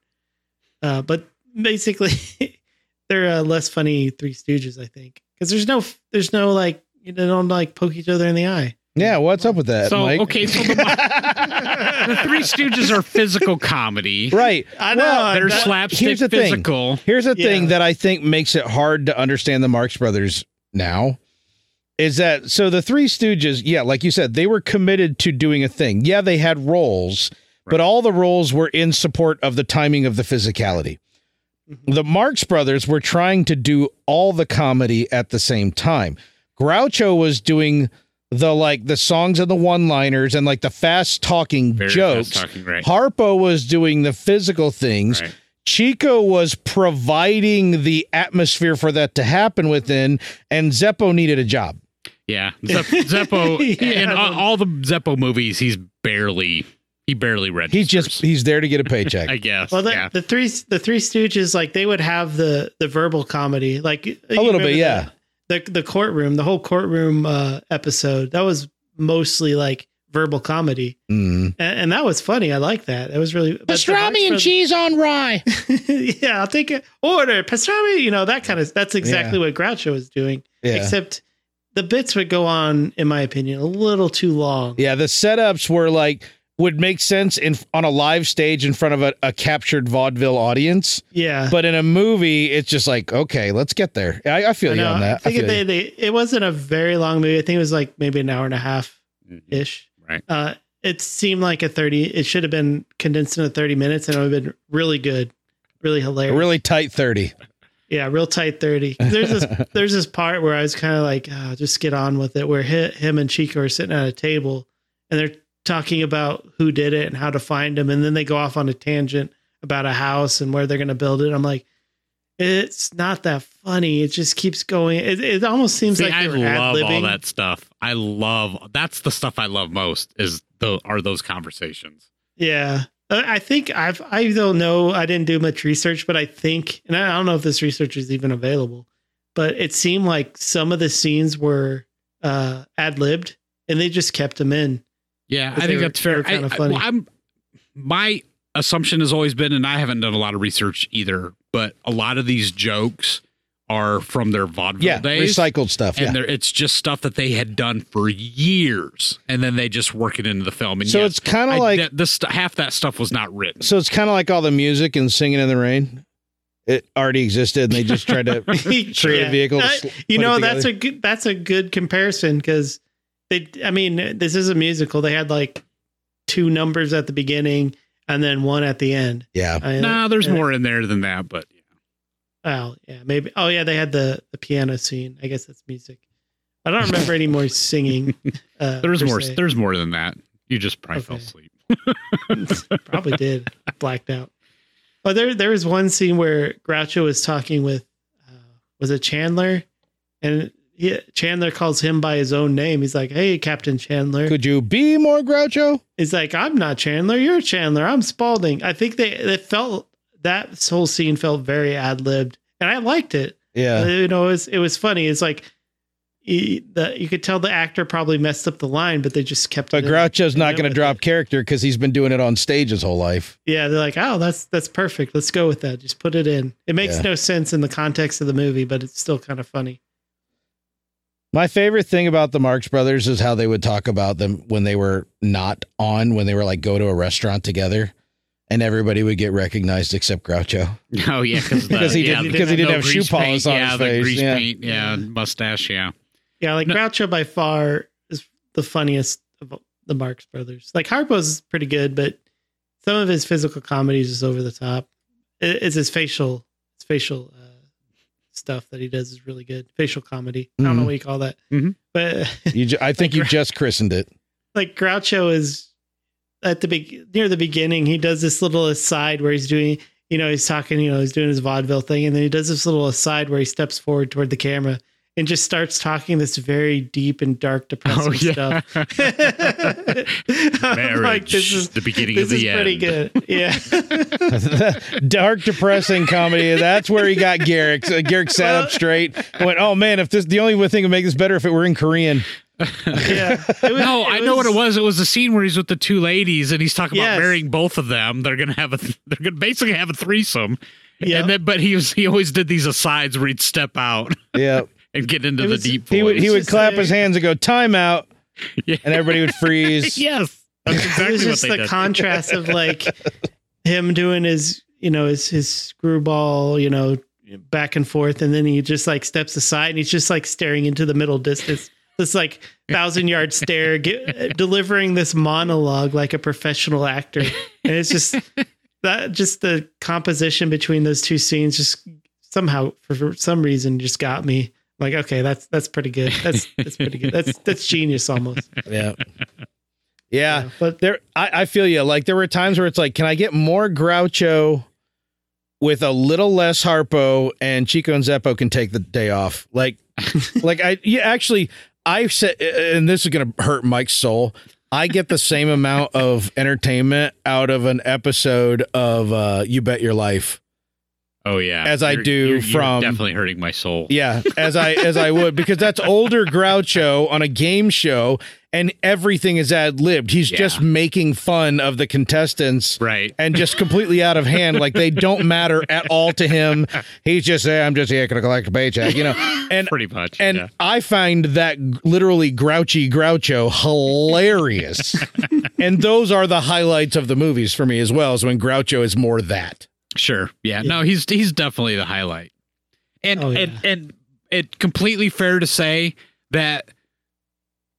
Uh, but basically, *laughs* they're uh, less funny Three Stooges, I think, because there's no there's no like you know, they don't like poke each other in the eye. yeah, what's up with that, so Mike? okay, so *laughs* the, the Three Stooges are physical comedy. Right. I Well, They're that- slapstick here's the thing. physical. Here's the Yeah. thing that I think makes it hard to understand the Marx Brothers now is that so the Three Stooges, yeah, like you said, they were committed to doing a thing. Yeah, they had roles, but all the roles were in support of the timing of the physicality. The Marx Brothers were trying to do all the comedy at the same time. Groucho was doing the like the songs and the one-liners and like the fast talking Very jokes. fast talking, right? Harpo was doing the physical things. Right. Chico was providing the atmosphere for that to happen within, and Zeppo needed a job. Yeah, *laughs* Zepp, Zeppo Yeah. in all, all the Zeppo movies, he's barely he barely registers. He's just he's there to get a *laughs* paycheck. I guess. Well, the, yeah. the three the three Stooges like they would have the the verbal comedy like a little bit, yeah. The, the courtroom, the whole courtroom uh, episode that was mostly like verbal comedy, Mm. and, and that was funny. I like that. That was really but the Marx Brothers- cheese on rye. *laughs* yeah, I'll take it. Order pastrami. You know that kind of. That's exactly what Groucho was doing. *laughs* Yeah, Except the bits would go on, in my opinion, a little too long. yeah. The setups were like would make sense in on a live stage in front of a, a captured vaudeville *laughs* audience. Yeah. But in a movie, it's just like, okay, let's get there. I, I feel you know. on that. I think feel they, you. they, it wasn't a very long movie. I think it was like maybe an hour and a half ish. Right. Uh, it seemed like a 30, it should have been condensed into 30 minutes and it would have been really good, really A hilarious. really tight 30. Yeah, real tight thirty. 'Cause There's this there's this part where I was kind of like, oh, just get on with it. Where hi him and Chico are sitting at a table, and they're talking about who did it and how to find him, and then they go off on a tangent about a house and where they're going to build it. I'm like, it's not that funny. It just keeps going. It, it almost seems See, like I they're love all ad-libbing. that stuff. I love that's the stuff I love most is the are those conversations. Yeah. Uh, I think I've, I don't know. I didn't do much research, but I think, and I don't know if this research is even available, but it seemed like some of the scenes were uh, ad libbed and they just kept *laughs* them in. Yeah, But I they think were- that's they were fair. I, kinda I- funny. well, I'm my assumption has always been, and I haven't done a lot of research either, but a lot of these jokes are from their vaudeville Yeah. days. Recycled stuff. and yeah. they're it's just stuff that they had done for years, and then they just work it into the film. And So yes, it's kind I- of like that- this stu- half that stuff was not written. so it's kind of like all the music and singing in the rain. It already existed and they just tried *laughs* to create Yeah. a vehicle. to Uh, sl- you put it know, that's together. a good, that's a good comparison because they, I mean, this is a musical. They had like two numbers at the beginning and then one at the end. yeah. I, Nah, there's yeah. more in there than that, but Oh yeah, maybe. Oh yeah, they had the the piano scene. I guess that's music. I don't remember any more singing. Uh, there's per more. se. There's more than that. You just probably fell Okay. asleep. *laughs* *laughs* Probably did blacked out. Oh, there there was one scene where Groucho was talking with uh, was it Chandler, and he, Chandler calls him by his own name. He's like, "Hey, Captain Chandler." Could you be more Groucho? He's like, "I'm not Chandler. You're Chandler. I'm Spalding." I think they it felt that whole scene felt very ad libbed, and I liked it. Yeah. you know, it was, it was funny. It's like he, the, you could tell the actor probably messed up the line, but they just kept. But it in. Groucho's Yeah, not going but- to drop character because he's been doing it on stage his whole life. Yeah, they're like, oh, that's that's perfect. Let's go with that. Just put it in. It makes Yeah. no sense in the context of the movie, but it's still kind of funny. My favorite thing about the Marx Brothers is how they would talk about them when they were not on, when they were like go to a restaurant together, and everybody would get recognized except Groucho. Oh yeah, *laughs* because Because he yeah, didn't- the- because he didn't no have shoe grease polish on paint, yeah, his the face, grease yeah. paint, yeah, *laughs* mustache, yeah. Yeah, like No. Groucho by far is the funniest of the Marx Brothers. Like Harpo's is pretty good, but some of his physical comedy is just over the top. It, it's his facial, his facial uh, stuff that he does is really good. Facial comedy. I don't know Mhm. what you call that, Mhm. but *laughs* You, ju- I think Like you Grou- just christened it. like Groucho is at the big near the beginning. He does this little aside where he's doing, you know, he's talking, you know, he's doing his vaudeville thing, and then he does this little aside where he steps forward toward the camera and just starts talking this very deep and dark, depressing *laughs* Oh yeah. stuff. *laughs* I'm Marriage, like this is the beginning this of the is end. pretty good. Yeah. *laughs* *laughs* Dark, depressing comedy. That's where he got Garrick. So Garrick sat up straight. and Went, oh man, if this the only thing would make this better if it were in Korean. yeah. It was- No, it I know what it was. It was the scene where he's with the two ladies and he's talking Yes. about marrying both of them. They're gonna have a *laughs* th- they're gonna basically have a threesome. Yeah. And then but he was he always did these asides where he'd step out Yeah, and get into It the was- deep voice. he would he It's would just clap like- his hands and go timeout, Yeah. and everybody would *laughs* *laughs* freeze. yes. That's it was exactly what just they the did. *laughs* contrast of like him doing his you know his his screwball you know back and forth and then he just like steps aside and he's just like staring into the middle distance this like thousand yard stare get, delivering this monologue like a professional actor and it's *laughs* just that just the composition between those two scenes just somehow for, for some reason just got me like okay that's that's pretty good that's that's pretty good that's that's genius almost Yeah. Yeah. but There I, I feel you. Like there were times where it's like, can I get more Groucho with a little less Harpo and Chico and Zeppo can take the day off. Like like I yeah, actually I said and this is gonna hurt Mike's soul. I get the same amount of entertainment out of an episode of uh You Bet Your Life. Oh yeah. As I do from- definitely hurting my soul. Yeah, as I as I would because that's older Groucho on a game show, and everything is ad libbed. He's Yeah. just making fun of the contestants Right. and just completely out of hand. Like they don't matter at all to him. He's just, "Hey, I'm just here to collect a paycheck, you know. And Pretty much. and yeah. I find that g- literally grouchy Groucho hilarious. and those are the highlights of the movies for me as well, is when Groucho is more that. Sure. Yeah. No, he's he's definitely the highlight. And Oh, yeah. and and it completely fair to say that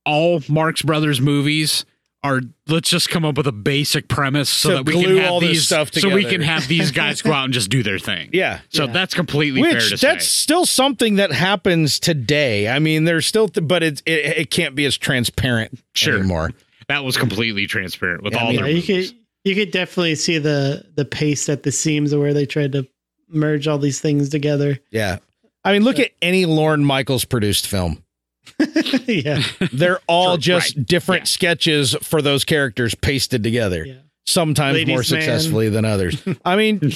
all Marx Brothers movies are let's just come up with a basic premise so To that we can glue have all this these stuff so we together. can have these guys go out and just do their thing. *laughs* Yeah. So Yeah. that's completely fair to Which that's say. still something that happens today. I mean, there's still, th- but it's, it it can't be as transparent Sure. anymore. That was completely transparent with Yeah, I all mean, Yeah, their you movies. could you could definitely see the the paste at the seams of where they tried to merge all these things together. *laughs* Yeah. I mean, look at any Lorne Michaels produced film. yeah, They're all Sure, just different Yeah. sketches for those characters pasted together, yeah. sometimes Ladies' more Man. successfully than *laughs* others. I mean, *laughs*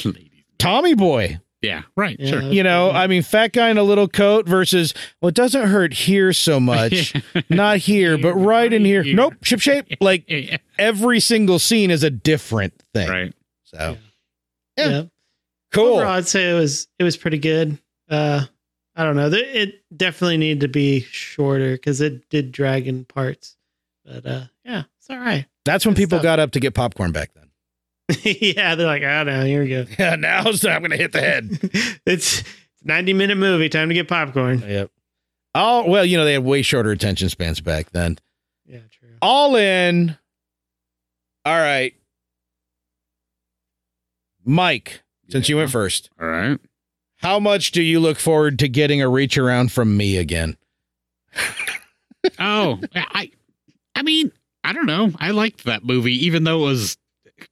Tommy Boy, yeah, right. Yeah. Sure. you know, I mean, fat guy in a little coat versus, well, it doesn't hurt here so *laughs* much, not here, but right in here. Here. Nope, ship shape. Like Yeah, yeah. every single scene is a different thing. Right. So yeah. Yeah. cool. Overall, I'd say it was it was pretty good. Uh, I don't know. There- It definitely needed to be shorter because it did drag in parts. But uh, yeah, it's all right. *laughs* That's when Good people stuff. got up to get popcorn back then. *laughs* yeah, they're like, oh no, here we go. Yeah, now I'm going to hit the head. *laughs* it's ninety minute movie. Time to get popcorn. Yep. Oh well, you know they had way shorter attention spans back then. Yeah, true. All in. All right, Mike. Since you went first, All right. how much do you look forward to getting a reach around from me again? Oh, I, I mean, I don't know. I liked that movie, even though it was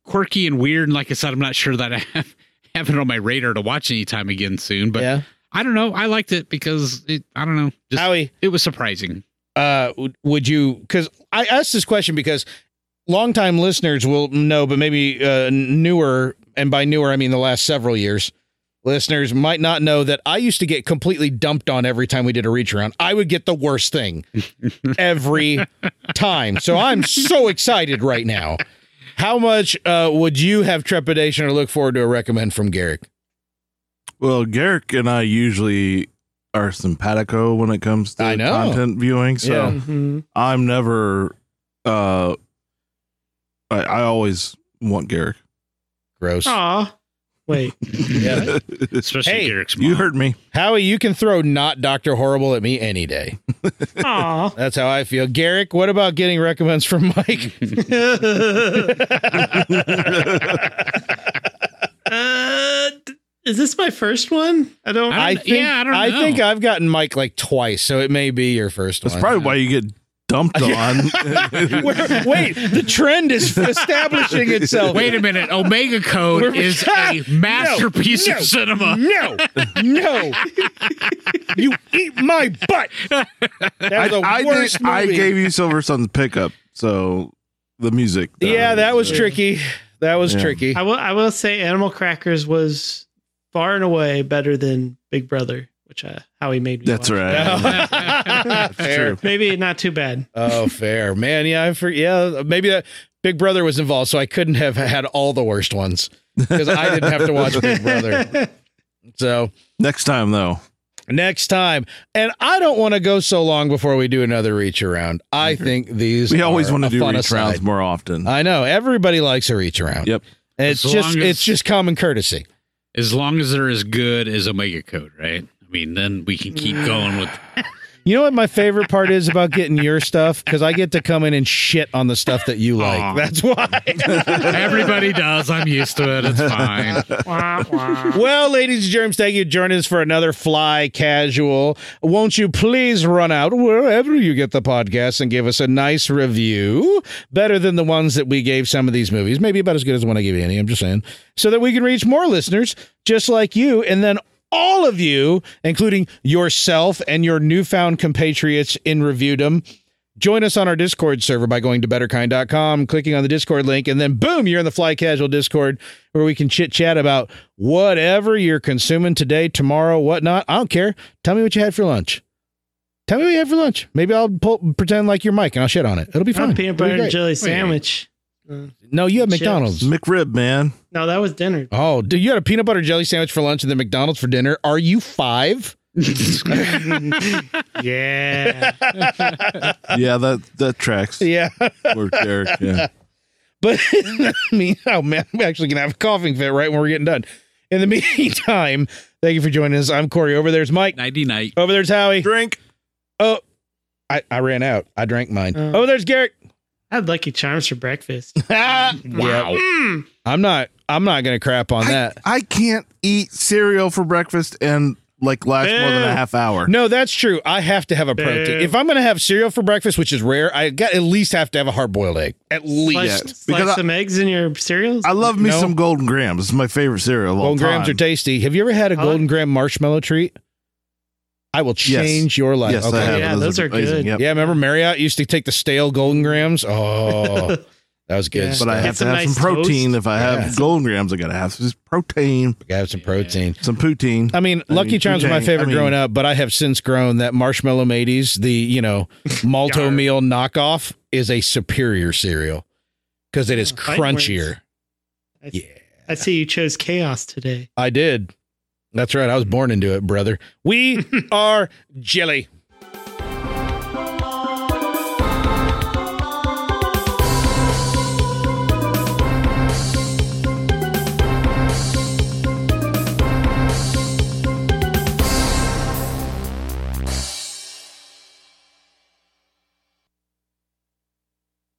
quirky and weird. And like I said, I'm not sure that I *laughs* have, have it on my radar to watch anytime again soon. But yeah, I don't know. I liked it because it, I don't know. Just Howie, it was surprising. uh, would- would you? Because I asked this question because longtime listeners will know, but maybe uh, newer, and by newer I mean the last several years. Listeners might not know that I used to get completely dumped on every time we did a reach around. I would get the worst thing every time. So I'm so excited right now. How much uh, would you have trepidation or look forward to a recommend from Garrick? Well, Garrick and I usually are simpatico when it comes to I know. content viewing. So Yeah. Mhm. I'm never. uh I, I always want Garrick. Gross. Aw, wait. Yeah. *laughs* Especially Hey, Garrick's mom. you heard me. Howie, you can throw not Dr. Horrible at me any day. Aw. That's how I feel. Garrick, what about getting recommends from *laughs* Mike? *laughs* uh, d- is this my first one? I don't. I don't- yeah, I don't know. think I've gotten Mike like twice, so it may be your first That's one. *laughs* probably why you get dumped on. We're- wait, the trend is establishing itself. Wait a minute. *laughs* Omega Code We're- is a masterpiece no. of cinema. No, no, you eat my butt. That was the *laughs* I, worst did- I movie. gave you Silver Sun's pickup, so the music. yeah, that was tricky. That was Yeah. *laughs* tricky. I will. I will say, Animal Crackers was far and away better than Big Brother, which uh, how he made me. That's watch. *laughs* right. fair. true. Maybe not too bad. Oh, fair, man. Yeah, I for yeah. Maybe that Big Brother was involved, so I couldn't have had all the worst ones because I didn't have to watch Big Brother. *laughs* So Next time though, next time. And I don't want to go so long before we do another reach around. I think these we always are want a to do fun reach rounds aside. more often. I know everybody likes a reach around. Yep. And it's As just long as- it's just common courtesy. As long as they're as good as Omega Code, right? I mean, then we can keep going *laughs* with. You know what my favorite part is about getting your stuff because I get to come in and shit on the stuff that you like. Aw. That's why. Everybody does. I'm used to it. *laughs* It's fine. *laughs* Wah, wah. well, ladies and germs, thank you for joining us for another Fly Casual. Won't you please run out wherever you get the podcast and give us a nice review, better than the ones that we gave some of these movies, maybe about as good as the one I gave Annie. I'm just saying, so that we can reach more listeners just like you, and then. All of you, including yourself and your newfound compatriots in Reviewdom, Join us on our Discord server by going to betterkind.com, clicking on the Discord link, and then boom, you're in the Fly Casual Discord where we can chit chat about whatever you're consuming today, tomorrow, whatnot. I don't care. Tell me what you had for lunch. Tell me what you had for lunch. Maybe I'll pull, pretend like you're Mike and I'll shit on it. It'll be fine. Not It'll peanut be butter and great. jelly sandwich. No, you had chips. McDonald's. *laughs* McRib, man. No, that was dinner. Oh, dude, you had a peanut butter jelly sandwich for lunch and then McDonald's for dinner. Are you *laughs* five? *laughs* Yeah. Yeah, that that tracks. Yeah. Or Derek, yeah. But *laughs* I mean, oh man, I'm actually gonna have a coughing fit right when we're getting done. In the *laughs* meantime, thank you for joining us. I'm Corey. Over there's Mike. Nighty night. Over there's Howie. Drink. Oh, I, I ran out. I drank mine. Oh. Over there's Garrett. *laughs* I had Lucky Charms for breakfast. Ah, Wow. I'm not. I'm not gonna crap on I, that. I can't eat cereal for breakfast and like last more than Boo. a half hour. No, that's true. I have to have a protein. Boo. If I'm gonna have cereal for breakfast, which is rare, I got at least have to have a hard boiled egg. At least. Slice, Yes, slice because I- some eggs in your cereals. I love me No. some golden grams. It's my favorite cereal. Of all Golden grams time. are tasty. Have you ever had a Huh? golden gram marshmallow treat? I will Yes. change your life. Yes, I have. Yeah, those are amazing. good. Yep. Yeah, remember Marriott used to take the stale golden grams? *laughs* Oh, that was good. Yeah. stuff. But I Get have to some have nice some protein. toast. If I have Yeah. golden grams, I gotta have some *laughs* protein, Gotta have some protein. some poutine. I mean, I Lucky mean, Charms were my poutine. favorite I mean- growing up, but I have since grown that Marshmallow Mateys, the you *laughs* know Malto Yarr. meal knockoff, is a superior cereal because it is Oh, bite works. crunchier. I- Yeah, I see you chose chaos today. *laughs* I did. That's right. I was born into it, brother. We are jelly.